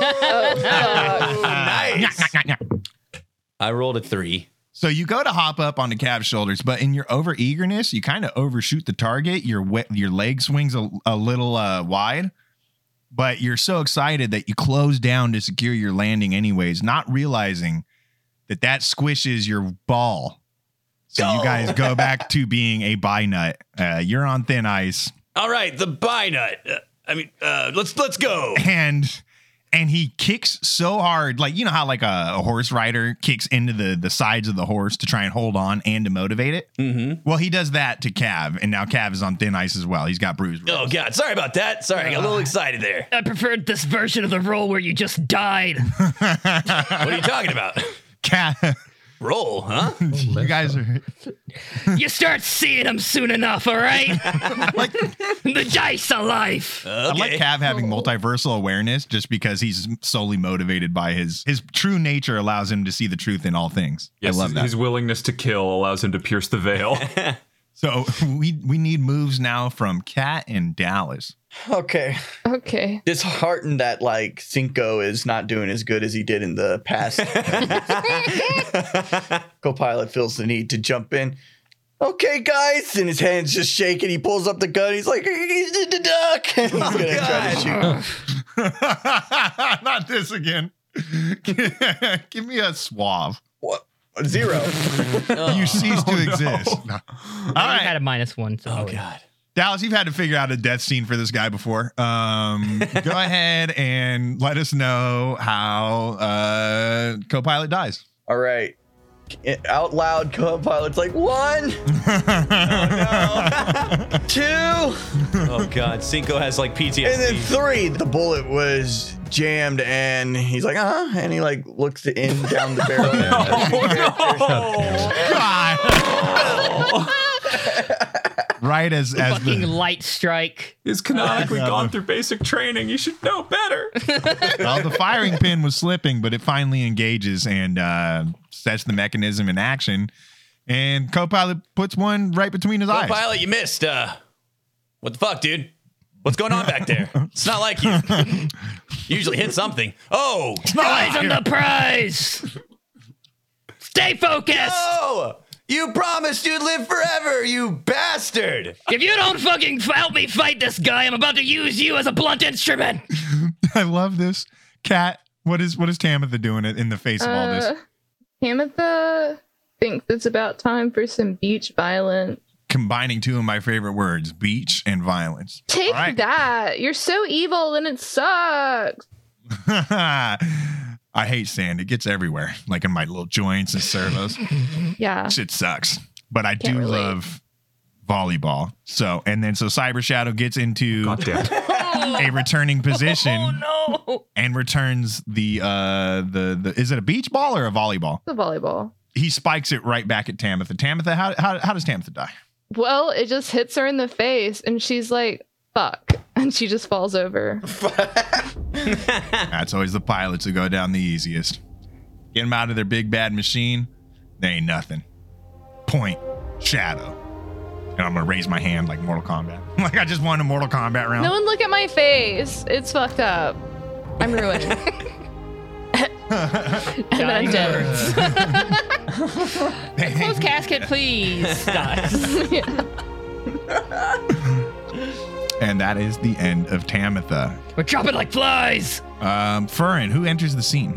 Speaker 7: Nice. I rolled a three.
Speaker 1: So you go to hop up onto Cav's shoulders, but in your over eagerness, you kind of overshoot the target. Your we- your leg swings a, a little uh, wide, but you're so excited that you close down to secure your landing, anyways, not realizing that that squishes your ball. So you guys
Speaker 7: *laughs*
Speaker 1: go back to being a bi nut. Uh, you're on thin ice,
Speaker 7: All right, the bi nut. Uh, I mean, uh, let's let's go.
Speaker 1: and and he kicks so hard, like you know how like a, a horse rider kicks into the the sides of the horse to try and hold on and to motivate it.
Speaker 7: Mm-hmm.
Speaker 1: Well, he does that to Cav, and now Cav is on thin ice as well. He's got bruised.
Speaker 7: Oh God, sorry about that. Sorry, I got a little excited there.
Speaker 2: I preferred this version of the role where you just died.
Speaker 7: *laughs* What are you talking about?
Speaker 1: Cav,
Speaker 5: *laughs*
Speaker 7: Roll, huh?
Speaker 1: you guys are
Speaker 2: you start seeing them soon enough, all
Speaker 5: *laughs*
Speaker 2: right? *laughs* the dice are life.
Speaker 1: I like
Speaker 7: Okay.
Speaker 1: Cav having multiversal awareness just because he's solely motivated by his his true nature allows him to see the truth in all things. I love
Speaker 5: his,
Speaker 1: that.
Speaker 5: his willingness to kill allows him to pierce the
Speaker 1: *laughs*
Speaker 5: veil.
Speaker 1: so *laughs* we we need moves now from Cat and Dallas.
Speaker 3: Okay.
Speaker 6: okay.
Speaker 3: Disheartened that like Cinco is not doing as good as he did in the past. Co-pilot feels the need to jump in. Okay, guys, and his hands just shaking. He pulls up the gun. He's like, "He's in the duck." *laughs* And he's gonna try to shoot.
Speaker 1: *laughs* Not this again. Give me a suave.
Speaker 3: What? Zero.
Speaker 1: *laughs*
Speaker 5: Oh,
Speaker 1: you cease
Speaker 2: Oh,
Speaker 1: to exist. All
Speaker 2: I
Speaker 1: right.
Speaker 2: had a minus one. So oh,
Speaker 7: God.
Speaker 1: Dallas, you've had to figure out a death scene for this guy before. Um, go ahead and let us know how uh, Copilot dies.
Speaker 3: All right. Out loud, co-pilot's like one, two, and
Speaker 7: Oh God, Cinco has like PTSD.
Speaker 3: then three. The bullet was jammed, and he's like, uh huh. And he like looks in down the barrel. *laughs*
Speaker 1: right as
Speaker 2: *laughs*
Speaker 1: as
Speaker 2: Fucking
Speaker 1: the,
Speaker 2: light *laughs* strike.
Speaker 5: He's canonically gone through basic training. You should know better.
Speaker 1: well, the firing pin was slipping, but it finally engages and uh, sets the mechanism in action. and co-pilot puts one right between his eyes.
Speaker 11: Pilot, you missed. Uh, what the fuck, dude? What's going on back
Speaker 1: *laughs*
Speaker 11: there? It's not like you. you usually hit something. Oh,
Speaker 2: Eyes on the prize. Stay focused.
Speaker 7: Oh, you promised you'd live forever, you bastard.
Speaker 2: If you don't fucking f- help me fight this guy, I'm about to use you as a blunt instrument.
Speaker 1: *laughs* I love this. Cat, what is what is Tamitha doing in the face of all
Speaker 6: Uh.
Speaker 1: this?
Speaker 6: Tamitha thinks it's about time for some beach violence.
Speaker 1: Combining two of my favorite words, beach and violence.
Speaker 6: *laughs* Take
Speaker 1: right. *laughs*
Speaker 6: that. You're so evil and it sucks.
Speaker 1: I hate sand. It gets everywhere, like in my little joints and servos.
Speaker 6: *laughs* Yeah.
Speaker 1: Shit sucks. But I do
Speaker 6: relate.
Speaker 1: love volleyball. So and then so Cyber Shadow gets into
Speaker 8: Oh,
Speaker 1: a returning position
Speaker 2: Oh, no.
Speaker 1: *laughs* and returns the uh the, the is it a beach ball or a volleyball?
Speaker 6: The volleyball.
Speaker 1: He spikes it right back at Tamitha. Tamitha, how how, how does Tamitha die?
Speaker 6: Well, it just hits her in the face and she's like, fuck. And she just falls over.
Speaker 1: That's always the pilots who go down the easiest. Get them out of their big bad machine. They ain't nothing. Point shadow. And I'm gonna raise my hand like Mortal Kombat. *laughs* Like I just won a Mortal Kombat round.
Speaker 6: No one look at my face. It's fucked up. I'm ruined. and then I'm dead.
Speaker 5: *laughs*
Speaker 2: Close casket, *laughs* please.
Speaker 1: and that is the end of Tamitha.
Speaker 2: We're dropping like flies.
Speaker 1: Um, Furin, who enters the scene?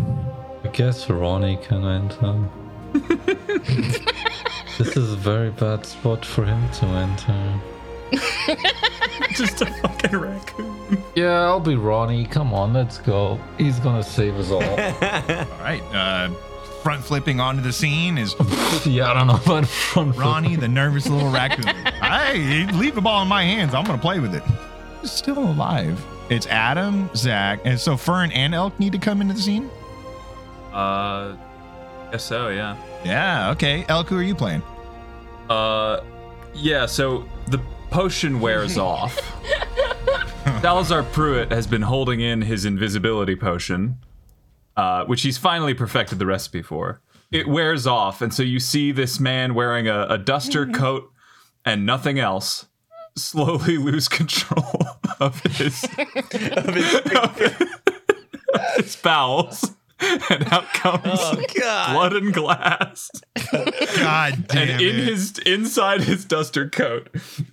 Speaker 4: I guess Ronnie can
Speaker 2: *laughs*
Speaker 4: enter. this is a very bad spot for him to enter.
Speaker 5: *laughs* Just a fucking raccoon.
Speaker 4: Yeah, I'll be Ronnie. Come on, let's go. He's gonna save us all.
Speaker 1: All right. Uh, front flipping onto the scene is
Speaker 4: *laughs* yeah, I don't know about front.
Speaker 1: Ronnie, the nervous little raccoon. Hey, leave the ball in my hands. I'm gonna play with it. It's still alive. It's Adam, Zach, and so Fern and Elk need to come into the scene.
Speaker 5: Uh, guess so. Yeah.
Speaker 1: Yeah. Okay. Elk, who are you playing?
Speaker 5: Uh, yeah, so the potion
Speaker 1: *laughs*
Speaker 5: wears off. Salazar Pruitt has been holding in his invisibility potion, uh, which he's finally perfected the recipe for. It wears off, and so you see this man wearing a, a
Speaker 1: Hmm.
Speaker 5: duster coat and nothing else slowly *laughs* lose control of his, of his bowels. *laughs* And out comes
Speaker 3: Oh,
Speaker 5: blood and glass *laughs*
Speaker 1: God damn
Speaker 5: and in
Speaker 1: it.
Speaker 5: his inside his duster coat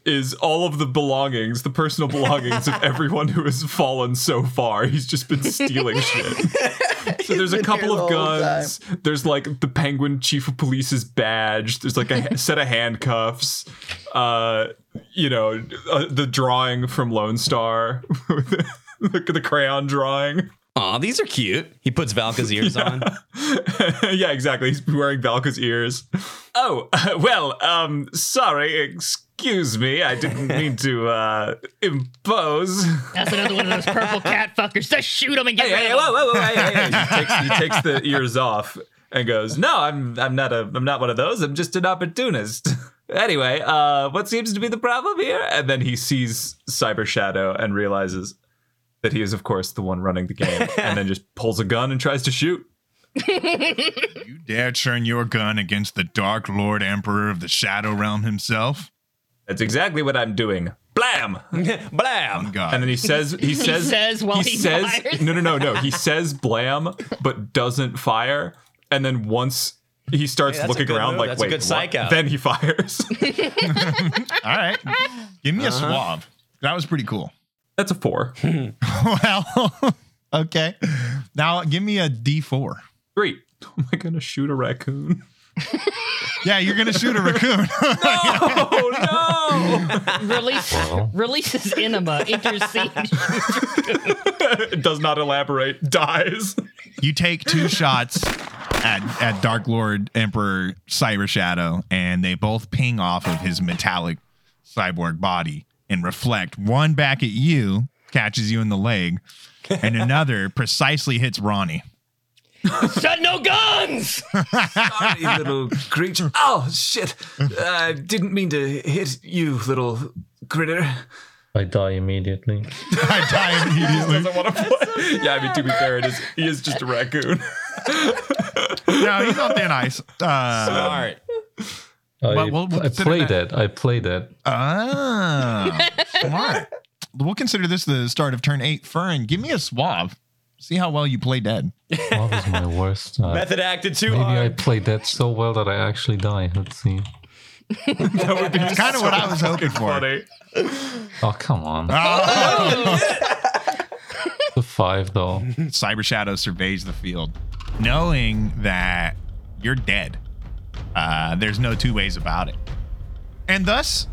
Speaker 5: is all of the belongings, the personal belongings of everyone who has fallen so far. He's just been stealing *laughs* shit. So there's a
Speaker 3: been here
Speaker 5: couple of
Speaker 3: the whole
Speaker 5: guns. There's like the Penguin Chief of Police's badge. There's like a set of handcuffs. Uh, you know, uh, the drawing from Lone Star, *laughs* the, the crayon drawing.
Speaker 11: aw, these are *laughs* cute. He puts Valka's ears on.
Speaker 5: *laughs* yeah, exactly. He's wearing Valka's ears. Oh, *laughs* well, um, sorry, excuse me. I didn't mean to, uh, impose.
Speaker 2: That's another one of those
Speaker 5: *laughs*
Speaker 2: purple cat fuckers. Just shoot him and get
Speaker 5: Hey, hey,
Speaker 2: rid
Speaker 5: whoa,
Speaker 2: of him.
Speaker 5: whoa, whoa, hey, hey, hey. He takes, he takes the ears off and goes, no, I'm, I'm not a, I'm not one of those. I'm just an opportunist. *laughs* Anyway, uh, what seems to be the problem here? And then he sees Cyber Shadow and realizes that he is, of course, the one running the game,
Speaker 11: *laughs*
Speaker 5: and then just pulls a gun and tries to shoot.
Speaker 1: You dare turn your gun against the Dark Lord Emperor of the Shadow Realm himself?
Speaker 5: That's exactly what I'm doing. Blam! *laughs*
Speaker 11: Blam!
Speaker 1: Oh God. *laughs*
Speaker 5: And then he says, he says,
Speaker 2: says while he
Speaker 5: says,
Speaker 2: fires.
Speaker 5: no, no, no, no. He says blam, but doesn't fire. And then once he starts
Speaker 11: Hey, that's a
Speaker 5: looking
Speaker 11: good
Speaker 5: around,
Speaker 11: move.
Speaker 5: like,
Speaker 11: That's a
Speaker 5: wait,
Speaker 11: good psych
Speaker 5: what?"
Speaker 11: out.
Speaker 5: then he fires. *laughs* Uh-huh.
Speaker 1: All right.
Speaker 2: *laughs*
Speaker 1: Give me a swab. That was pretty cool.
Speaker 5: That's a four,
Speaker 1: well, *laughs* okay. Now give me a D4.
Speaker 5: three. Am I gonna shoot a raccoon?
Speaker 1: *laughs* Yeah, you're going to shoot a raccoon.
Speaker 5: Oh
Speaker 2: *laughs* Release, releases enema. Intercede.
Speaker 5: no! *laughs* it does not elaborate. Dies.
Speaker 1: you take two shots at, at Dark Lord Emperor Cyber Shadow, and they both ping off of his metallic cyborg body and reflect. One back at you, catches you in the leg, and another *laughs* precisely hits Ronnie.
Speaker 2: Said no guns.
Speaker 9: *laughs* Sorry, little creature. Oh shit! I didn't mean to hit you, little critter.
Speaker 4: I die immediately.
Speaker 1: *laughs* I die immediately.
Speaker 5: Doesn't want to play. yeah, I mean to be fair, it is. He is just a
Speaker 1: *laughs*
Speaker 5: raccoon.
Speaker 1: No, he's on thin ice. Uh,
Speaker 4: I,
Speaker 11: Smart.
Speaker 1: But we'll- we'll
Speaker 4: I
Speaker 1: consider
Speaker 4: Oh, played
Speaker 1: that-
Speaker 4: that. I played that.
Speaker 9: *laughs*
Speaker 1: Ah, smart. We'll consider this the start of turn eight. Fern, give me a swab. See how well you play dead.
Speaker 4: That was my worst. Uh,
Speaker 11: Method acted too
Speaker 4: maybe I
Speaker 11: hard.
Speaker 4: played that so well that I actually die. Let's see.
Speaker 5: That would be
Speaker 1: Kind of what I was hoping for.
Speaker 5: funny.
Speaker 4: Oh come on.
Speaker 9: Oh,
Speaker 1: Ah, *laughs*
Speaker 4: The five though.
Speaker 1: Cyber Shadow surveys the field, knowing that you're dead. Uh, there's no two ways about it. And thus,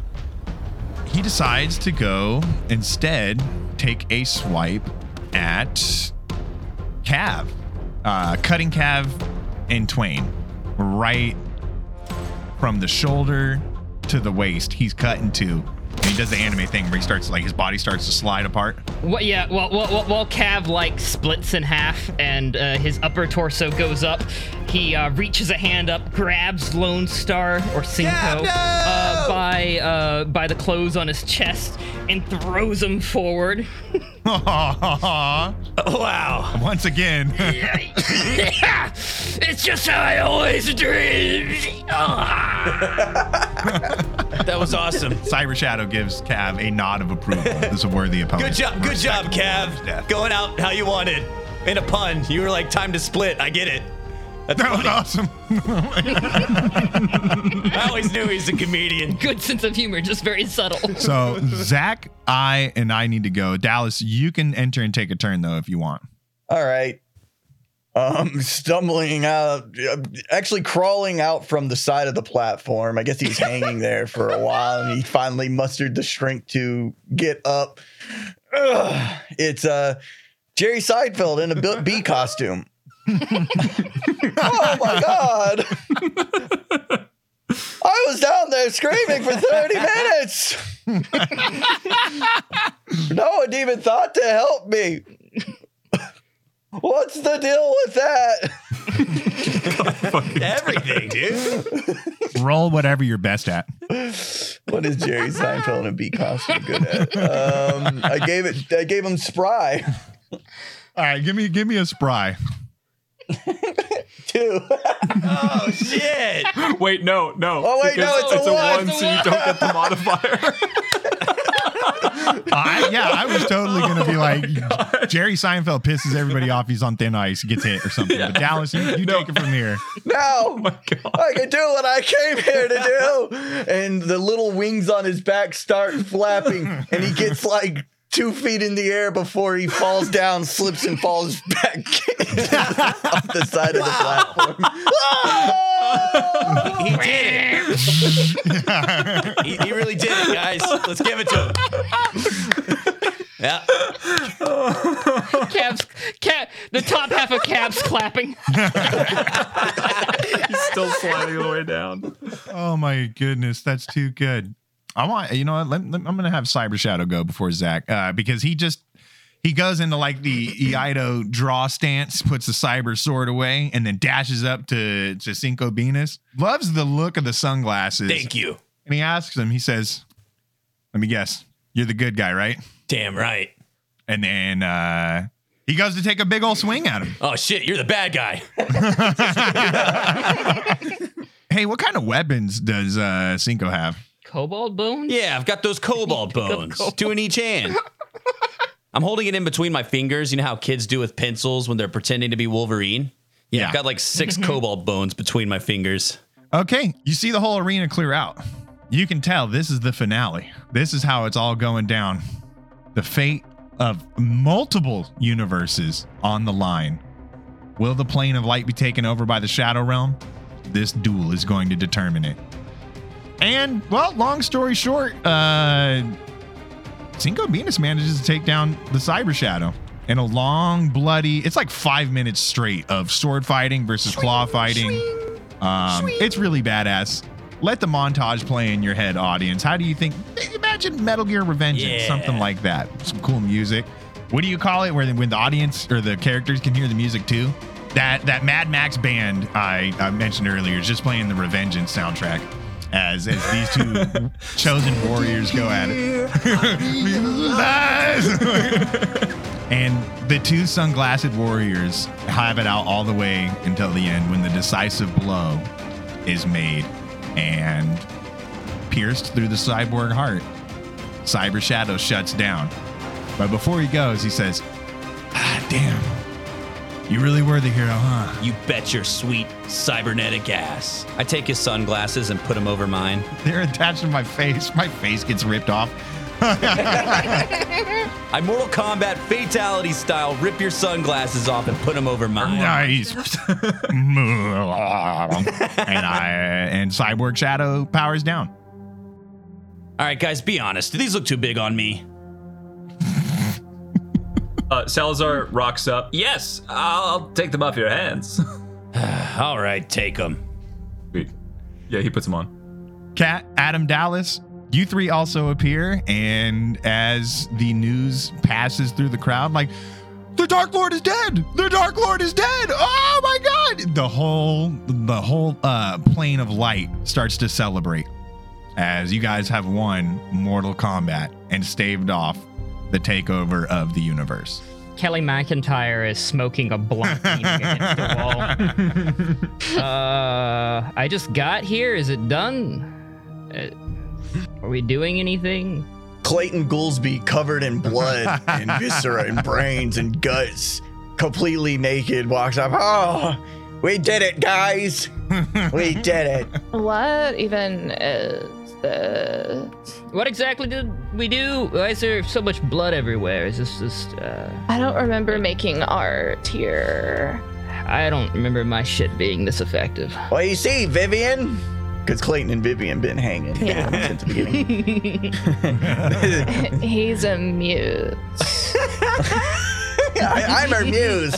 Speaker 1: he decides to go instead take a swipe at Cav, uh, cutting Cav in twain, right from the shoulder to the waist. He's cut in two. And he does the anime thing where he starts, like, his body starts to slide apart.
Speaker 2: What? Yeah. Well, well, well, while Cav like splits in half and uh, his upper torso goes up, he uh, reaches a hand up, grabs Lone Star or Cinco
Speaker 1: Cav, no!
Speaker 2: uh, by uh, by the clothes on his chest and throws him forward.
Speaker 11: Wow.
Speaker 1: Once again.
Speaker 2: it's just how I always dream.
Speaker 11: *laughs*
Speaker 9: *laughs*
Speaker 11: That was awesome.
Speaker 1: Cyber Shadow gives Cav a nod of approval. This is a worthy opponent.
Speaker 11: Good job. Good job, Cav. Going out how you wanted. In a pun. You were like, time to split. I get it. That's
Speaker 1: That was
Speaker 11: funny.
Speaker 1: awesome.
Speaker 11: *laughs* I always knew he's a comedian.
Speaker 2: Good sense of humor, just very subtle. *laughs*
Speaker 1: so Zach, I, and I need to go. Dallas, you can enter and take a turn though if you want.
Speaker 3: All right. Um, *laughs* stumbling out, actually crawling out from the side of the platform. I guess he's hanging there for a while, and he finally mustered the strength to get up. Ugh. It's uh, Jerry Seinfeld in a B- bee costume. oh my god! I was down there screaming for thirty minutes. no one even thought to help me. What's the deal with that?
Speaker 11: Everything, dude.
Speaker 9: *laughs*
Speaker 1: Roll whatever you're best at.
Speaker 3: What is Jerry Seinfeld in a beat costume good at? Um, I gave it. I gave him spry
Speaker 1: All right, give me give me a spry.
Speaker 3: too.
Speaker 11: Oh, shit.
Speaker 5: *laughs* Wait, no, no.
Speaker 3: Oh, wait, no,
Speaker 5: because
Speaker 3: it's a one.
Speaker 5: so you don't get the modifier.
Speaker 1: I, yeah, I was totally gonna
Speaker 3: Oh
Speaker 1: be like Jerry Seinfeld pisses everybody off. He's on thin ice, he gets hit or something. But Dallas, you, you take it from here.
Speaker 3: now
Speaker 5: God.
Speaker 3: I can do what I came here to do. And the little wings on his back start flapping, and he gets like two feet in the air before he falls down, slips, and falls back *laughs* off the side of the platform. Oh!
Speaker 11: He did it.
Speaker 1: *laughs*
Speaker 11: he, he really did it, guys. Let's give it to him. Yeah.
Speaker 2: Cav's Cav, the top half of Cav's
Speaker 11: *laughs*
Speaker 2: clapping.
Speaker 5: He's
Speaker 2: *laughs*
Speaker 5: still sliding *laughs* all the way down.
Speaker 1: Oh my goodness, that's too good. I want you know what? Let, let- I'm gonna have Cyber Shadow go before Zach uh, because he just he goes into like the Eido draw stance, puts the cyber sword away, and then dashes up to to Cinco Venus. Loves the look of the sunglasses,
Speaker 11: Thank you.
Speaker 1: and he asks him. He says, "Let me guess, you're the good guy, right?"
Speaker 11: Damn right.
Speaker 1: And then uh, he goes to take a big old swing at him.
Speaker 11: Oh shit, you're the bad guy.
Speaker 1: Hey, what kind of weapons does uh, Cinco have?
Speaker 2: Cobalt bones.
Speaker 11: Yeah, I've got *laughs* those cobalt bones, two in each hand. I'm holding it in between my fingers. You know how kids do with pencils when they're pretending to be Wolverine? Yeah,
Speaker 1: Yeah. Mm-hmm.
Speaker 11: I've got like six cobalt bones between my fingers.
Speaker 1: Okay, you see the whole arena clear out. You can tell this is the finale. This is how it's all going down. The fate of multiple universes on the line. Will the plane of light be taken over by the Shadow Realm? This duel is going to determine it. And, well, long story short, uh, Cinco Venus manages to take down the Cyber Shadow in a long, bloody, it's like five minutes straight of sword fighting versus claw fighting. Um, it's really badass. Let the montage play in your head, audience. How do you think? Imagine Metal Gear Revenge,
Speaker 11: Yeah.
Speaker 1: something like that. Some cool music. What do you call it? Where the, when the audience or the characters can hear the music too? That that Mad Max band I, I mentioned earlier is just playing the Revengeance soundtrack as as these two chosen *laughs* warriors go at it. Lies! And the two sunglassed warriors have it out all the way until the end when the decisive blow is made. and pierced through the cyborg heart. Cyber Shadow shuts down. But before he goes, he says, Ah, damn. You really were the hero, huh?
Speaker 11: You bet your sweet cybernetic ass. I take his sunglasses and put them over mine.
Speaker 1: They're attached to my face. My face gets
Speaker 11: *laughs*
Speaker 1: ripped off. *laughs*
Speaker 2: *laughs*
Speaker 11: I Mortal Kombat fatality style rip your sunglasses off and put them over mine.
Speaker 1: *laughs*
Speaker 7: *laughs*
Speaker 1: Nice. and I and Cyborg Shadow powers down.
Speaker 11: All right, guys, be honest. Do these look too big on me?
Speaker 5: Uh, Salazar rocks up. Yes, I'll take them off your hands.
Speaker 11: *sighs* All right, take them.
Speaker 5: Sweet. Yeah, he puts them on.
Speaker 1: Cat, Adam Dallas, you three also appear, and as the news passes through the crowd, like the Dark Lord is dead. The Dark Lord is dead. Oh my God! The whole the whole uh, plane of light starts to celebrate as you guys have won Mortal Kombat and staved off the takeover of the universe.
Speaker 2: Kelly McIntyre is smoking a blunt leaning against the wall. uh, I just got here. Is it done? Uh, are we doing anything?
Speaker 3: Clayton Goolsby covered in blood and viscera and brains and guts, completely naked, walks up. Oh, we did it, guys. We did it.
Speaker 6: What even is the?
Speaker 2: What exactly did we do? Why is there so much blood everywhere? Is this just? Uh,
Speaker 6: I don't remember making art here.
Speaker 2: I don't remember my shit being this effective.
Speaker 3: Well, you see, Vivian, because Clayton and Vivian been hanging *laughs*
Speaker 6: Yeah.
Speaker 3: since the
Speaker 6: *laughs*
Speaker 3: beginning.
Speaker 6: He's a mute.
Speaker 3: I, I'm her muse.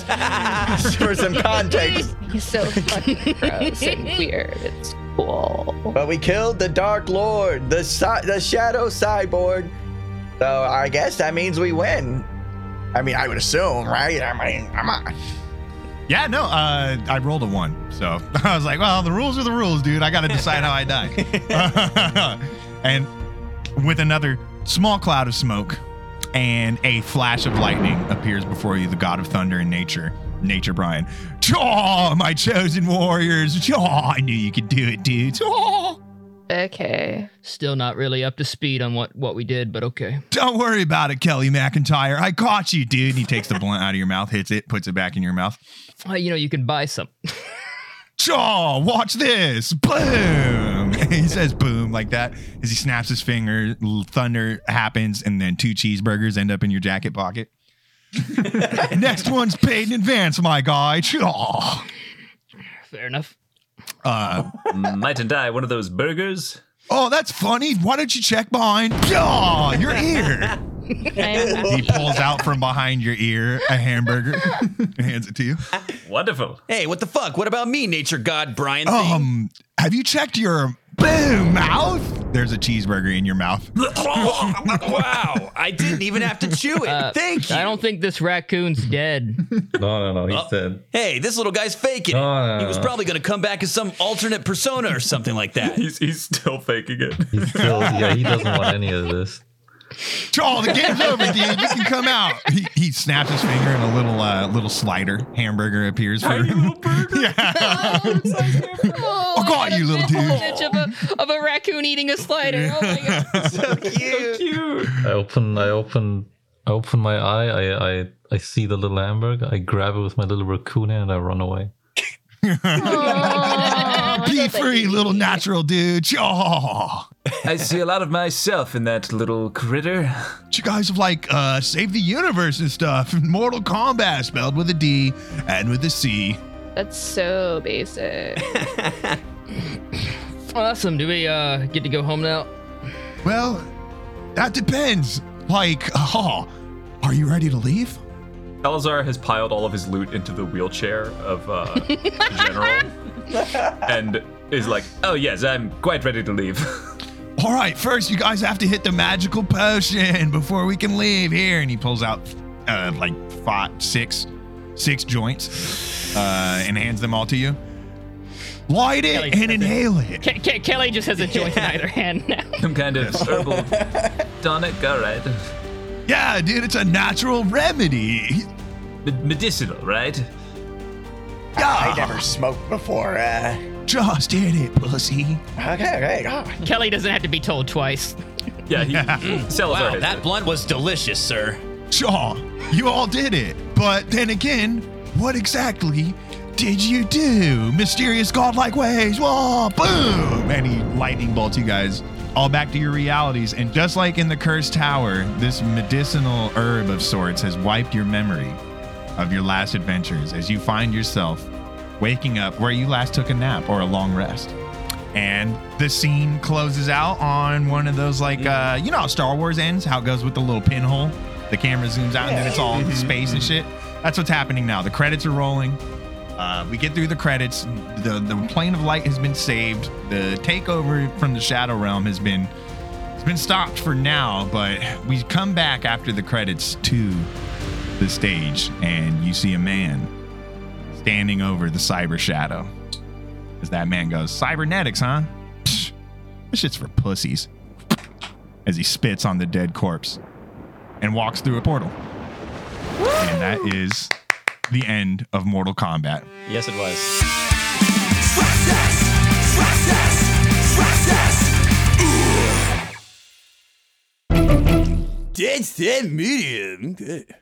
Speaker 3: For some context,
Speaker 6: He's
Speaker 1: *laughs*
Speaker 6: so fucking gross
Speaker 3: *laughs*
Speaker 6: and weird. It's cool.
Speaker 3: but we killed the Dark Lord, the cy- the Shadow Cyborg. So I guess that means we win. I mean, I would assume, right? I mean, come on.
Speaker 1: Yeah, no, uh, I rolled a one. So *laughs* I was like, well, the rules are the rules, dude. I got to decide how I die. and with another small cloud of smoke and a flash of lightning appears before you, the god of thunder and nature, Nature Brian. Chaw, my chosen warriors. Chaw, I knew you could do it, dude. Chaw.
Speaker 6: Okay.
Speaker 2: Still not really up to speed on what what we did, but okay.
Speaker 1: Don't worry about it, Kelly McIntyre. I caught you, dude. He takes the blunt out of your mouth, hits it, puts it back in your mouth.
Speaker 2: Uh, you know, you can buy some.
Speaker 1: Jaw, watch this. Boom. *laughs* he says boom like that as he snaps his finger. l- Thunder happens, and then two cheeseburgers end up in your jacket pocket. *laughs* Next one's paid in advance, my guy. Jaw.
Speaker 2: Fair
Speaker 6: *laughs*
Speaker 2: enough.
Speaker 1: Uh,
Speaker 5: Mightn't I one of those burgers?
Speaker 1: oh, that's funny. Why don't you check behind? Jaw, your ear.
Speaker 6: I'm
Speaker 1: He pulls out from behind your ear a hamburger *laughs* and hands it to you.
Speaker 5: Wonderful.
Speaker 11: Hey, what the fuck? What about me, nature god Brian?
Speaker 4: Oh,
Speaker 11: thing?
Speaker 1: Um, have you checked your boom mouth? There's a cheeseburger in your mouth.
Speaker 11: *laughs* wow, I didn't even have to chew it. Thank you.
Speaker 2: Uh, I don't think this raccoon's dead.
Speaker 4: No, no, no. He's dead.
Speaker 11: Hey, this little guy's faking. it.
Speaker 4: No, no,
Speaker 11: He was
Speaker 4: no.
Speaker 11: probably going to come back as some alternate persona or something like that.
Speaker 5: *laughs* He's he's still faking it.
Speaker 4: He's still. Yeah, he doesn't want any of
Speaker 1: *laughs*
Speaker 4: this.
Speaker 1: Oh, the game's over, dude. You can
Speaker 6: *laughs*
Speaker 1: come out. Uh, He, he snaps his finger and a little uh, little slider hamburger appears *laughs* for him.
Speaker 2: Oh,
Speaker 1: God, you little dude.
Speaker 2: Image of a, of a raccoon eating a slider. Oh my god.
Speaker 1: *laughs*
Speaker 4: I open. I open. I open my eye. I. I. I see the little hamburger. I grab it with my little raccoon hand and I run away.
Speaker 6: Oh,
Speaker 1: Be free, little natural dude. oh, Chaw.
Speaker 5: I see a lot of myself in that little critter.
Speaker 1: You guys have like uh, saved the universe and stuff. *laughs* Mortal Kombat spelled with a D and with a C.
Speaker 6: That's so basic.
Speaker 2: Awesome. Do we uh get to go home now?
Speaker 1: Well, that depends. Like, oh, are you ready to leave?
Speaker 5: Salazar has piled all of his loot into the wheelchair of uh, the
Speaker 6: *laughs*
Speaker 5: general, and is like, "Oh yes, I'm quite ready to leave."
Speaker 1: All right, first you guys have to hit the magical potion before we can leave here. And he pulls out uh, like five, six, six joints uh, and hands them all to you. Light it
Speaker 2: Kelly,
Speaker 1: and
Speaker 2: that's it.
Speaker 1: inhale it.
Speaker 2: Ke- Ke- Kelly just has a joint in either hand now.
Speaker 5: Some kind of herbal tonic, all right,
Speaker 1: *laughs* Yeah, dude, it's a natural remedy.
Speaker 5: Me- medicinal, right?
Speaker 3: I never smoked before. Uh,
Speaker 1: Just hit it, pussy.
Speaker 3: Okay, okay.
Speaker 2: Ah, Kelly doesn't have to be told twice.
Speaker 5: Yeah,
Speaker 1: *laughs*
Speaker 5: he, Salazar
Speaker 11: Wow,
Speaker 5: hits
Speaker 11: that
Speaker 5: it.
Speaker 11: blunt was delicious, sir.
Speaker 1: Shaw, you all did it. But then again, what exactly did you do? Mysterious godlike ways. Whoa, boom! And he lightning bolts you guys all back to your realities. And just like in the cursed tower, this medicinal herb of sorts has wiped your memory of your last adventures as you find yourself waking up where you last took a nap or a long rest. And the scene closes out on one of those, like, uh, you know how Star Wars ends, how it goes with the little pinhole. The camera zooms out and then it's all space and shit. That's what's happening now. The credits are rolling. Uh, we get through the credits. The, the plane of light has been saved. The takeover from the Shadow Realm has been it's been stopped for now, but we come back after the credits to the stage, and you see a man standing over the cyber shadow. As that man goes, Cybernetics, huh? Psh, this shit's for pussies. As he spits on the dead corpse and walks through a portal. And that is the end of Mortal Kombat.
Speaker 11: Yes, it was.
Speaker 7: Dead, dead medium. Good.